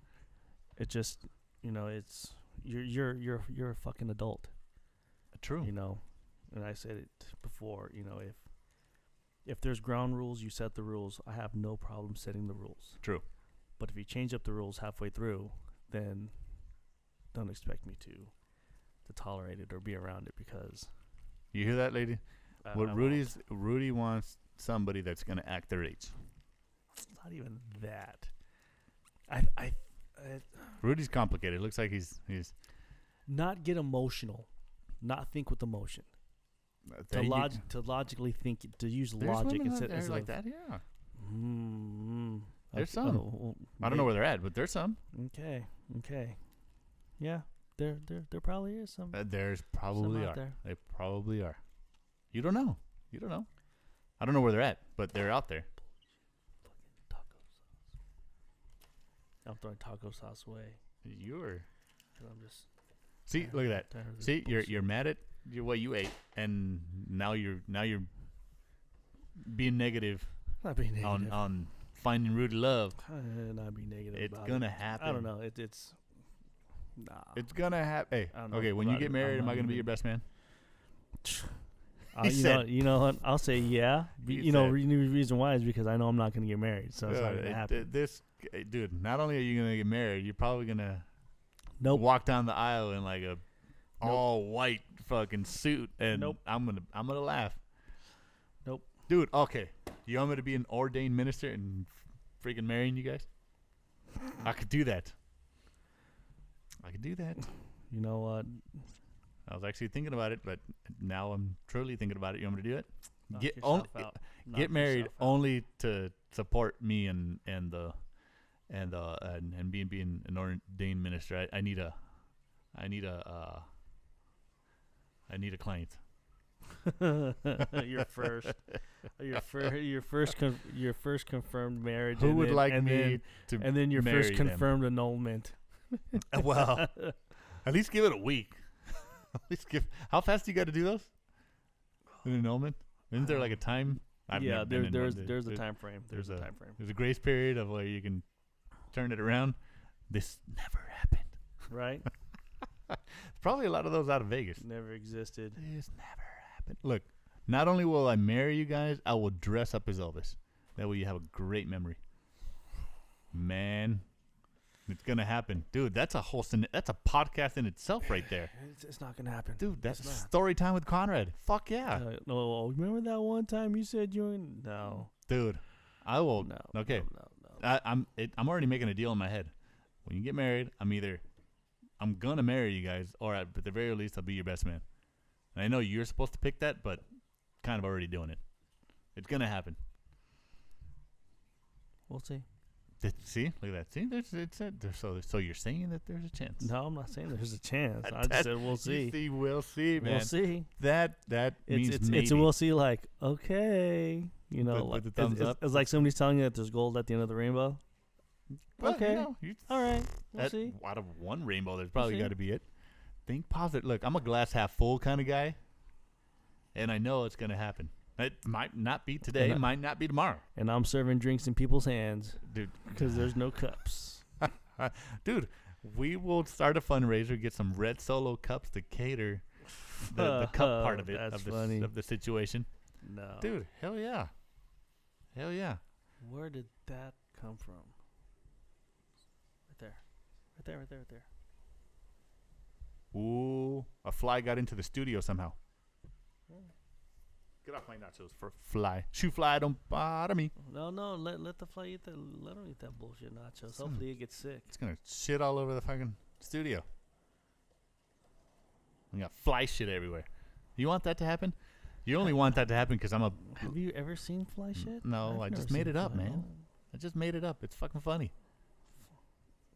[SPEAKER 2] it just, you know, it's you're, you're, you're, you're a fucking adult.
[SPEAKER 1] True.
[SPEAKER 2] you know and i said it before you know if if there's ground rules you set the rules i have no problem setting the rules
[SPEAKER 1] True.
[SPEAKER 2] but if you change up the rules halfway through then don't expect me to to tolerate it or be around it because
[SPEAKER 1] You hear that, lady?
[SPEAKER 2] I, I
[SPEAKER 1] what
[SPEAKER 2] won't.
[SPEAKER 1] Rudy's Rudy wants somebody that's gonna act their age.
[SPEAKER 2] it's not even that i i, I
[SPEAKER 1] Rudy's complicated. Looks like he's he's
[SPEAKER 2] not get emotional not think with emotion to,
[SPEAKER 1] There you-
[SPEAKER 2] log- to logically think to use
[SPEAKER 1] There's
[SPEAKER 2] logic
[SPEAKER 1] women out
[SPEAKER 2] instead,
[SPEAKER 1] there
[SPEAKER 2] instead
[SPEAKER 1] like
[SPEAKER 2] of,
[SPEAKER 1] that. Yeah,
[SPEAKER 2] Mm, mm.
[SPEAKER 1] There's
[SPEAKER 2] Okay,
[SPEAKER 1] some.
[SPEAKER 2] well,
[SPEAKER 1] I don't know
[SPEAKER 2] may-
[SPEAKER 1] where they're at, but there's some.
[SPEAKER 2] Okay. Okay. Yeah. There there there probably is some.
[SPEAKER 1] Uh, there's
[SPEAKER 2] some
[SPEAKER 1] probably
[SPEAKER 2] out
[SPEAKER 1] are.
[SPEAKER 2] there.
[SPEAKER 1] They probably are. You don't know. You don't know. I don't know where they're at, but they're out there.
[SPEAKER 2] Fucking taco sauce. I'm throwing taco sauce away
[SPEAKER 1] You're
[SPEAKER 2] because I'm just.
[SPEAKER 1] see.
[SPEAKER 2] tired-
[SPEAKER 1] Look at that.
[SPEAKER 2] tired of this
[SPEAKER 1] See, you're
[SPEAKER 2] bullshit.
[SPEAKER 1] you're mad at you- what you ate, and now you're now you're being negative,
[SPEAKER 2] Not being negative.
[SPEAKER 1] on on finding Rudy love.
[SPEAKER 2] Uh, not being negative.
[SPEAKER 1] It's
[SPEAKER 2] about
[SPEAKER 1] gonna
[SPEAKER 2] it.
[SPEAKER 1] happen.
[SPEAKER 2] I don't know. It, it's. Nah.
[SPEAKER 1] It's gonna happen. Hey,
[SPEAKER 2] I don't know
[SPEAKER 1] okay. When you
[SPEAKER 2] about
[SPEAKER 1] get
[SPEAKER 2] it.
[SPEAKER 1] married,
[SPEAKER 2] I'm
[SPEAKER 1] am
[SPEAKER 2] not
[SPEAKER 1] I gonna be
[SPEAKER 2] even-
[SPEAKER 1] your best man?
[SPEAKER 2] Uh,
[SPEAKER 1] he
[SPEAKER 2] you know.
[SPEAKER 1] said-
[SPEAKER 2] You know. what? I'll say yeah. Be,
[SPEAKER 1] He
[SPEAKER 2] you know.
[SPEAKER 1] said-
[SPEAKER 2] Re- the reason why is because I know I'm not gonna get married, so it's
[SPEAKER 1] Uh,
[SPEAKER 2] not gonna
[SPEAKER 1] it-
[SPEAKER 2] happen.
[SPEAKER 1] it- this eh, dude. Not only are you gonna get married, you're probably gonna
[SPEAKER 2] nope.
[SPEAKER 1] walk down the aisle in like a all white fucking suit, and
[SPEAKER 2] Nope.
[SPEAKER 1] I'm gonna I'm gonna laugh.
[SPEAKER 2] Nope.
[SPEAKER 1] dude. Okay, you want me to be an ordained minister and freaking marrying you guys? I could do that. I could do that.
[SPEAKER 2] You know what?
[SPEAKER 1] I was actually thinking about it, but now I'm truly thinking about it. You want me to do it?
[SPEAKER 2] Knock
[SPEAKER 1] Get
[SPEAKER 2] yourself
[SPEAKER 1] on-
[SPEAKER 2] out. Knock
[SPEAKER 1] get married
[SPEAKER 2] yourself out.
[SPEAKER 1] only to support me and and the and uh and, and being being an ordained minister. I, I need a I need a uh I need a client.
[SPEAKER 2] your first, your first, your first, con- your first confirmed marriage.
[SPEAKER 1] Who
[SPEAKER 2] and
[SPEAKER 1] would
[SPEAKER 2] then-
[SPEAKER 1] like
[SPEAKER 2] and
[SPEAKER 1] me
[SPEAKER 2] then-
[SPEAKER 1] to
[SPEAKER 2] and then your first
[SPEAKER 1] marry them?
[SPEAKER 2] confirmed annulment. (laughs)
[SPEAKER 1] (laughs) well, at least give it a week. (laughs) at least give. How fast do you got to do those? An annulment? Isn't there like a time?
[SPEAKER 2] yeah,
[SPEAKER 1] never been
[SPEAKER 2] there,
[SPEAKER 1] in
[SPEAKER 2] there's
[SPEAKER 1] one.
[SPEAKER 2] there's a
[SPEAKER 1] There-
[SPEAKER 2] time frame. There's,
[SPEAKER 1] there's
[SPEAKER 2] a
[SPEAKER 1] a-
[SPEAKER 2] time frame,
[SPEAKER 1] There's a grace period of where you can turn it around. This never happened. (laughs)
[SPEAKER 2] right?
[SPEAKER 1] Probably a lot of those out of Vegas.
[SPEAKER 2] Never existed.
[SPEAKER 1] This never happened. Look, not only will I marry you guys, I will dress up as Elvis. That way you have a great memory. Man, it's gonna happen, dude. That's a whole scen- that's a podcast in itself right there,
[SPEAKER 2] It's, it's not gonna happen.
[SPEAKER 1] dude. That's
[SPEAKER 2] It's not.
[SPEAKER 1] story time with Conrad. Fuck yeah,
[SPEAKER 2] Uh, no, remember that one time you said you were in- no,
[SPEAKER 1] dude. I will.
[SPEAKER 2] no,
[SPEAKER 1] okay, Ah.
[SPEAKER 2] no, no, no.
[SPEAKER 1] I, I'm it, I'm already making a deal in my head. When you get married, I'm either I'm gonna marry you guys, or at the very least, I'll be your best man. And I know you're supposed to pick that, but kind of already doing it. It's gonna happen.
[SPEAKER 2] We'll see.
[SPEAKER 1] Th- See, look at that. See, there's it's it. There's, so so you're saying that there's a chance.
[SPEAKER 2] No, I'm not saying there's a chance. I just
[SPEAKER 1] That-
[SPEAKER 2] said we'll
[SPEAKER 1] You
[SPEAKER 2] see.
[SPEAKER 1] see, we'll see, man.
[SPEAKER 2] We'll see.
[SPEAKER 1] That that means
[SPEAKER 2] It's it's,
[SPEAKER 1] maybe.
[SPEAKER 2] it's a we'll see. Like okay, you know,
[SPEAKER 1] With- with
[SPEAKER 2] like
[SPEAKER 1] the
[SPEAKER 2] it's-
[SPEAKER 1] thumbs
[SPEAKER 2] it's,
[SPEAKER 1] up.
[SPEAKER 2] it's like somebody's telling you that there's gold at the end of the rainbow.
[SPEAKER 1] Well, you
[SPEAKER 2] okay.
[SPEAKER 1] know, you-
[SPEAKER 2] All right, we'll
[SPEAKER 1] that-
[SPEAKER 2] see.
[SPEAKER 1] Out of one rainbow, there's probably
[SPEAKER 2] see.
[SPEAKER 1] got to be it. Think positive. Look, I'm a glass half full kind of guy, and I know it's gonna happen. It might not be today.
[SPEAKER 2] I-
[SPEAKER 1] might not be tomorrow,
[SPEAKER 2] And I'm serving drinks in people's hands
[SPEAKER 1] dude.
[SPEAKER 2] because there's no cups.
[SPEAKER 1] Dude, we will start a fundraiser, get some red solo cups to cater the,
[SPEAKER 2] (laughs)
[SPEAKER 1] the cup part of it
[SPEAKER 2] That's
[SPEAKER 1] of the,
[SPEAKER 2] funny. Oh.
[SPEAKER 1] of the situation.
[SPEAKER 2] No,
[SPEAKER 1] Dude, hell yeah, hell yeah.
[SPEAKER 2] where did that come from? Right there, right there, right there, right there.
[SPEAKER 1] Ooh, a fly got into the studio somehow. Get off my nachos for fly. Shoe fly, don't bother me.
[SPEAKER 2] No, no, let let the fly eat that. Let him eat that bullshit nachos.
[SPEAKER 1] Son of
[SPEAKER 2] Hopefully, it gets sick.
[SPEAKER 1] It's gonna shit all over the fucking studio. We got fly shit everywhere. You want that to happen? You only want that to happen because I'm a.
[SPEAKER 2] Have you ever seen fly shit?
[SPEAKER 1] Mm. No, I
[SPEAKER 2] I've
[SPEAKER 1] just
[SPEAKER 2] never
[SPEAKER 1] made it
[SPEAKER 2] seen
[SPEAKER 1] up,
[SPEAKER 2] fly.
[SPEAKER 1] man. I just made it up. It's fucking funny,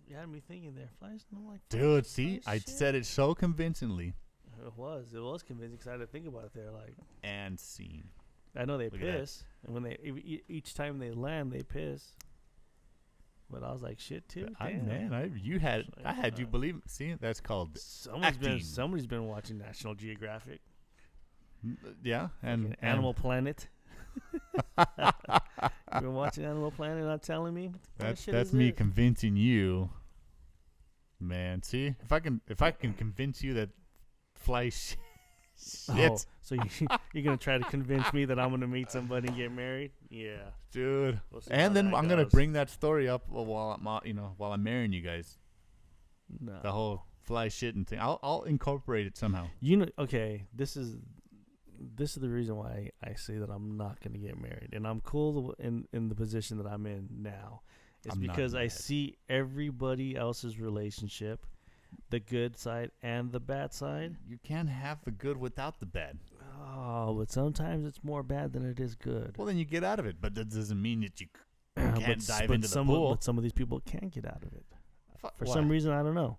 [SPEAKER 2] You had me thinking there. Flies, and I'm like,
[SPEAKER 1] dude. See,
[SPEAKER 2] Fly
[SPEAKER 1] I
[SPEAKER 2] shit.
[SPEAKER 1] said it so convincingly
[SPEAKER 2] It was. It was convincing because I had to think about it there. Like,
[SPEAKER 1] and seen.
[SPEAKER 2] I know they
[SPEAKER 1] Look at that.
[SPEAKER 2] piss, and when they e- e- each time they land, they piss. But I was like, shit, too.
[SPEAKER 1] I,
[SPEAKER 2] damn.
[SPEAKER 1] man, I you had
[SPEAKER 2] It's like,
[SPEAKER 1] I had you
[SPEAKER 2] uh,
[SPEAKER 1] believe. See, that's called
[SPEAKER 2] Someone's been
[SPEAKER 1] acting.
[SPEAKER 2] somebody's been watching National Geographic
[SPEAKER 1] yeah, and
[SPEAKER 2] and Animal Planet. (laughs) You've been watching Animal Planet, not telling me. What the
[SPEAKER 1] That's
[SPEAKER 2] shit
[SPEAKER 1] that's
[SPEAKER 2] is
[SPEAKER 1] me
[SPEAKER 2] this?
[SPEAKER 1] convincing you, man. See, if I can if I can convince you that fly (laughs) sh- shit,
[SPEAKER 2] Oh, so you, (laughs) you're gonna try to convince me that I'm gonna meet somebody and get married? Yeah.
[SPEAKER 1] dude.
[SPEAKER 2] we'll see how
[SPEAKER 1] And then
[SPEAKER 2] that
[SPEAKER 1] I'm gonna
[SPEAKER 2] goes.
[SPEAKER 1] bring that story up wh- while I'm out- you know while I'm marrying you guys.
[SPEAKER 2] No.
[SPEAKER 1] The whole fly shit and thing. I'll I'll incorporate it somehow.
[SPEAKER 2] You know, okay, this is this is the reason why I say that I'm not going to get married, and I'm cool the w- in in the position that I'm in now. It's
[SPEAKER 1] I'm not
[SPEAKER 2] because I
[SPEAKER 1] mad.
[SPEAKER 2] see everybody else's relationship, the good side and the bad side.
[SPEAKER 1] You can't have the good without the bad.
[SPEAKER 2] Oh, but sometimes it's more bad than it is good. (clears throat)
[SPEAKER 1] Well, then you get out of it, but that doesn't mean that you c-
[SPEAKER 2] but,
[SPEAKER 1] can't
[SPEAKER 2] s-
[SPEAKER 1] dive
[SPEAKER 2] but
[SPEAKER 1] into the
[SPEAKER 2] some
[SPEAKER 1] pool.
[SPEAKER 2] Of, but some of these people can't get out of it
[SPEAKER 1] Fuck,
[SPEAKER 2] for
[SPEAKER 1] why?
[SPEAKER 2] some reason. I don't know.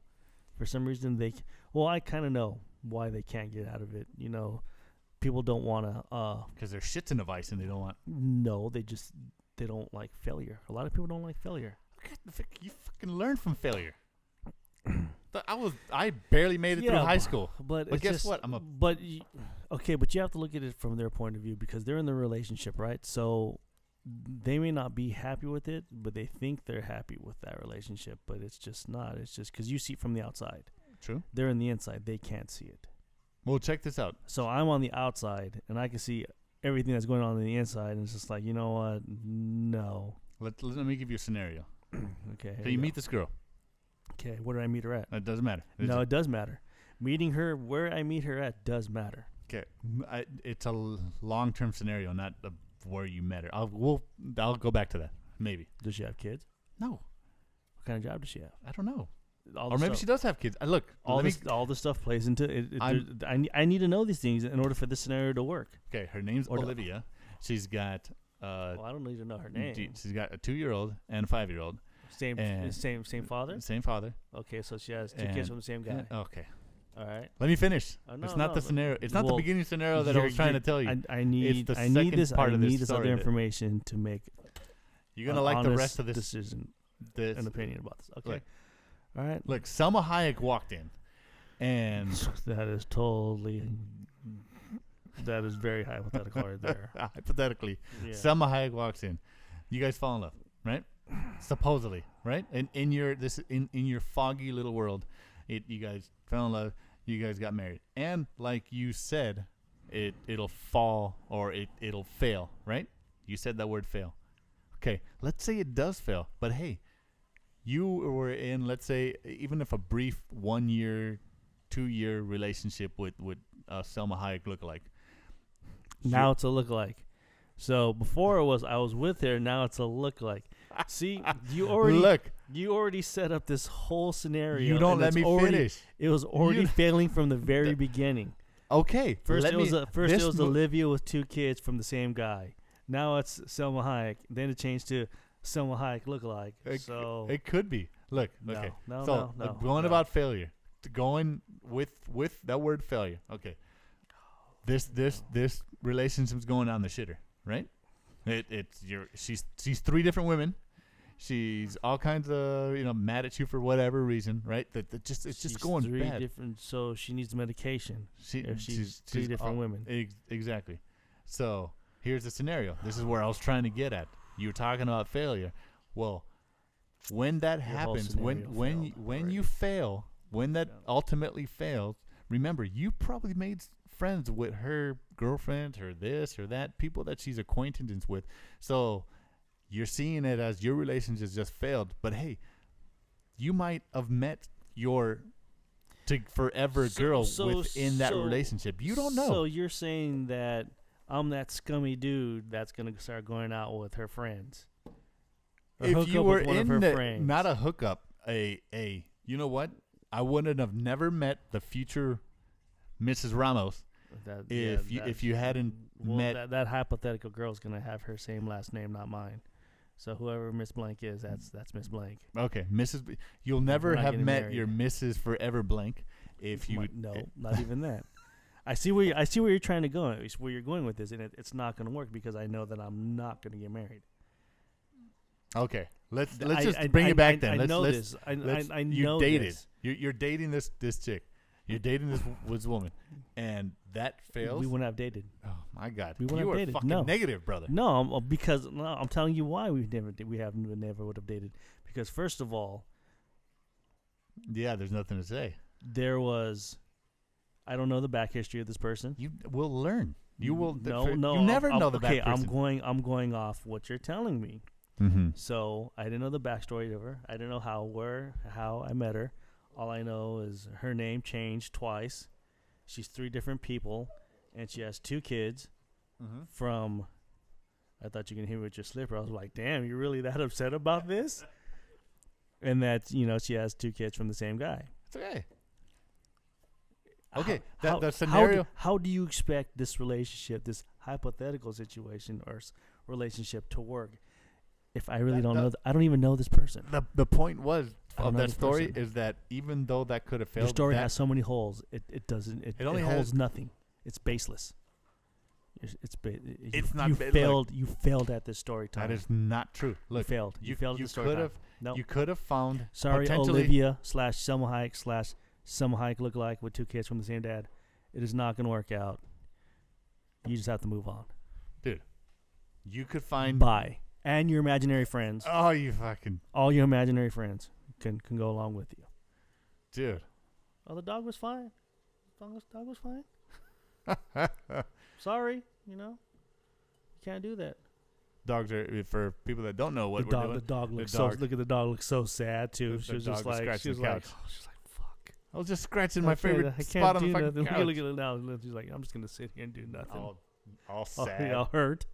[SPEAKER 2] For some reason they, c- well, I kind of know why they can't get out of it. You know, people don't want to uh,
[SPEAKER 1] because their shit's in a vice and they don't want.
[SPEAKER 2] No, they just they don't like failure. A lot of people don't like failure.
[SPEAKER 1] You fucking learn from
[SPEAKER 2] (clears throat)
[SPEAKER 1] failure. Th- I was I barely made it through
[SPEAKER 2] Yeah,
[SPEAKER 1] high
[SPEAKER 2] but-
[SPEAKER 1] school.
[SPEAKER 2] But,
[SPEAKER 1] But
[SPEAKER 2] it's
[SPEAKER 1] guess
[SPEAKER 2] just-
[SPEAKER 1] what? I'm a-
[SPEAKER 2] But y okay, but you have to look at it from their point of view because they're in the relationship, right? So they may not be happy with it, but they think they're happy with that relationship, but it's just not. It's just because you see it from the outside.
[SPEAKER 1] True.
[SPEAKER 2] They're in the inside. They can't see it.
[SPEAKER 1] Well, check this out.
[SPEAKER 2] So I'm on the outside and I can see everything that's going on in the inside, and it's just like you know what? No.
[SPEAKER 1] Let, let me give you a scenario.
[SPEAKER 2] Okay.
[SPEAKER 1] so you meet this girl.
[SPEAKER 2] Okay, where did I meet her at?
[SPEAKER 1] It doesn't matter. It's-
[SPEAKER 2] No, it does matter. Meeting her where I meet her at does matter.
[SPEAKER 1] Okay. M- I, it's a long term scenario, not the, where you met her. I'll we'll, I'll go back to that. Maybe.
[SPEAKER 2] Does she have kids?
[SPEAKER 1] No,
[SPEAKER 2] What kind of job does she have?
[SPEAKER 1] I don't know.
[SPEAKER 2] all
[SPEAKER 1] or
[SPEAKER 2] the
[SPEAKER 1] maybe
[SPEAKER 2] stuff,
[SPEAKER 1] she does have kids. I look.
[SPEAKER 2] all
[SPEAKER 1] let me-
[SPEAKER 2] this all this stuff plays into it. it
[SPEAKER 1] I'm-
[SPEAKER 2] there- I, ne- I need to know these things in order for this scenario to work.
[SPEAKER 1] okay, her name's
[SPEAKER 2] or do-
[SPEAKER 1] Olivia. She's got uh,
[SPEAKER 2] well, I don't need to know Oh, her
[SPEAKER 1] d-
[SPEAKER 2] name.
[SPEAKER 1] she's got a two-year-old and a five-year-old.
[SPEAKER 2] same
[SPEAKER 1] and-
[SPEAKER 2] same same father.
[SPEAKER 1] Same father.
[SPEAKER 2] Okay, so she has two kids
[SPEAKER 1] and-
[SPEAKER 2] from the same guy.
[SPEAKER 1] Okay.
[SPEAKER 2] all right.
[SPEAKER 1] Let me finish.
[SPEAKER 2] Oh,
[SPEAKER 1] it's
[SPEAKER 2] no,
[SPEAKER 1] not
[SPEAKER 2] no,
[SPEAKER 1] the
[SPEAKER 2] but-
[SPEAKER 1] scenario. It's not
[SPEAKER 2] well,
[SPEAKER 1] the beginning scenario that I
[SPEAKER 2] you're-
[SPEAKER 1] was trying to
[SPEAKER 2] you're-
[SPEAKER 1] tell you.
[SPEAKER 2] I, I need
[SPEAKER 1] the
[SPEAKER 2] I need
[SPEAKER 1] second
[SPEAKER 2] this
[SPEAKER 1] part
[SPEAKER 2] I
[SPEAKER 1] of this
[SPEAKER 2] need this other
[SPEAKER 1] story that-
[SPEAKER 2] information to make
[SPEAKER 1] You're gonna
[SPEAKER 2] an
[SPEAKER 1] like the
[SPEAKER 2] honest
[SPEAKER 1] rest of this.
[SPEAKER 2] decision
[SPEAKER 1] this
[SPEAKER 2] an opinion about this. Okay.
[SPEAKER 1] Look.
[SPEAKER 2] All right.
[SPEAKER 1] Look, Selma Hayek walked in,
[SPEAKER 2] (laughs)
[SPEAKER 1] and (laughs)
[SPEAKER 2] That is totally. That is very hypothetical right (laughs) there.
[SPEAKER 1] hypothetically,
[SPEAKER 2] Yeah.
[SPEAKER 1] Selma Hayek walks in. You guys fall in love, right? Supposedly, right? And in your this in in your foggy little world, it you guys fell in love. You guys got married, and like you said, it it'll fall or it it'll fail, right? You said that word fail. Okay, let's say it does fail, but hey, you were in let's say even if a brief one year, two year relationship with with uh, Selma Hayek lookalike.
[SPEAKER 2] now it's a look like. So before it was I was with her. Now it's a look like. See, you (laughs) already
[SPEAKER 1] look,
[SPEAKER 2] you already set up this whole scenario.
[SPEAKER 1] you don't
[SPEAKER 2] and
[SPEAKER 1] let
[SPEAKER 2] it's
[SPEAKER 1] me
[SPEAKER 2] already-
[SPEAKER 1] finish.
[SPEAKER 2] It was (laughs) already failing from the very beginning.
[SPEAKER 1] Okay.
[SPEAKER 2] First
[SPEAKER 1] let
[SPEAKER 2] it was
[SPEAKER 1] me-
[SPEAKER 2] a, first it
[SPEAKER 1] this
[SPEAKER 2] was
[SPEAKER 1] mo-
[SPEAKER 2] Olivia with two kids from the same guy. Now it's Selma Hayek. Then it changed to Selma Hayek lookalike.
[SPEAKER 1] It c-
[SPEAKER 2] so
[SPEAKER 1] It could be. Look.
[SPEAKER 2] no,
[SPEAKER 1] okay.
[SPEAKER 2] no,
[SPEAKER 1] so
[SPEAKER 2] no,
[SPEAKER 1] uh,
[SPEAKER 2] no,
[SPEAKER 1] going
[SPEAKER 2] no.
[SPEAKER 1] about failure, t- going with with that word failure. Okay. This this this relationship's going down the shitter, right? It it's you're she's she's three different women. She's all kinds of you know mad at you for whatever reason, right? That, that just it's just
[SPEAKER 2] She's
[SPEAKER 1] going
[SPEAKER 2] three
[SPEAKER 1] bad.
[SPEAKER 2] different. So she needs medication.
[SPEAKER 1] She,
[SPEAKER 2] If she's, three different
[SPEAKER 1] all-
[SPEAKER 2] women.
[SPEAKER 1] Ex- exactly. So here's the scenario. This is where I was trying to get at. You were talking about failure. Well, when that
[SPEAKER 2] whole
[SPEAKER 1] happens, when
[SPEAKER 2] scenario
[SPEAKER 1] when
[SPEAKER 2] failed
[SPEAKER 1] you- when
[SPEAKER 2] already.
[SPEAKER 1] you fail, when that
[SPEAKER 2] Yeah.
[SPEAKER 1] ultimately fails, remember you probably made s- friends with her girlfriend, her this or that, people that she's acquaintances with. So you're seeing it as your relationship just failed. But hey, you might have met your to forever
[SPEAKER 2] So-
[SPEAKER 1] girl
[SPEAKER 2] so-
[SPEAKER 1] within that
[SPEAKER 2] so-
[SPEAKER 1] relationship. You don't know.
[SPEAKER 2] So you're saying that I'm that scummy dude that's gonna start going out with her friends. Or hook
[SPEAKER 1] if you
[SPEAKER 2] up
[SPEAKER 1] were
[SPEAKER 2] with one
[SPEAKER 1] in
[SPEAKER 2] of her
[SPEAKER 1] the-
[SPEAKER 2] friends.
[SPEAKER 1] not a hookup, a a you know what? I wouldn't have never met the future Mrs. Ramos
[SPEAKER 2] That- yeah,
[SPEAKER 1] if you
[SPEAKER 2] that-
[SPEAKER 1] if you hadn't
[SPEAKER 2] well,
[SPEAKER 1] met
[SPEAKER 2] that, that hypothetical girl's gonna have her same last name, not mine. So whoever Miss Blank is, that's that's Miss Blank.
[SPEAKER 1] okay Mrs. B- You'll never
[SPEAKER 2] not
[SPEAKER 1] have
[SPEAKER 2] getting
[SPEAKER 1] met
[SPEAKER 2] married.
[SPEAKER 1] your Mrs. Forever Blank if you eh.
[SPEAKER 2] Might- no, not even
[SPEAKER 1] (laughs)
[SPEAKER 2] that. I see where you, I see where you're trying to go. It's where you're going with this, and it, it's not gonna work because I know that I'm not gonna get married.
[SPEAKER 1] okay. Let's let's
[SPEAKER 2] I-
[SPEAKER 1] just
[SPEAKER 2] I-
[SPEAKER 1] bring
[SPEAKER 2] I-
[SPEAKER 1] it back
[SPEAKER 2] I-
[SPEAKER 1] then.
[SPEAKER 2] I
[SPEAKER 1] let's
[SPEAKER 2] know
[SPEAKER 1] let's,
[SPEAKER 2] this. I,
[SPEAKER 1] let's
[SPEAKER 2] I, I
[SPEAKER 1] you
[SPEAKER 2] know
[SPEAKER 1] dated.
[SPEAKER 2] this.
[SPEAKER 1] You're, you're dating this this chick. You're dating this, this woman, and that fails.
[SPEAKER 2] We wouldn't have dated.
[SPEAKER 1] oh my god,
[SPEAKER 2] we wouldn't
[SPEAKER 1] you
[SPEAKER 2] have
[SPEAKER 1] are
[SPEAKER 2] dated,
[SPEAKER 1] fucking
[SPEAKER 2] no.
[SPEAKER 1] negative, brother.
[SPEAKER 2] No, I'm- uh, because no, I'm telling you why we've never did- we have we never would have dated. Because first of all,
[SPEAKER 1] Yeah, there's nothing to say.
[SPEAKER 2] there was, I don't know the back history of this person.
[SPEAKER 1] You will learn. You will. th-
[SPEAKER 2] no
[SPEAKER 1] for-
[SPEAKER 2] no
[SPEAKER 1] You
[SPEAKER 2] I'm-
[SPEAKER 1] never
[SPEAKER 2] I'm-
[SPEAKER 1] know the
[SPEAKER 2] okay.
[SPEAKER 1] back
[SPEAKER 2] I'm
[SPEAKER 1] person.
[SPEAKER 2] going I'm going off what you're telling me.
[SPEAKER 1] mm-hmm.
[SPEAKER 2] So I didn't know the backstory of her. I didn't know how, where, how I met her. All I know is her name changed twice. She's three different people, and she has two kids
[SPEAKER 1] Mm-hmm.
[SPEAKER 2] from. I thought you can hear me with your slipper. I was like, "Damn, you're really that upset about this?" And that you know she has two kids from the same guy.
[SPEAKER 1] It's okay. Okay, that-
[SPEAKER 2] How- how-
[SPEAKER 1] the
[SPEAKER 2] how do-
[SPEAKER 1] scenario-
[SPEAKER 2] how do you expect this relationship, this hypothetical situation or s- relationship, to work if I really
[SPEAKER 1] That-
[SPEAKER 2] don't
[SPEAKER 1] that-
[SPEAKER 2] know? Th- I don't even know this person.
[SPEAKER 1] The the point was
[SPEAKER 2] I don't
[SPEAKER 1] of
[SPEAKER 2] know
[SPEAKER 1] that
[SPEAKER 2] the
[SPEAKER 1] story
[SPEAKER 2] person.
[SPEAKER 1] is that even though that could have failed,
[SPEAKER 2] Your story
[SPEAKER 1] that-
[SPEAKER 2] has so many holes. It, it doesn't. It,
[SPEAKER 1] It only
[SPEAKER 2] it holds
[SPEAKER 1] has-
[SPEAKER 2] nothing. It's baseless. It's, it's, ba- you,
[SPEAKER 1] It's not
[SPEAKER 2] You
[SPEAKER 1] ba- look.
[SPEAKER 2] failed. you failed at this story time.
[SPEAKER 1] that is not true.
[SPEAKER 2] you
[SPEAKER 1] Look,
[SPEAKER 2] failed. You,
[SPEAKER 1] you-
[SPEAKER 2] failed at
[SPEAKER 1] you
[SPEAKER 2] the story
[SPEAKER 1] could
[SPEAKER 2] time.
[SPEAKER 1] have-
[SPEAKER 2] No.
[SPEAKER 1] you could have found
[SPEAKER 2] Sorry,
[SPEAKER 1] potentially
[SPEAKER 2] Olivia slash Selma Hayek slash Selma Hayek lookalike with two kids from the same dad. It is not going to work out. You just have to move on.
[SPEAKER 1] you could find.
[SPEAKER 2] Bye. And your imaginary friends.
[SPEAKER 1] Oh, you fucking
[SPEAKER 2] All your imaginary friends can, can go along with you.
[SPEAKER 1] dude.
[SPEAKER 2] Oh, the dog was fine. Dog was, dog was fine.
[SPEAKER 1] (laughs)
[SPEAKER 2] Sorry, you know. You can't do that.
[SPEAKER 1] Dogs are for people that don't know what
[SPEAKER 2] the
[SPEAKER 1] we're
[SPEAKER 2] dog,
[SPEAKER 1] doing.
[SPEAKER 2] the dog looks
[SPEAKER 1] dog-
[SPEAKER 2] so. Look at the dog looks so sad too.
[SPEAKER 1] The-
[SPEAKER 2] she
[SPEAKER 1] the
[SPEAKER 2] was just
[SPEAKER 1] dog was
[SPEAKER 2] like,
[SPEAKER 1] scratching
[SPEAKER 2] she was
[SPEAKER 1] the
[SPEAKER 2] like,
[SPEAKER 1] couch.
[SPEAKER 2] oh, she's like, fuck.
[SPEAKER 1] I was just scratching my
[SPEAKER 2] I can't-
[SPEAKER 1] favorite
[SPEAKER 2] I can't
[SPEAKER 1] spot on
[SPEAKER 2] do
[SPEAKER 1] the fucking
[SPEAKER 2] nothing.
[SPEAKER 1] couch.
[SPEAKER 2] Look, at- look at it now. She's like, I'm just gonna sit here and do nothing. (laughs)
[SPEAKER 1] all, all
[SPEAKER 2] Oh,
[SPEAKER 1] sad.
[SPEAKER 2] yeah, hurt.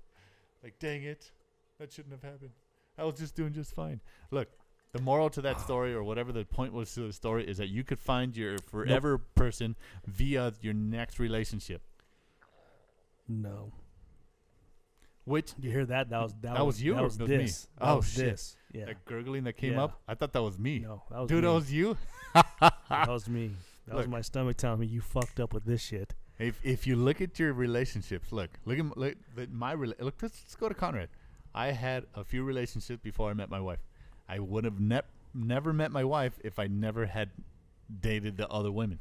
[SPEAKER 1] Like, dang it, that shouldn't have happened. I was just doing just fine. Look, The moral to
[SPEAKER 2] (sighs)
[SPEAKER 1] that story, or whatever the point was to the story, is that you could find your forever person via your next relationship.
[SPEAKER 2] No.
[SPEAKER 1] Which
[SPEAKER 2] You hear that? That was that,
[SPEAKER 1] That was you
[SPEAKER 2] That
[SPEAKER 1] or
[SPEAKER 2] was
[SPEAKER 1] that was me?
[SPEAKER 2] this. That
[SPEAKER 1] Oh,
[SPEAKER 2] was
[SPEAKER 1] shit.
[SPEAKER 2] This. Yeah.
[SPEAKER 1] that gurgling that came
[SPEAKER 2] Yeah.
[SPEAKER 1] up, I thought that was me.
[SPEAKER 2] No, that was
[SPEAKER 1] Dude,
[SPEAKER 2] me.
[SPEAKER 1] that was (laughs) you.
[SPEAKER 2] that was me. That was
[SPEAKER 1] Look.
[SPEAKER 2] my stomach telling me you fucked up with this shit.
[SPEAKER 1] If if you look at your relationships, look, look at m- look, at my rela- look. Let's, let's go to Conrad. I had a few relationships before I met my wife. I would have ne- never met my wife if I never had dated the other women.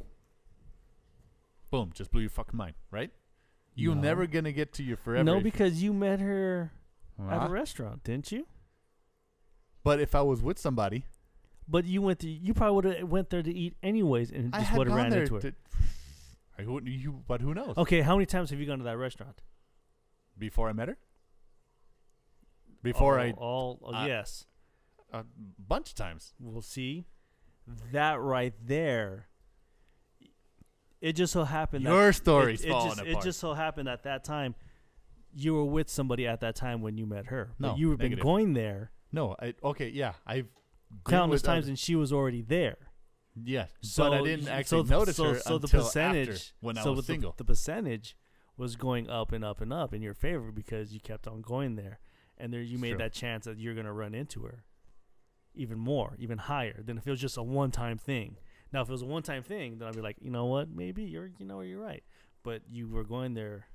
[SPEAKER 1] Boom! Just blew your fucking mind, right? You're
[SPEAKER 2] No.
[SPEAKER 1] never gonna get to your forever.
[SPEAKER 2] no,
[SPEAKER 1] if you-
[SPEAKER 2] because you met her at
[SPEAKER 1] Huh?
[SPEAKER 2] a restaurant, didn't you?
[SPEAKER 1] but if I was with somebody,
[SPEAKER 2] But you went to you probably would have went there to eat anyways, and
[SPEAKER 1] I
[SPEAKER 2] just
[SPEAKER 1] had
[SPEAKER 2] would have
[SPEAKER 1] gone
[SPEAKER 2] ran
[SPEAKER 1] there.
[SPEAKER 2] into her. Oh.
[SPEAKER 1] to- (sighs) I wouldn't. You, but who knows?
[SPEAKER 2] Okay, how many times have you gone to that restaurant?
[SPEAKER 1] Before I met her. Before
[SPEAKER 2] all,
[SPEAKER 1] I
[SPEAKER 2] all oh,
[SPEAKER 1] I-
[SPEAKER 2] yes,
[SPEAKER 1] a bunch of times.
[SPEAKER 2] we'll see. That right there, it just so happened. that
[SPEAKER 1] Your story's
[SPEAKER 2] it, it
[SPEAKER 1] falling
[SPEAKER 2] just,
[SPEAKER 1] apart.
[SPEAKER 2] It just so happened at that time, you were with somebody at that time when you met her. But
[SPEAKER 1] No,
[SPEAKER 2] you have been
[SPEAKER 1] negative.
[SPEAKER 2] going there
[SPEAKER 1] No, I, okay, yeah, I've been
[SPEAKER 2] countless
[SPEAKER 1] with
[SPEAKER 2] times,
[SPEAKER 1] other-
[SPEAKER 2] and she was already there.
[SPEAKER 1] yes,
[SPEAKER 2] So
[SPEAKER 1] but I didn't
[SPEAKER 2] y-
[SPEAKER 1] actually
[SPEAKER 2] so,
[SPEAKER 1] notice
[SPEAKER 2] so,
[SPEAKER 1] her
[SPEAKER 2] so the
[SPEAKER 1] until
[SPEAKER 2] percentage,
[SPEAKER 1] after when I
[SPEAKER 2] so
[SPEAKER 1] was
[SPEAKER 2] the-
[SPEAKER 1] single.
[SPEAKER 2] The, percentage was going up and up and up in your favor because you kept on going there, and there you made
[SPEAKER 1] Sure.
[SPEAKER 2] that chance that you're gonna run into her, even more, even higher than if it was just a one time thing. Now, if it was a one time thing, then I'd be like, you know what, maybe you're, you know, you're right, but you were going there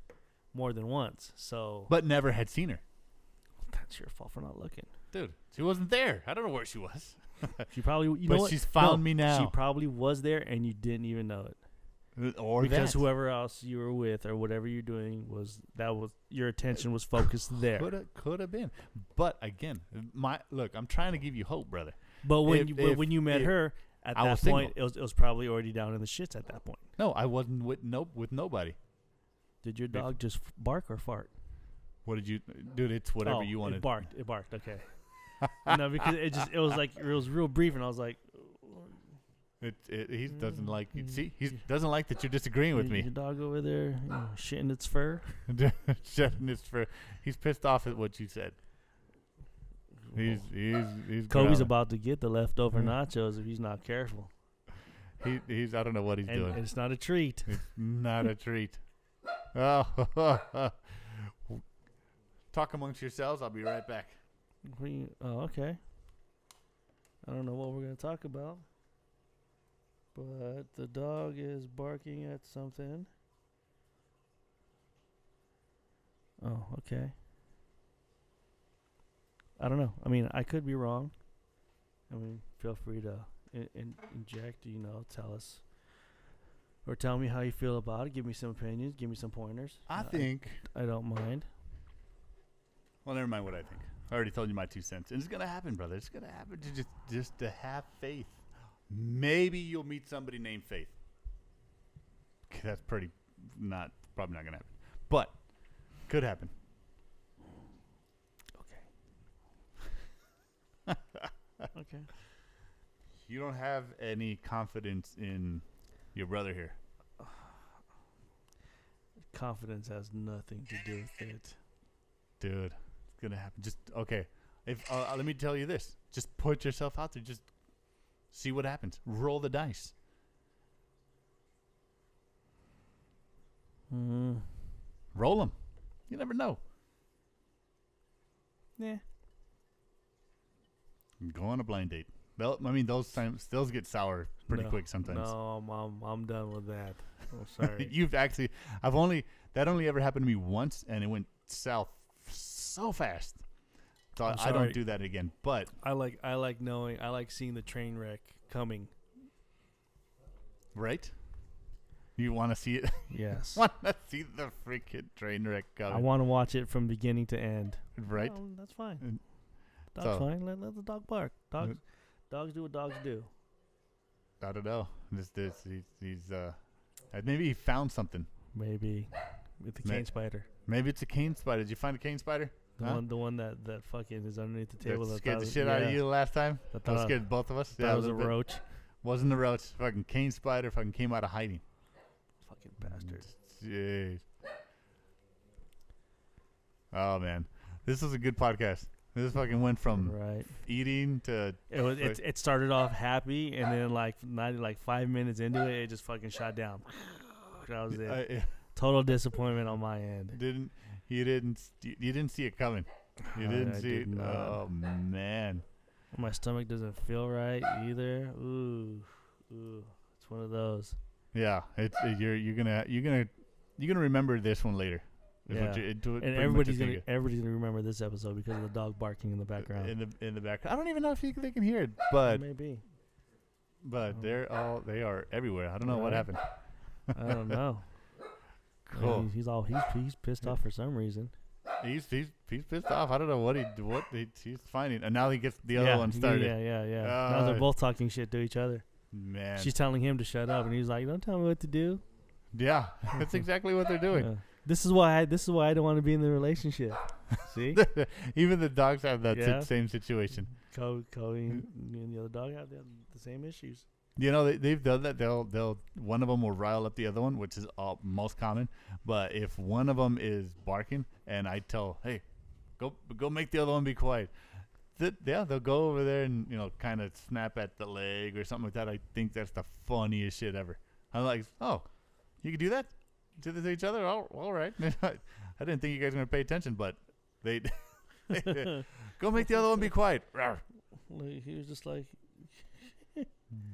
[SPEAKER 2] more than once, so
[SPEAKER 1] but never had seen her,
[SPEAKER 2] that's your fault for not looking.
[SPEAKER 1] dude. She wasn't there. I don't know where she was.
[SPEAKER 2] She probably, you
[SPEAKER 1] But
[SPEAKER 2] know, what?
[SPEAKER 1] she's found
[SPEAKER 2] No,
[SPEAKER 1] me
[SPEAKER 2] She
[SPEAKER 1] now.
[SPEAKER 2] probably was there, and you didn't even know it.
[SPEAKER 1] (laughs) or
[SPEAKER 2] because
[SPEAKER 1] that.
[SPEAKER 2] whoever else you were with or whatever you're doing was that was your attention was focused there.
[SPEAKER 1] could have could have been. But again, my look, I'm trying to give you hope, brother.
[SPEAKER 2] But when
[SPEAKER 1] if-
[SPEAKER 2] you, when-
[SPEAKER 1] if-
[SPEAKER 2] when you met
[SPEAKER 1] if
[SPEAKER 2] her at
[SPEAKER 1] I was
[SPEAKER 2] that
[SPEAKER 1] single.
[SPEAKER 2] point, it was, it was probably already down in the shits at that point.
[SPEAKER 1] No, I wasn't with nope with nobody.
[SPEAKER 2] Did your
[SPEAKER 1] If-
[SPEAKER 2] dog just f- bark or fart?
[SPEAKER 1] What did you, dude? It's whatever
[SPEAKER 2] Oh,
[SPEAKER 1] you wanted.
[SPEAKER 2] It barked. It barked. Okay.
[SPEAKER 1] (laughs)
[SPEAKER 2] no, because it just it was like it was real brief, and I was like,
[SPEAKER 1] It, it, he doesn't like.
[SPEAKER 2] Mm.
[SPEAKER 1] See, he doesn't like that you're disagreeing with
[SPEAKER 2] "Your-
[SPEAKER 1] me.
[SPEAKER 2] Your dog over there you know, shitting its fur. Mm-hmm.
[SPEAKER 1] (laughs) Shutting this for. He's pissed off at what you said. He's he's he's
[SPEAKER 2] Kobe's
[SPEAKER 1] growling.
[SPEAKER 2] about to get the leftover
[SPEAKER 1] Mm.
[SPEAKER 2] nachos if he's not careful,
[SPEAKER 1] He, he's I don't know what he's
[SPEAKER 2] and,
[SPEAKER 1] doing.
[SPEAKER 2] and it's not a treat.
[SPEAKER 1] It's not a
[SPEAKER 2] (laughs)
[SPEAKER 1] treat. Oh, (laughs) talk amongst yourselves. I'll be right back.
[SPEAKER 2] We, oh, okay. I don't know what we're going to talk about. But the dog is barking at something. Oh, okay. I don't know. I mean, I could be wrong. I mean, feel free to in, in, inject, you know, tell us. Or tell me how you feel about it. Give me some opinions. Give me some pointers.
[SPEAKER 1] I think.
[SPEAKER 2] I don't mind.
[SPEAKER 1] Well, never mind what I think. I already told you my two cents, and it's gonna happen, brother. It's gonna happen. Ju- Just just to have faith. Maybe you'll meet somebody named Faith. 'Kay, That's pretty not probably not gonna happen, but could happen. (laughs)
[SPEAKER 2] Okay.
[SPEAKER 1] You don't have any confidence in your brother here.
[SPEAKER 2] confidence has nothing to do with it.
[SPEAKER 1] dude it's gonna happen just okay if uh, uh, let me tell you this just put yourself out there just see what happens roll the dice
[SPEAKER 2] Mm-hmm.
[SPEAKER 1] roll them you never know
[SPEAKER 2] Yeah.
[SPEAKER 1] go on a blind date They'll, i mean those times those get sour pretty
[SPEAKER 2] No,
[SPEAKER 1] quick sometimes
[SPEAKER 2] No, I'm, I'm I'm done
[SPEAKER 1] (laughs)
[SPEAKER 2] with that. I'm sorry.
[SPEAKER 1] you've actually i've only that only ever happened to me once and it went south so fast so
[SPEAKER 2] I'm
[SPEAKER 1] i don't
[SPEAKER 2] sorry.
[SPEAKER 1] do that again but
[SPEAKER 2] I like I like knowing. I like seeing the train wreck coming.
[SPEAKER 1] right you want to see it (laughs)
[SPEAKER 2] Yes.
[SPEAKER 1] want to see the freaking train wreck
[SPEAKER 2] I
[SPEAKER 1] coming
[SPEAKER 2] want to watch it from beginning to end.
[SPEAKER 1] right
[SPEAKER 2] Oh, that's
[SPEAKER 1] And-
[SPEAKER 2] fine. Dog's
[SPEAKER 1] so-
[SPEAKER 2] fine. Let, let the dog bark. Dogs, dogs do what dogs do.
[SPEAKER 1] I don't know. This this he's, he's uh uh, maybe he found something.
[SPEAKER 2] Maybe with the
[SPEAKER 1] May-
[SPEAKER 2] cane spider,
[SPEAKER 1] Maybe it's a cane spider. Did you find a cane spider?
[SPEAKER 2] the
[SPEAKER 1] Huh?
[SPEAKER 2] one the one that that fucking is underneath the table.
[SPEAKER 1] that
[SPEAKER 2] That
[SPEAKER 1] scared
[SPEAKER 2] thought
[SPEAKER 1] the
[SPEAKER 2] it-
[SPEAKER 1] shit out of
[SPEAKER 2] yeah, Uh,
[SPEAKER 1] you the last time.
[SPEAKER 2] That
[SPEAKER 1] That
[SPEAKER 2] thought,
[SPEAKER 1] scared both of us.
[SPEAKER 2] thought it was a
[SPEAKER 1] little bit.
[SPEAKER 2] roach.
[SPEAKER 1] Wasn't a roach. Fucking cane spider. Fucking came out of hiding.
[SPEAKER 2] Fucking bastard.
[SPEAKER 1] Jeez. Oh man, this was a good podcast. This fucking went from
[SPEAKER 2] right?
[SPEAKER 1] eating to
[SPEAKER 2] It was
[SPEAKER 1] Right.
[SPEAKER 2] it, it started off happy and then like not like five minutes into it, it just fucking shot down. That was it.
[SPEAKER 1] I, I
[SPEAKER 2] Total disappointment on my end.
[SPEAKER 1] didn't. You didn't. s- You you didn't see it coming. You
[SPEAKER 2] I-
[SPEAKER 1] didn't
[SPEAKER 2] I
[SPEAKER 1] see.
[SPEAKER 2] did
[SPEAKER 1] it.
[SPEAKER 2] not.
[SPEAKER 1] Oh man.
[SPEAKER 2] My stomach doesn't feel right either. Ooh, ooh, it's one of those.
[SPEAKER 1] Yeah. It's uh, you're you're gonna you're gonna you're gonna remember this one later. is
[SPEAKER 2] Yeah.
[SPEAKER 1] what you- it- pretty
[SPEAKER 2] And
[SPEAKER 1] much
[SPEAKER 2] everybody's
[SPEAKER 1] it's
[SPEAKER 2] gonna everybody's gonna remember this episode because of the dog barking in the background.
[SPEAKER 1] in the in the back. I don't even know if you, they can hear it, but
[SPEAKER 2] Maybe oh.
[SPEAKER 1] but they're all they are everywhere. I don't know what
[SPEAKER 2] Right.
[SPEAKER 1] happened. (laughs)
[SPEAKER 2] I don't know.
[SPEAKER 1] Cool.
[SPEAKER 2] He's, he's all he's he's pissed off for some reason.
[SPEAKER 1] He's he's he's pissed off. I don't know what he what he, he's finding, and now he gets the other
[SPEAKER 2] yeah,
[SPEAKER 1] one started.
[SPEAKER 2] Yeah, yeah, yeah. now
[SPEAKER 1] Uh,
[SPEAKER 2] they're both talking shit to each other.
[SPEAKER 1] Man,
[SPEAKER 2] She's telling him to shut up, and he's like, "Don't tell me what to do."
[SPEAKER 1] yeah, (laughs)
[SPEAKER 2] (laughs)
[SPEAKER 1] that's exactly what they're doing.
[SPEAKER 2] Yeah. This is why I, this is why I don't want to be in the
[SPEAKER 1] (laughs)
[SPEAKER 2] relationship. See,
[SPEAKER 1] Even the dogs have that si-
[SPEAKER 2] Yeah.
[SPEAKER 1] same situation.
[SPEAKER 2] Co- Cody and,
[SPEAKER 1] Mm-hmm.
[SPEAKER 2] and the other dog have the, the
[SPEAKER 1] (laughs)
[SPEAKER 2] same issues.
[SPEAKER 1] You know, they, they've done that. They'll they'll one of them will rile up the other one, which is uh, most common. But if one of them is barking, and I tell, hey, go go make the other one be quiet. Th- yeah, they'll go over there and you know, kind of snap at the leg or something like that. I think that's the funniest shit ever. I'm like, oh, you can do that to, the- to each other. All, all right. (laughs) I didn't think you guys were gonna pay attention, but they (laughs) go make the other one be quiet. Rawr.
[SPEAKER 2] (laughs) Like, he was just like,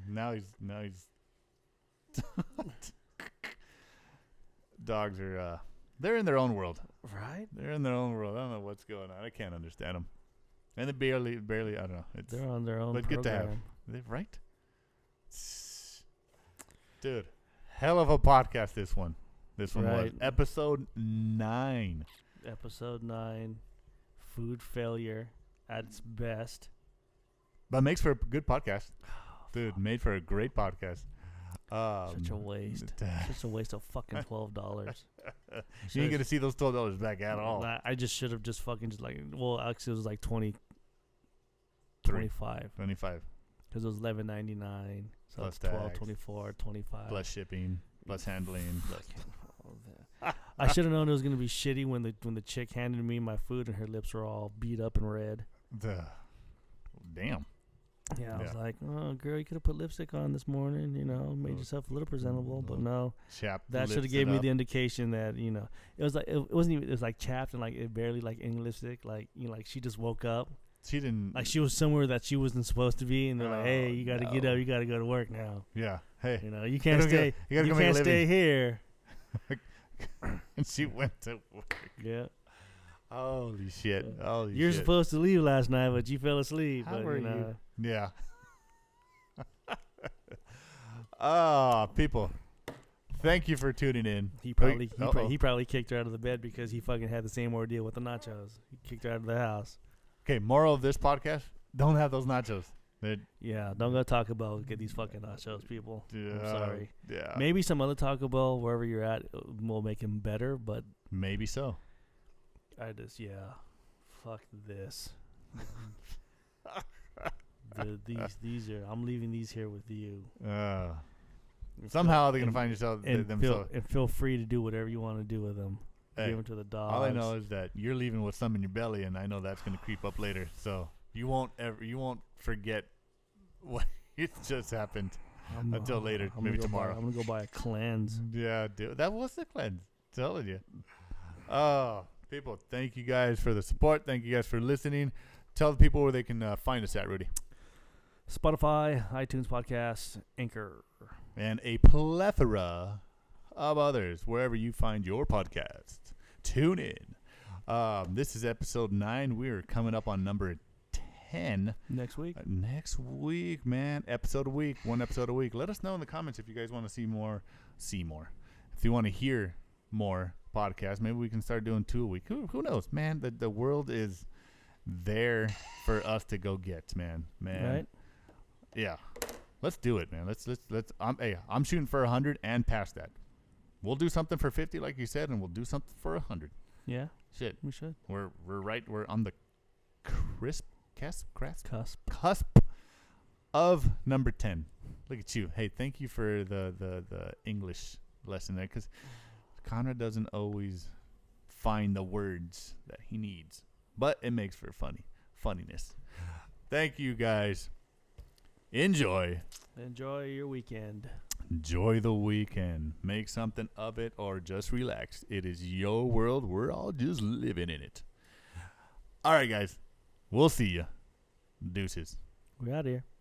[SPEAKER 1] Now he's now he's (laughs) dogs are uh they're in their own world.
[SPEAKER 2] right?
[SPEAKER 1] They're in their own world. I don't know what's going on. I can't understand them. And they barely barely I don't know. It's
[SPEAKER 2] They're on their own.
[SPEAKER 1] But
[SPEAKER 2] But
[SPEAKER 1] good to have.
[SPEAKER 2] program.
[SPEAKER 1] they right. Dude, hell of a podcast this one. This one was
[SPEAKER 2] Right.
[SPEAKER 1] episode 9.
[SPEAKER 2] Episode nine, food failure at its best.
[SPEAKER 1] But makes for a good
[SPEAKER 2] (sighs)
[SPEAKER 1] podcast. Dude, made for a great podcast. Um,
[SPEAKER 2] Such a waste.
[SPEAKER 1] (laughs)
[SPEAKER 2] Such a waste of fucking twelve dollars.
[SPEAKER 1] you ain't gonna see those twelve dollars back at all.
[SPEAKER 2] I, I just should have just fucking just like well, actually it was like 20,
[SPEAKER 1] Three.
[SPEAKER 2] 25
[SPEAKER 1] Twenty-five
[SPEAKER 2] because it was eleven ninety nine. So
[SPEAKER 1] Plus
[SPEAKER 2] it's 12,
[SPEAKER 1] tax.
[SPEAKER 2] 24, 25.
[SPEAKER 1] plus Uh, shipping, plus handling, plus
[SPEAKER 2] I should have known it was gonna be shitty when the when the chick handed me my food and her lips were all beat up and red.
[SPEAKER 1] the damn.
[SPEAKER 2] Yeah, I was
[SPEAKER 1] Yeah.
[SPEAKER 2] like, oh girl, you could have put lipstick on this morning, you know, made
[SPEAKER 1] Oh.
[SPEAKER 2] yourself a little presentable. But
[SPEAKER 1] Oh.
[SPEAKER 2] no,
[SPEAKER 1] Chap
[SPEAKER 2] that should have
[SPEAKER 1] lifts
[SPEAKER 2] gave
[SPEAKER 1] it
[SPEAKER 2] me
[SPEAKER 1] up.
[SPEAKER 2] the indication that you know it was like it, it wasn't even it was like chapped and like it barely like in lipstick like you know like she just woke up
[SPEAKER 1] She didn't.
[SPEAKER 2] like she was somewhere that she wasn't supposed to be and they're
[SPEAKER 1] Oh,
[SPEAKER 2] like hey you got to get
[SPEAKER 1] no.
[SPEAKER 2] up you got to go to work now
[SPEAKER 1] yeah. Hey,
[SPEAKER 2] you know you can't
[SPEAKER 1] gotta go-
[SPEAKER 2] stay
[SPEAKER 1] you gotta
[SPEAKER 2] you
[SPEAKER 1] go make a
[SPEAKER 2] can't stay
[SPEAKER 1] living.
[SPEAKER 2] here
[SPEAKER 1] (laughs) and she went to work.
[SPEAKER 2] yeah
[SPEAKER 1] Holy (laughs) shit!
[SPEAKER 2] Yeah.
[SPEAKER 1] Holy
[SPEAKER 2] you're
[SPEAKER 1] shit.
[SPEAKER 2] supposed to leave last night but you fell asleep
[SPEAKER 1] How
[SPEAKER 2] but,
[SPEAKER 1] are
[SPEAKER 2] you
[SPEAKER 1] you?
[SPEAKER 2] know,
[SPEAKER 1] (laughs) Yeah. (laughs) Ah, people. Thank you for tuning in. Oh,
[SPEAKER 2] he
[SPEAKER 1] y-
[SPEAKER 2] probably he, pro-
[SPEAKER 1] uh-oh.
[SPEAKER 2] he probably kicked her out of the bed because he fucking had the same ordeal with the nachos he kicked her out of the house
[SPEAKER 1] okay. Moral of this podcast: Don't have those nachos. They're,
[SPEAKER 2] yeah don't go talk about get these fucking nachos people
[SPEAKER 1] yeah,
[SPEAKER 2] sorry.
[SPEAKER 1] Yeah. Maybe,
[SPEAKER 2] Maybe some other Taco Bell, wherever you're at, uh, will make him better. But
[SPEAKER 1] so.
[SPEAKER 2] I just, yeah, fuck this. the, these, these are. I'm leaving these here with you.
[SPEAKER 1] Uh, somehow they're gonna
[SPEAKER 2] And-
[SPEAKER 1] find yourself
[SPEAKER 2] and feel
[SPEAKER 1] themselves.
[SPEAKER 2] and feel free to do whatever you want to do with them.
[SPEAKER 1] Hey.
[SPEAKER 2] Give them to the dogs.
[SPEAKER 1] All I know is that you're leaving with some in your belly, and I know that's going to creep up later. So you won't ever, you won't forget what (laughs) it just happened.
[SPEAKER 2] I'm-
[SPEAKER 1] until later,
[SPEAKER 2] gonna
[SPEAKER 1] maybe
[SPEAKER 2] go buy-
[SPEAKER 1] tomorrow.
[SPEAKER 2] I'm gonna go buy a cleanse.
[SPEAKER 1] Yeah, dude, that was the cleanse. Telling you. Oh, people, thank you guys for the support. Thank you guys for listening. Tell the people where they can uh, find us at, Rudy.
[SPEAKER 2] Spotify, iTunes podcast, Anchor.
[SPEAKER 1] and a plethora of others wherever you find your podcast. Tune in. Um, this is episode nine. We are coming up on number ten
[SPEAKER 2] Next week,
[SPEAKER 1] uh, next week, man. Episode a week, one episode a week. Let us know in the comments if you guys want to see more. See more. If you want to hear more podcasts, maybe we can start doing two a week. Who, who knows, man? The the world is there for us to go get, man. Man,
[SPEAKER 2] right?
[SPEAKER 1] yeah, let's do it, man. Let's let's let's. I'm hey, I'm shooting for hundred and past that. We'll do something for fifty, like you said, and we'll do something for hundred.
[SPEAKER 2] Yeah,
[SPEAKER 1] Shit,
[SPEAKER 2] we should.
[SPEAKER 1] we're we're right. We're on the crisp, cusp, cusp,
[SPEAKER 2] Cusp.
[SPEAKER 1] cusp of number ten. Look at you. Hey, thank you for the the the English lesson there, because Conrad doesn't always find the words that he needs, but it makes for funny funniness. Thank you guys. Enjoy.
[SPEAKER 2] Enjoy your weekend.
[SPEAKER 1] Enjoy the weekend. Make something of it or just relax. It is your world. We're all just living in it. All right, guys. We'll see ya. Deuces.
[SPEAKER 2] We're out here.